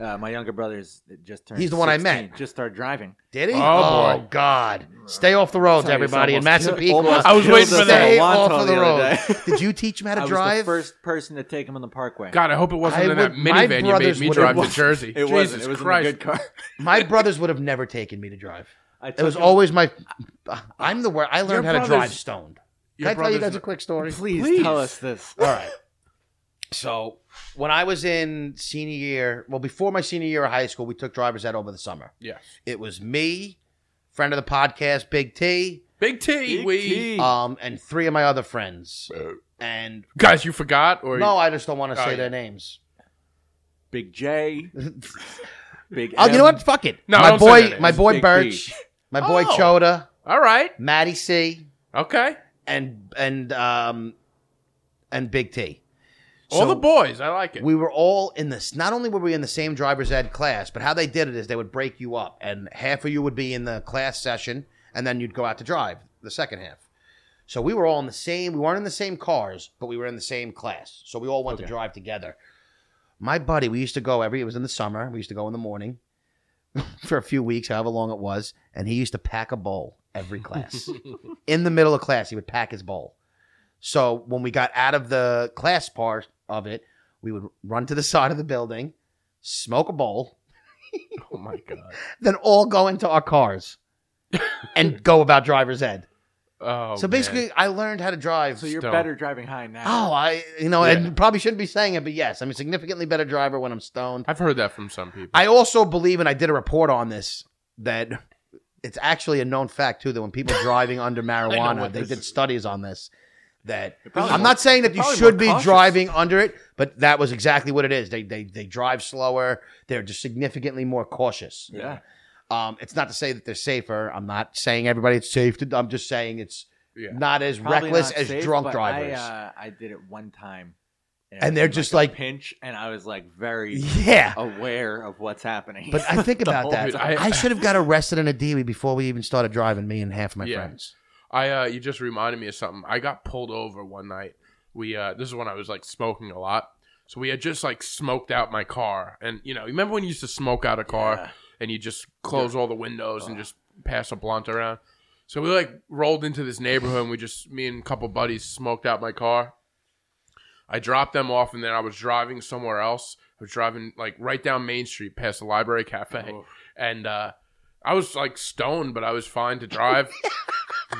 Speaker 4: uh, my younger brother's just turned.
Speaker 3: He's the one I
Speaker 4: 16,
Speaker 3: met.
Speaker 4: Just started driving.
Speaker 3: did he?
Speaker 2: Oh, boy.
Speaker 3: God! Stay off the roads,
Speaker 4: Sorry,
Speaker 3: everybody in
Speaker 4: it's almost
Speaker 3: Massapequa.
Speaker 4: killed- almost
Speaker 2: I was
Speaker 4: killed
Speaker 2: waiting
Speaker 4: us
Speaker 2: for that.
Speaker 4: at
Speaker 3: Stay
Speaker 4: Wanto
Speaker 3: off of the,
Speaker 4: other
Speaker 3: road.
Speaker 4: day.
Speaker 3: <laughs> Did you teach him how to
Speaker 4: <laughs> I was
Speaker 3: drive?
Speaker 4: the first person to take him on the parkway.
Speaker 2: God, I hope it wasn't
Speaker 3: I
Speaker 2: in that
Speaker 3: would- my
Speaker 2: minivan you made
Speaker 3: brothers
Speaker 2: me
Speaker 3: would-
Speaker 2: drive
Speaker 3: it
Speaker 2: to Jersey.
Speaker 4: It
Speaker 2: Jesus
Speaker 4: wasn't. It was
Speaker 2: Christ.
Speaker 4: in a good car. <laughs>
Speaker 3: My brothers would have never taken me to drive.
Speaker 4: I
Speaker 3: It
Speaker 4: took
Speaker 3: was
Speaker 4: him-
Speaker 3: always my. I'm the worst. I
Speaker 2: Your
Speaker 3: learned how to
Speaker 2: brothers-
Speaker 3: drive stoned. Can
Speaker 2: Your
Speaker 3: I tell you
Speaker 2: brother's
Speaker 3: guys a quick <laughs> story?
Speaker 4: Please,
Speaker 2: Please.
Speaker 4: tell us this.
Speaker 3: All right. So when I was in senior year, well, before my senior year of high school, we took driver's ed over the summer.
Speaker 2: Yes.
Speaker 3: It was me, friend of the podcast, Big T,
Speaker 2: Big T. we
Speaker 3: um, and three of my other friends. And
Speaker 2: guys, you forgot or
Speaker 3: no, I just don't want to
Speaker 2: Uh, Oh,
Speaker 3: say
Speaker 2: yeah.
Speaker 3: their names. <laughs>
Speaker 4: Big J. Big.
Speaker 3: Oh, you know
Speaker 4: M,
Speaker 3: what? Fuck it.
Speaker 2: No,
Speaker 3: my
Speaker 2: don't say their
Speaker 3: boy,
Speaker 2: names.
Speaker 3: my boy
Speaker 4: Big
Speaker 3: Birch,
Speaker 4: B.
Speaker 3: my boy
Speaker 2: Oh.
Speaker 3: Choda,
Speaker 2: All right.
Speaker 3: Maddie C,
Speaker 2: Okay.
Speaker 3: and and um, and Big T.
Speaker 2: All
Speaker 3: So-
Speaker 2: the boys. I like it.
Speaker 3: we were all in this. Not only were we in the same driver's ed class, but how they did it is they would break you up, and half of you would be in the class session, and then you'd go out to drive the second half. So we were all in the same. We weren't in the same cars, but we were in the same class. So we all went to drive together. My buddy, we used to go every. It was in the summer. We used to go in the morning <laughs> for a few weeks, however long it was, and he used to pack a bowl every class. in the middle of class, he would pack his bowl. So when we got out of the class part of it, we would run to the side of the building, smoke a bowl,
Speaker 2: oh my god.
Speaker 3: then all go into our cars and go about driver's ed.
Speaker 2: Oh.
Speaker 3: so basically, I learned how to drive.
Speaker 4: So you're
Speaker 2: Stone.
Speaker 4: better driving high now.
Speaker 3: oh, I you know,
Speaker 2: Yeah.
Speaker 3: and probably shouldn't be saying it, but yes, I'm a significantly better driver when I'm stoned.
Speaker 2: I've heard that from some people.
Speaker 3: I also believe, and I did a report on this that. It's actually a known fact too that when
Speaker 4: <laughs>
Speaker 3: people driving under marijuana,
Speaker 2: what
Speaker 3: they
Speaker 2: this
Speaker 3: did
Speaker 2: is.
Speaker 3: studies on this. That
Speaker 4: probably
Speaker 3: I'm
Speaker 4: more-
Speaker 3: not saying that you
Speaker 4: probably
Speaker 3: should
Speaker 4: more
Speaker 3: be
Speaker 4: cautious.
Speaker 3: driving under it, but that was exactly what it is. They they they drive slower. They're just significantly more cautious.
Speaker 4: Yeah.
Speaker 3: Um, it's not to say that they're safer. I'm not saying everybody it's safe to. I'm just saying it's
Speaker 2: Yeah.
Speaker 3: not as
Speaker 4: Probably
Speaker 3: reckless
Speaker 4: not
Speaker 3: as
Speaker 4: safe,
Speaker 3: drunk
Speaker 4: but
Speaker 3: drivers.
Speaker 4: I, uh, I did it one time,
Speaker 3: And they're
Speaker 4: it was
Speaker 3: just
Speaker 4: a
Speaker 3: like-
Speaker 4: pinch, and I was like
Speaker 3: <laughs>
Speaker 4: very <laughs>
Speaker 3: yeah,
Speaker 4: aware of what's happening. <laughs>
Speaker 3: but I think about
Speaker 2: whole-
Speaker 3: that.
Speaker 2: dude,
Speaker 3: I,
Speaker 2: I-
Speaker 3: should have got arrested in a DUI before we even started driving. Me and half of my
Speaker 2: Yeah.
Speaker 3: friends.
Speaker 2: I uh you just reminded me of something. I got pulled over one night. We uh this is when I was like smoking a lot. So we had just like smoked out my car. And you know, remember when you used to smoke out a car
Speaker 4: Yeah.
Speaker 2: and you just close all the windows and just pass a blunt around? So we like rolled into this neighborhood and we just me and a couple buddies smoked out my car. I dropped them off and then I was driving somewhere else. I was driving like right down Main Street past the library cafe. And uh I was like stoned, but I was fine to drive.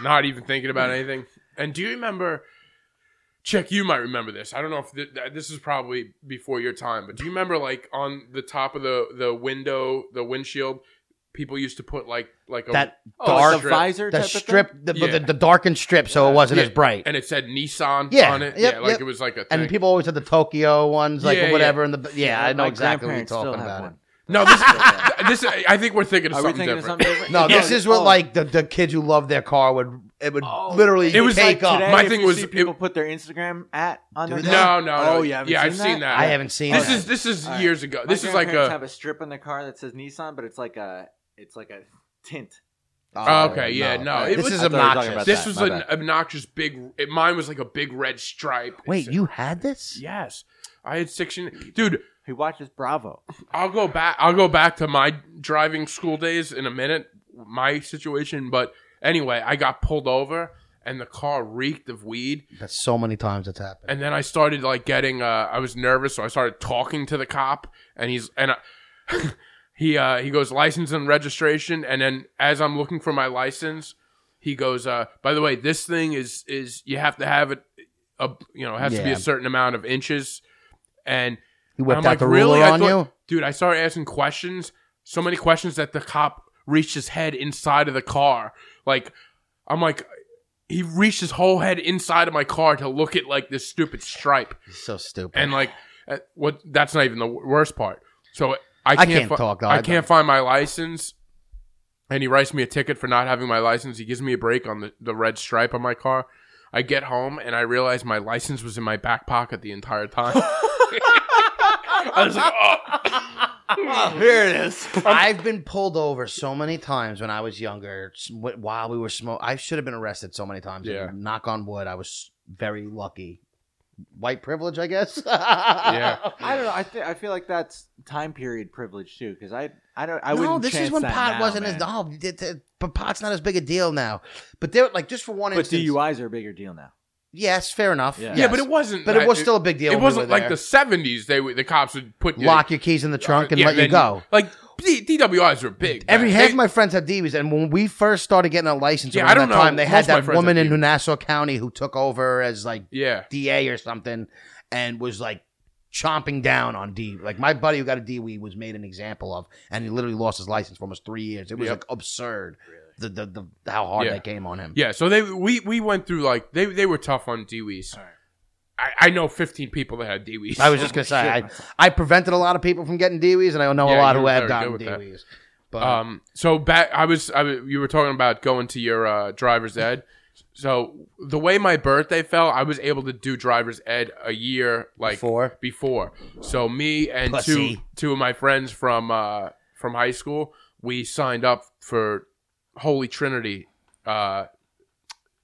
Speaker 2: not even thinking about anything. And do you remember? Check, you might remember this. I don't know if th- th- this is probably before your time, but do you remember like on the top of the the window, the windshield, people used to put like like a
Speaker 3: That
Speaker 4: Oh,
Speaker 2: Oh,
Speaker 4: like
Speaker 3: dark,
Speaker 4: the visor
Speaker 3: the
Speaker 4: type of
Speaker 3: strip, the,
Speaker 2: Yeah.
Speaker 3: the, the darkened strip, so it wasn't
Speaker 2: Yeah,
Speaker 3: as bright.
Speaker 2: and it said Nissan
Speaker 3: Yeah,
Speaker 2: on it.
Speaker 3: yep,
Speaker 2: yeah, like
Speaker 3: yep.
Speaker 2: it was like a thing.
Speaker 3: And people always had the Tokyo ones, like
Speaker 2: Yeah, yeah.
Speaker 3: whatever. And the yeah, I know
Speaker 4: My
Speaker 3: exactly what you're
Speaker 4: grandparents still
Speaker 3: talking
Speaker 4: have
Speaker 3: about.
Speaker 4: one. <laughs>
Speaker 2: no, this <laughs> this I think we're thinking of
Speaker 4: Are we
Speaker 2: something
Speaker 4: thinking
Speaker 2: different.
Speaker 4: of something different?
Speaker 3: No, this
Speaker 4: <laughs>
Speaker 3: is what
Speaker 4: oh.
Speaker 3: like the, the kids who love their car would it would literally
Speaker 2: Oh. It was like
Speaker 3: take up.
Speaker 4: Today,
Speaker 2: My
Speaker 4: if
Speaker 2: thing
Speaker 4: you
Speaker 3: uh,
Speaker 2: was-
Speaker 4: see
Speaker 2: it-
Speaker 4: people put their Instagram at on
Speaker 3: Do
Speaker 4: their
Speaker 3: they?
Speaker 2: No, no, no.
Speaker 4: Oh, you haven't
Speaker 2: yeah,
Speaker 4: seen
Speaker 2: I've
Speaker 4: that?
Speaker 2: seen that.
Speaker 3: I haven't seen
Speaker 2: This
Speaker 3: that.
Speaker 2: is this is
Speaker 4: All right.
Speaker 2: years ago.
Speaker 4: My
Speaker 2: this is like
Speaker 4: grandparents
Speaker 2: a
Speaker 4: have a strip in their car that says Nissan, but it's like a it's like a tint.
Speaker 2: Oh, okay, yeah, no, it
Speaker 3: this
Speaker 2: was-
Speaker 3: is
Speaker 4: I thought we were talking
Speaker 3: obnoxious.
Speaker 4: about
Speaker 2: this
Speaker 4: that,
Speaker 2: was
Speaker 4: my
Speaker 2: an
Speaker 4: bad.
Speaker 2: obnoxious big. It, mine was like a big red stripe.
Speaker 3: Wait,
Speaker 2: It's-
Speaker 3: you had this?
Speaker 2: Yes, I had section. Dude,
Speaker 4: He watches <laughs> Bravo.
Speaker 2: I'll go back. I'll go back to my driving school days in a minute. My situation, but anyway, I got pulled over, and the car reeked of weed.
Speaker 3: That's so many times it's happened.
Speaker 2: And then I <laughs> started like getting. Uh, I was nervous, so I started talking to the cop, and he's and I, he uh, he goes license and registration, and then as I'm looking for my license, he goes. Uh, By the way, this thing is is you have to have it. A, you know, it has to be
Speaker 3: Yeah.
Speaker 2: a certain amount of inches, and
Speaker 3: He whipped
Speaker 2: I'm
Speaker 3: out
Speaker 2: like,
Speaker 3: the
Speaker 2: really?
Speaker 3: ruler
Speaker 2: I
Speaker 3: on
Speaker 2: thought-
Speaker 3: you.
Speaker 2: dude. I started asking questions, so many questions that the cop reached his head inside of the car. Like, I'm like, he reached his whole head inside of my car to look at like this stupid stripe,
Speaker 3: He's so stupid.
Speaker 2: and like, uh, what? That's not even the wor- worst part. So I
Speaker 3: I
Speaker 2: can't,
Speaker 3: can't
Speaker 2: fi-
Speaker 3: talk, though.
Speaker 2: I
Speaker 3: I
Speaker 2: can't find my license, and he writes me a ticket for not having my license. He gives me a break on the, the red stripe on my car. I get home and I realize my license was in my back pocket the entire
Speaker 3: <laughs>
Speaker 2: time. <laughs> I was like, oh.
Speaker 4: here it is.
Speaker 3: I've been pulled over so many times when I was younger s- wh- while we were smoking. I should have been arrested so many times.
Speaker 2: Yeah.
Speaker 3: Knock on wood. I was very lucky. White privilege, I guess.
Speaker 2: Yeah.
Speaker 4: <laughs> I don't know. I th- I feel like that's time period privilege too, because I I don't I
Speaker 3: no,
Speaker 4: wouldn't.
Speaker 3: this is
Speaker 4: chance
Speaker 3: when
Speaker 4: that
Speaker 3: pot
Speaker 4: now,
Speaker 3: wasn't
Speaker 4: man.
Speaker 3: as oh, no, d- d- but pot's not as big a deal now. But there, like, just for one
Speaker 4: But
Speaker 3: instance,
Speaker 4: DUIs are a bigger deal now.
Speaker 3: yes, fair enough.
Speaker 4: Yeah.
Speaker 2: Yeah,
Speaker 3: Yes.
Speaker 2: but it wasn't.
Speaker 3: But it was
Speaker 2: I-
Speaker 3: still a big deal.
Speaker 2: It
Speaker 3: when we
Speaker 2: wasn't
Speaker 3: were
Speaker 2: like
Speaker 3: there.
Speaker 2: the seventies. They would- the cops would put you-
Speaker 3: lock your keys in the trunk and
Speaker 2: Yeah,
Speaker 3: let you
Speaker 2: then-
Speaker 3: go.
Speaker 2: Like D- DWIs were big.
Speaker 3: Every
Speaker 2: back-
Speaker 3: half
Speaker 2: they-
Speaker 3: of my friends had DUIs, and when we first started getting a license
Speaker 2: Yeah,
Speaker 3: around
Speaker 2: I don't
Speaker 3: that
Speaker 2: know.
Speaker 3: time, they
Speaker 2: Most
Speaker 3: had
Speaker 2: of my
Speaker 3: that
Speaker 2: friends
Speaker 3: woman
Speaker 2: had DUIs.
Speaker 3: in New Nassau County who took over as like
Speaker 2: yeah.
Speaker 3: DA or something and was like chomping down on D. Like my buddy who got a DUI was made an example of, and he literally lost his license for almost three years. It was
Speaker 2: Yep.
Speaker 3: like absurd. The, the, the how hard
Speaker 2: Yeah.
Speaker 3: they came on him.
Speaker 2: Yeah, so they we we went through like they they were tough on DWEs. I, I know fifteen people that had DWEs.
Speaker 3: I was just gonna say I, I prevented a lot of people from getting DUIs, and I know
Speaker 2: Yeah,
Speaker 3: a lot
Speaker 2: you
Speaker 3: who
Speaker 2: were
Speaker 3: have
Speaker 2: very
Speaker 3: gotten
Speaker 2: good with that.
Speaker 3: DUIs. But
Speaker 2: <laughs> Um, so back, I was, I was- you were talking about going to your uh, driver's ed. So the way my birthday fell, I was able to do driver's ed a year like
Speaker 3: Before?
Speaker 2: Before, so me and two
Speaker 3: Pussy.
Speaker 2: two of my friends from uh, from high school, we signed up for Holy Trinity. Uh,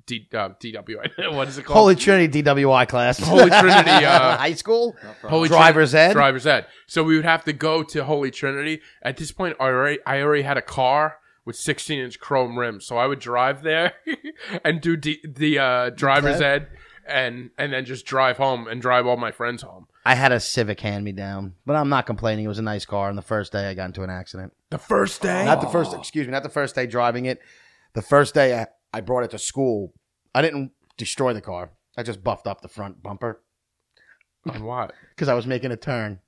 Speaker 2: D, uh, DW, <laughs> what is it called?
Speaker 3: Holy Trinity DWI class,
Speaker 2: Holy
Speaker 3: <laughs>
Speaker 2: Trinity, uh,
Speaker 3: high school,
Speaker 2: Holy
Speaker 3: driver's
Speaker 2: Trin-
Speaker 3: ed.
Speaker 2: Driver's Ed. So we would have to go to Holy Trinity. At this point, I already, I already had a car with 16 inch chrome rims. So I would drive there <laughs> and do d- the uh, driver's
Speaker 3: Okay.
Speaker 2: ed and, and then just drive home and drive all my friends home.
Speaker 3: I had a Civic hand me down, but I'm not complaining. It was a nice car. And the first day, I got into an accident.
Speaker 2: The first day?
Speaker 3: Not the first, excuse me, not the first day driving it. The first day I, I brought it to school, I didn't destroy the car. I just buffed up the front bumper
Speaker 2: On what?
Speaker 3: because I was making a turn.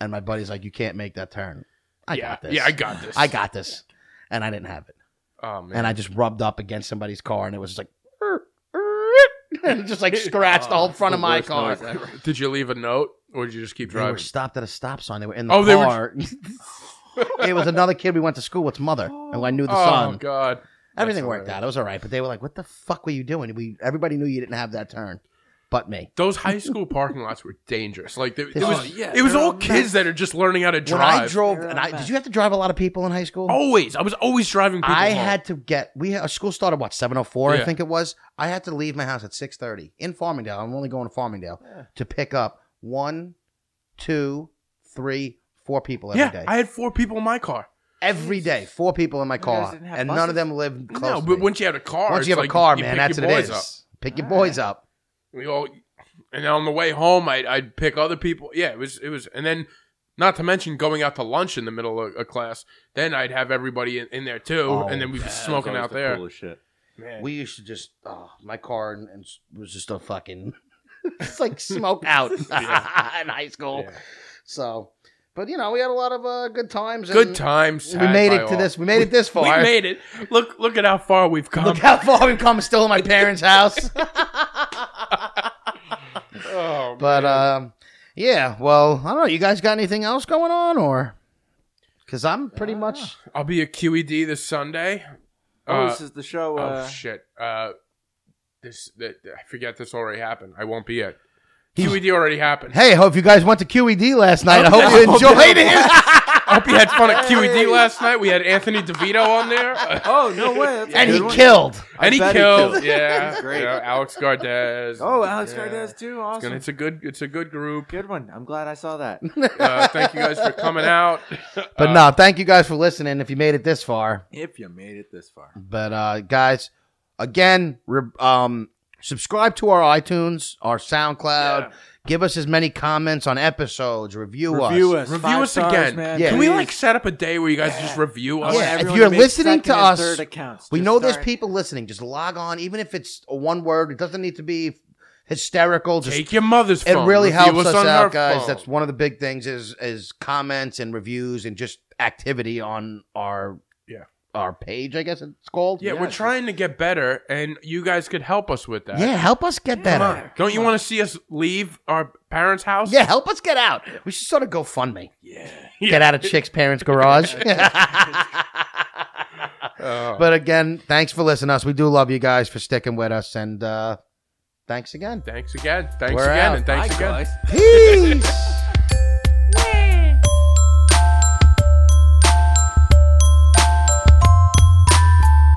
Speaker 3: And my buddy's like, You can't make that turn. I
Speaker 2: yeah.
Speaker 3: got this.
Speaker 2: Yeah, I got this.
Speaker 3: I got this. And I didn't have it.
Speaker 2: Oh, man.
Speaker 3: And I just rubbed up against somebody's car and it was just like, <laughs> and it just like scratched the whole front of my car.
Speaker 2: Did you leave a note or did you just keep
Speaker 3: They were
Speaker 2: driving?
Speaker 3: stopped at a stop sign. They were in the
Speaker 2: Oh, they were-
Speaker 3: car. <laughs> it was another kid we went to school with's mother, and I knew the
Speaker 2: oh,
Speaker 3: son.
Speaker 2: God.
Speaker 3: Everything
Speaker 2: That's
Speaker 3: worked
Speaker 2: hilarious.
Speaker 3: out. It was all right, but they were like, "What the fuck were you doing?" We everybody knew you didn't have that turn, but me.
Speaker 2: Those high school parking lots were dangerous. Like, there, there
Speaker 3: Oh,
Speaker 2: was,
Speaker 4: yeah,
Speaker 2: it was
Speaker 4: they're
Speaker 2: all
Speaker 4: all
Speaker 2: kids that are just learning how to drive. Oh,
Speaker 3: When I drove,
Speaker 4: You're
Speaker 3: and
Speaker 4: on
Speaker 3: I,
Speaker 4: back.
Speaker 3: did you have to drive a lot of people in high school?
Speaker 2: Always, I was always driving. People
Speaker 3: I
Speaker 2: home.
Speaker 3: had to get we our school started what seven oh four
Speaker 2: Yeah.
Speaker 3: I think it was. I had to leave my house at six thirty in Farmingdale. I'm only going to Farmingdale to pick up one, two, three, four people every
Speaker 2: yeah.
Speaker 3: day.
Speaker 2: I had four people in my car.
Speaker 3: every day, four people in my
Speaker 4: guys
Speaker 3: car,
Speaker 4: didn't have
Speaker 3: and none
Speaker 4: buses?
Speaker 3: of them lived close.
Speaker 2: No,
Speaker 3: to
Speaker 2: but
Speaker 3: me.
Speaker 2: once you had a car,
Speaker 3: once you
Speaker 2: it's
Speaker 3: have
Speaker 2: like
Speaker 3: a car,
Speaker 2: you
Speaker 3: man,
Speaker 2: pick
Speaker 3: that's
Speaker 2: your
Speaker 3: what it
Speaker 2: boys
Speaker 3: is.
Speaker 2: Up.
Speaker 3: Pick your
Speaker 4: All
Speaker 3: boys up.
Speaker 2: We all, and on the way home, I'd, I'd pick other people. Yeah, it was it was, and then not to mention going out to lunch in the middle of a class. Then I'd have everybody in, in there too,
Speaker 3: Oh,
Speaker 2: and then we'd be smoking out there. Man.
Speaker 3: We used to just oh, my car and, and s- was just a fucking <laughs> it's
Speaker 2: <laughs>
Speaker 3: like smoke out <laughs> in high school.
Speaker 2: Yeah.
Speaker 3: So, but you know, we had a lot of uh, good times.
Speaker 2: Good
Speaker 3: and
Speaker 2: times.
Speaker 3: We
Speaker 2: had
Speaker 3: made
Speaker 2: by
Speaker 3: it to
Speaker 2: all.
Speaker 3: this. We made it this
Speaker 2: <laughs> We
Speaker 3: far.
Speaker 2: made it. Look look at how far we've come.
Speaker 3: <laughs> Look how far we've come. Still in my parents'
Speaker 2: <laughs>
Speaker 3: house,
Speaker 2: oh,
Speaker 3: but
Speaker 2: man.
Speaker 3: um, yeah. Well, I don't know. You guys got anything else going on, or? Because I'm pretty
Speaker 2: Uh,
Speaker 3: much.
Speaker 2: I'll be at QED this Sunday.
Speaker 4: Oh,
Speaker 2: Uh,
Speaker 4: this is the show. Uh,
Speaker 2: oh shit! Uh, this that I forget this already happened. I won't be at
Speaker 3: He's-
Speaker 2: QED already happened.
Speaker 3: <laughs> Hey, I hope you guys went to QED last night. I
Speaker 2: <laughs>
Speaker 3: hope
Speaker 2: yeah.
Speaker 3: you
Speaker 2: <laughs>
Speaker 3: enjoyed it.
Speaker 2: I hope you had fun at QED last night. We had Anthony DeVito on there,
Speaker 3: <laughs>
Speaker 2: Uh,
Speaker 4: oh no way! That's a
Speaker 3: and
Speaker 4: good
Speaker 3: he
Speaker 4: one.
Speaker 3: killed.
Speaker 2: and he
Speaker 4: bet he
Speaker 2: killed.
Speaker 4: killed.
Speaker 2: Yeah,
Speaker 4: That's great.
Speaker 2: you know, Alex Gardez.
Speaker 4: Oh, Alex
Speaker 2: Yeah.
Speaker 4: Gardez too.
Speaker 2: It's, gonna-
Speaker 4: Awesome.
Speaker 2: it's a good. It's a good group.
Speaker 4: Good one. I'm glad I
Speaker 3: <laughs>
Speaker 4: saw that.
Speaker 2: Uh, thank you guys for coming out. Uh,
Speaker 3: But no, thank you guys for listening. If you made it this far,
Speaker 4: if you made it this far,
Speaker 3: but uh, guys, again, re- um, subscribe to our iTunes, our SoundCloud. Give us as many comments on episodes. Review,
Speaker 4: Review us.
Speaker 2: Review
Speaker 4: Five
Speaker 2: us
Speaker 4: stars,
Speaker 2: again.
Speaker 4: man,
Speaker 3: Yeah.
Speaker 2: Can we
Speaker 4: please.
Speaker 2: like set up a day where you guys just review us?
Speaker 4: want
Speaker 3: Yeah, if
Speaker 4: everyone
Speaker 3: you're
Speaker 4: to make
Speaker 3: listening to
Speaker 4: second and
Speaker 3: us,
Speaker 4: third accounts.
Speaker 3: We
Speaker 4: Just
Speaker 3: know there's
Speaker 4: start-
Speaker 3: people listening. Just log on, even if it's a one word. It doesn't need to be hysterical. Just
Speaker 2: Take your mother's
Speaker 3: it
Speaker 2: phone.
Speaker 3: really
Speaker 2: Review
Speaker 3: helps us,
Speaker 2: on her
Speaker 3: out, guys.
Speaker 2: phone.
Speaker 3: That's one of the big things is is comments and reviews and just activity on our
Speaker 2: Yeah.
Speaker 3: our page. I guess it's called.
Speaker 2: yeah,
Speaker 4: Yeah,
Speaker 2: we're
Speaker 4: just-
Speaker 2: trying to get better, and you guys could help us with that.
Speaker 3: yeah. Help us get better.
Speaker 2: Come on. Don't you want to see us leave our parents' house?
Speaker 3: Yeah, help us get out. We should sort of go fund me.
Speaker 2: Yeah.
Speaker 3: Get out of chick's parents' garage. <laughs>
Speaker 2: Oh.
Speaker 3: but again, thanks for listening to us. We do love you guys for sticking with us, and uh, thanks again.
Speaker 2: thanks again. Thanks
Speaker 3: We're
Speaker 2: again.
Speaker 3: out.
Speaker 2: And thanks
Speaker 4: Bye,
Speaker 2: again.
Speaker 4: guys.
Speaker 3: Peace.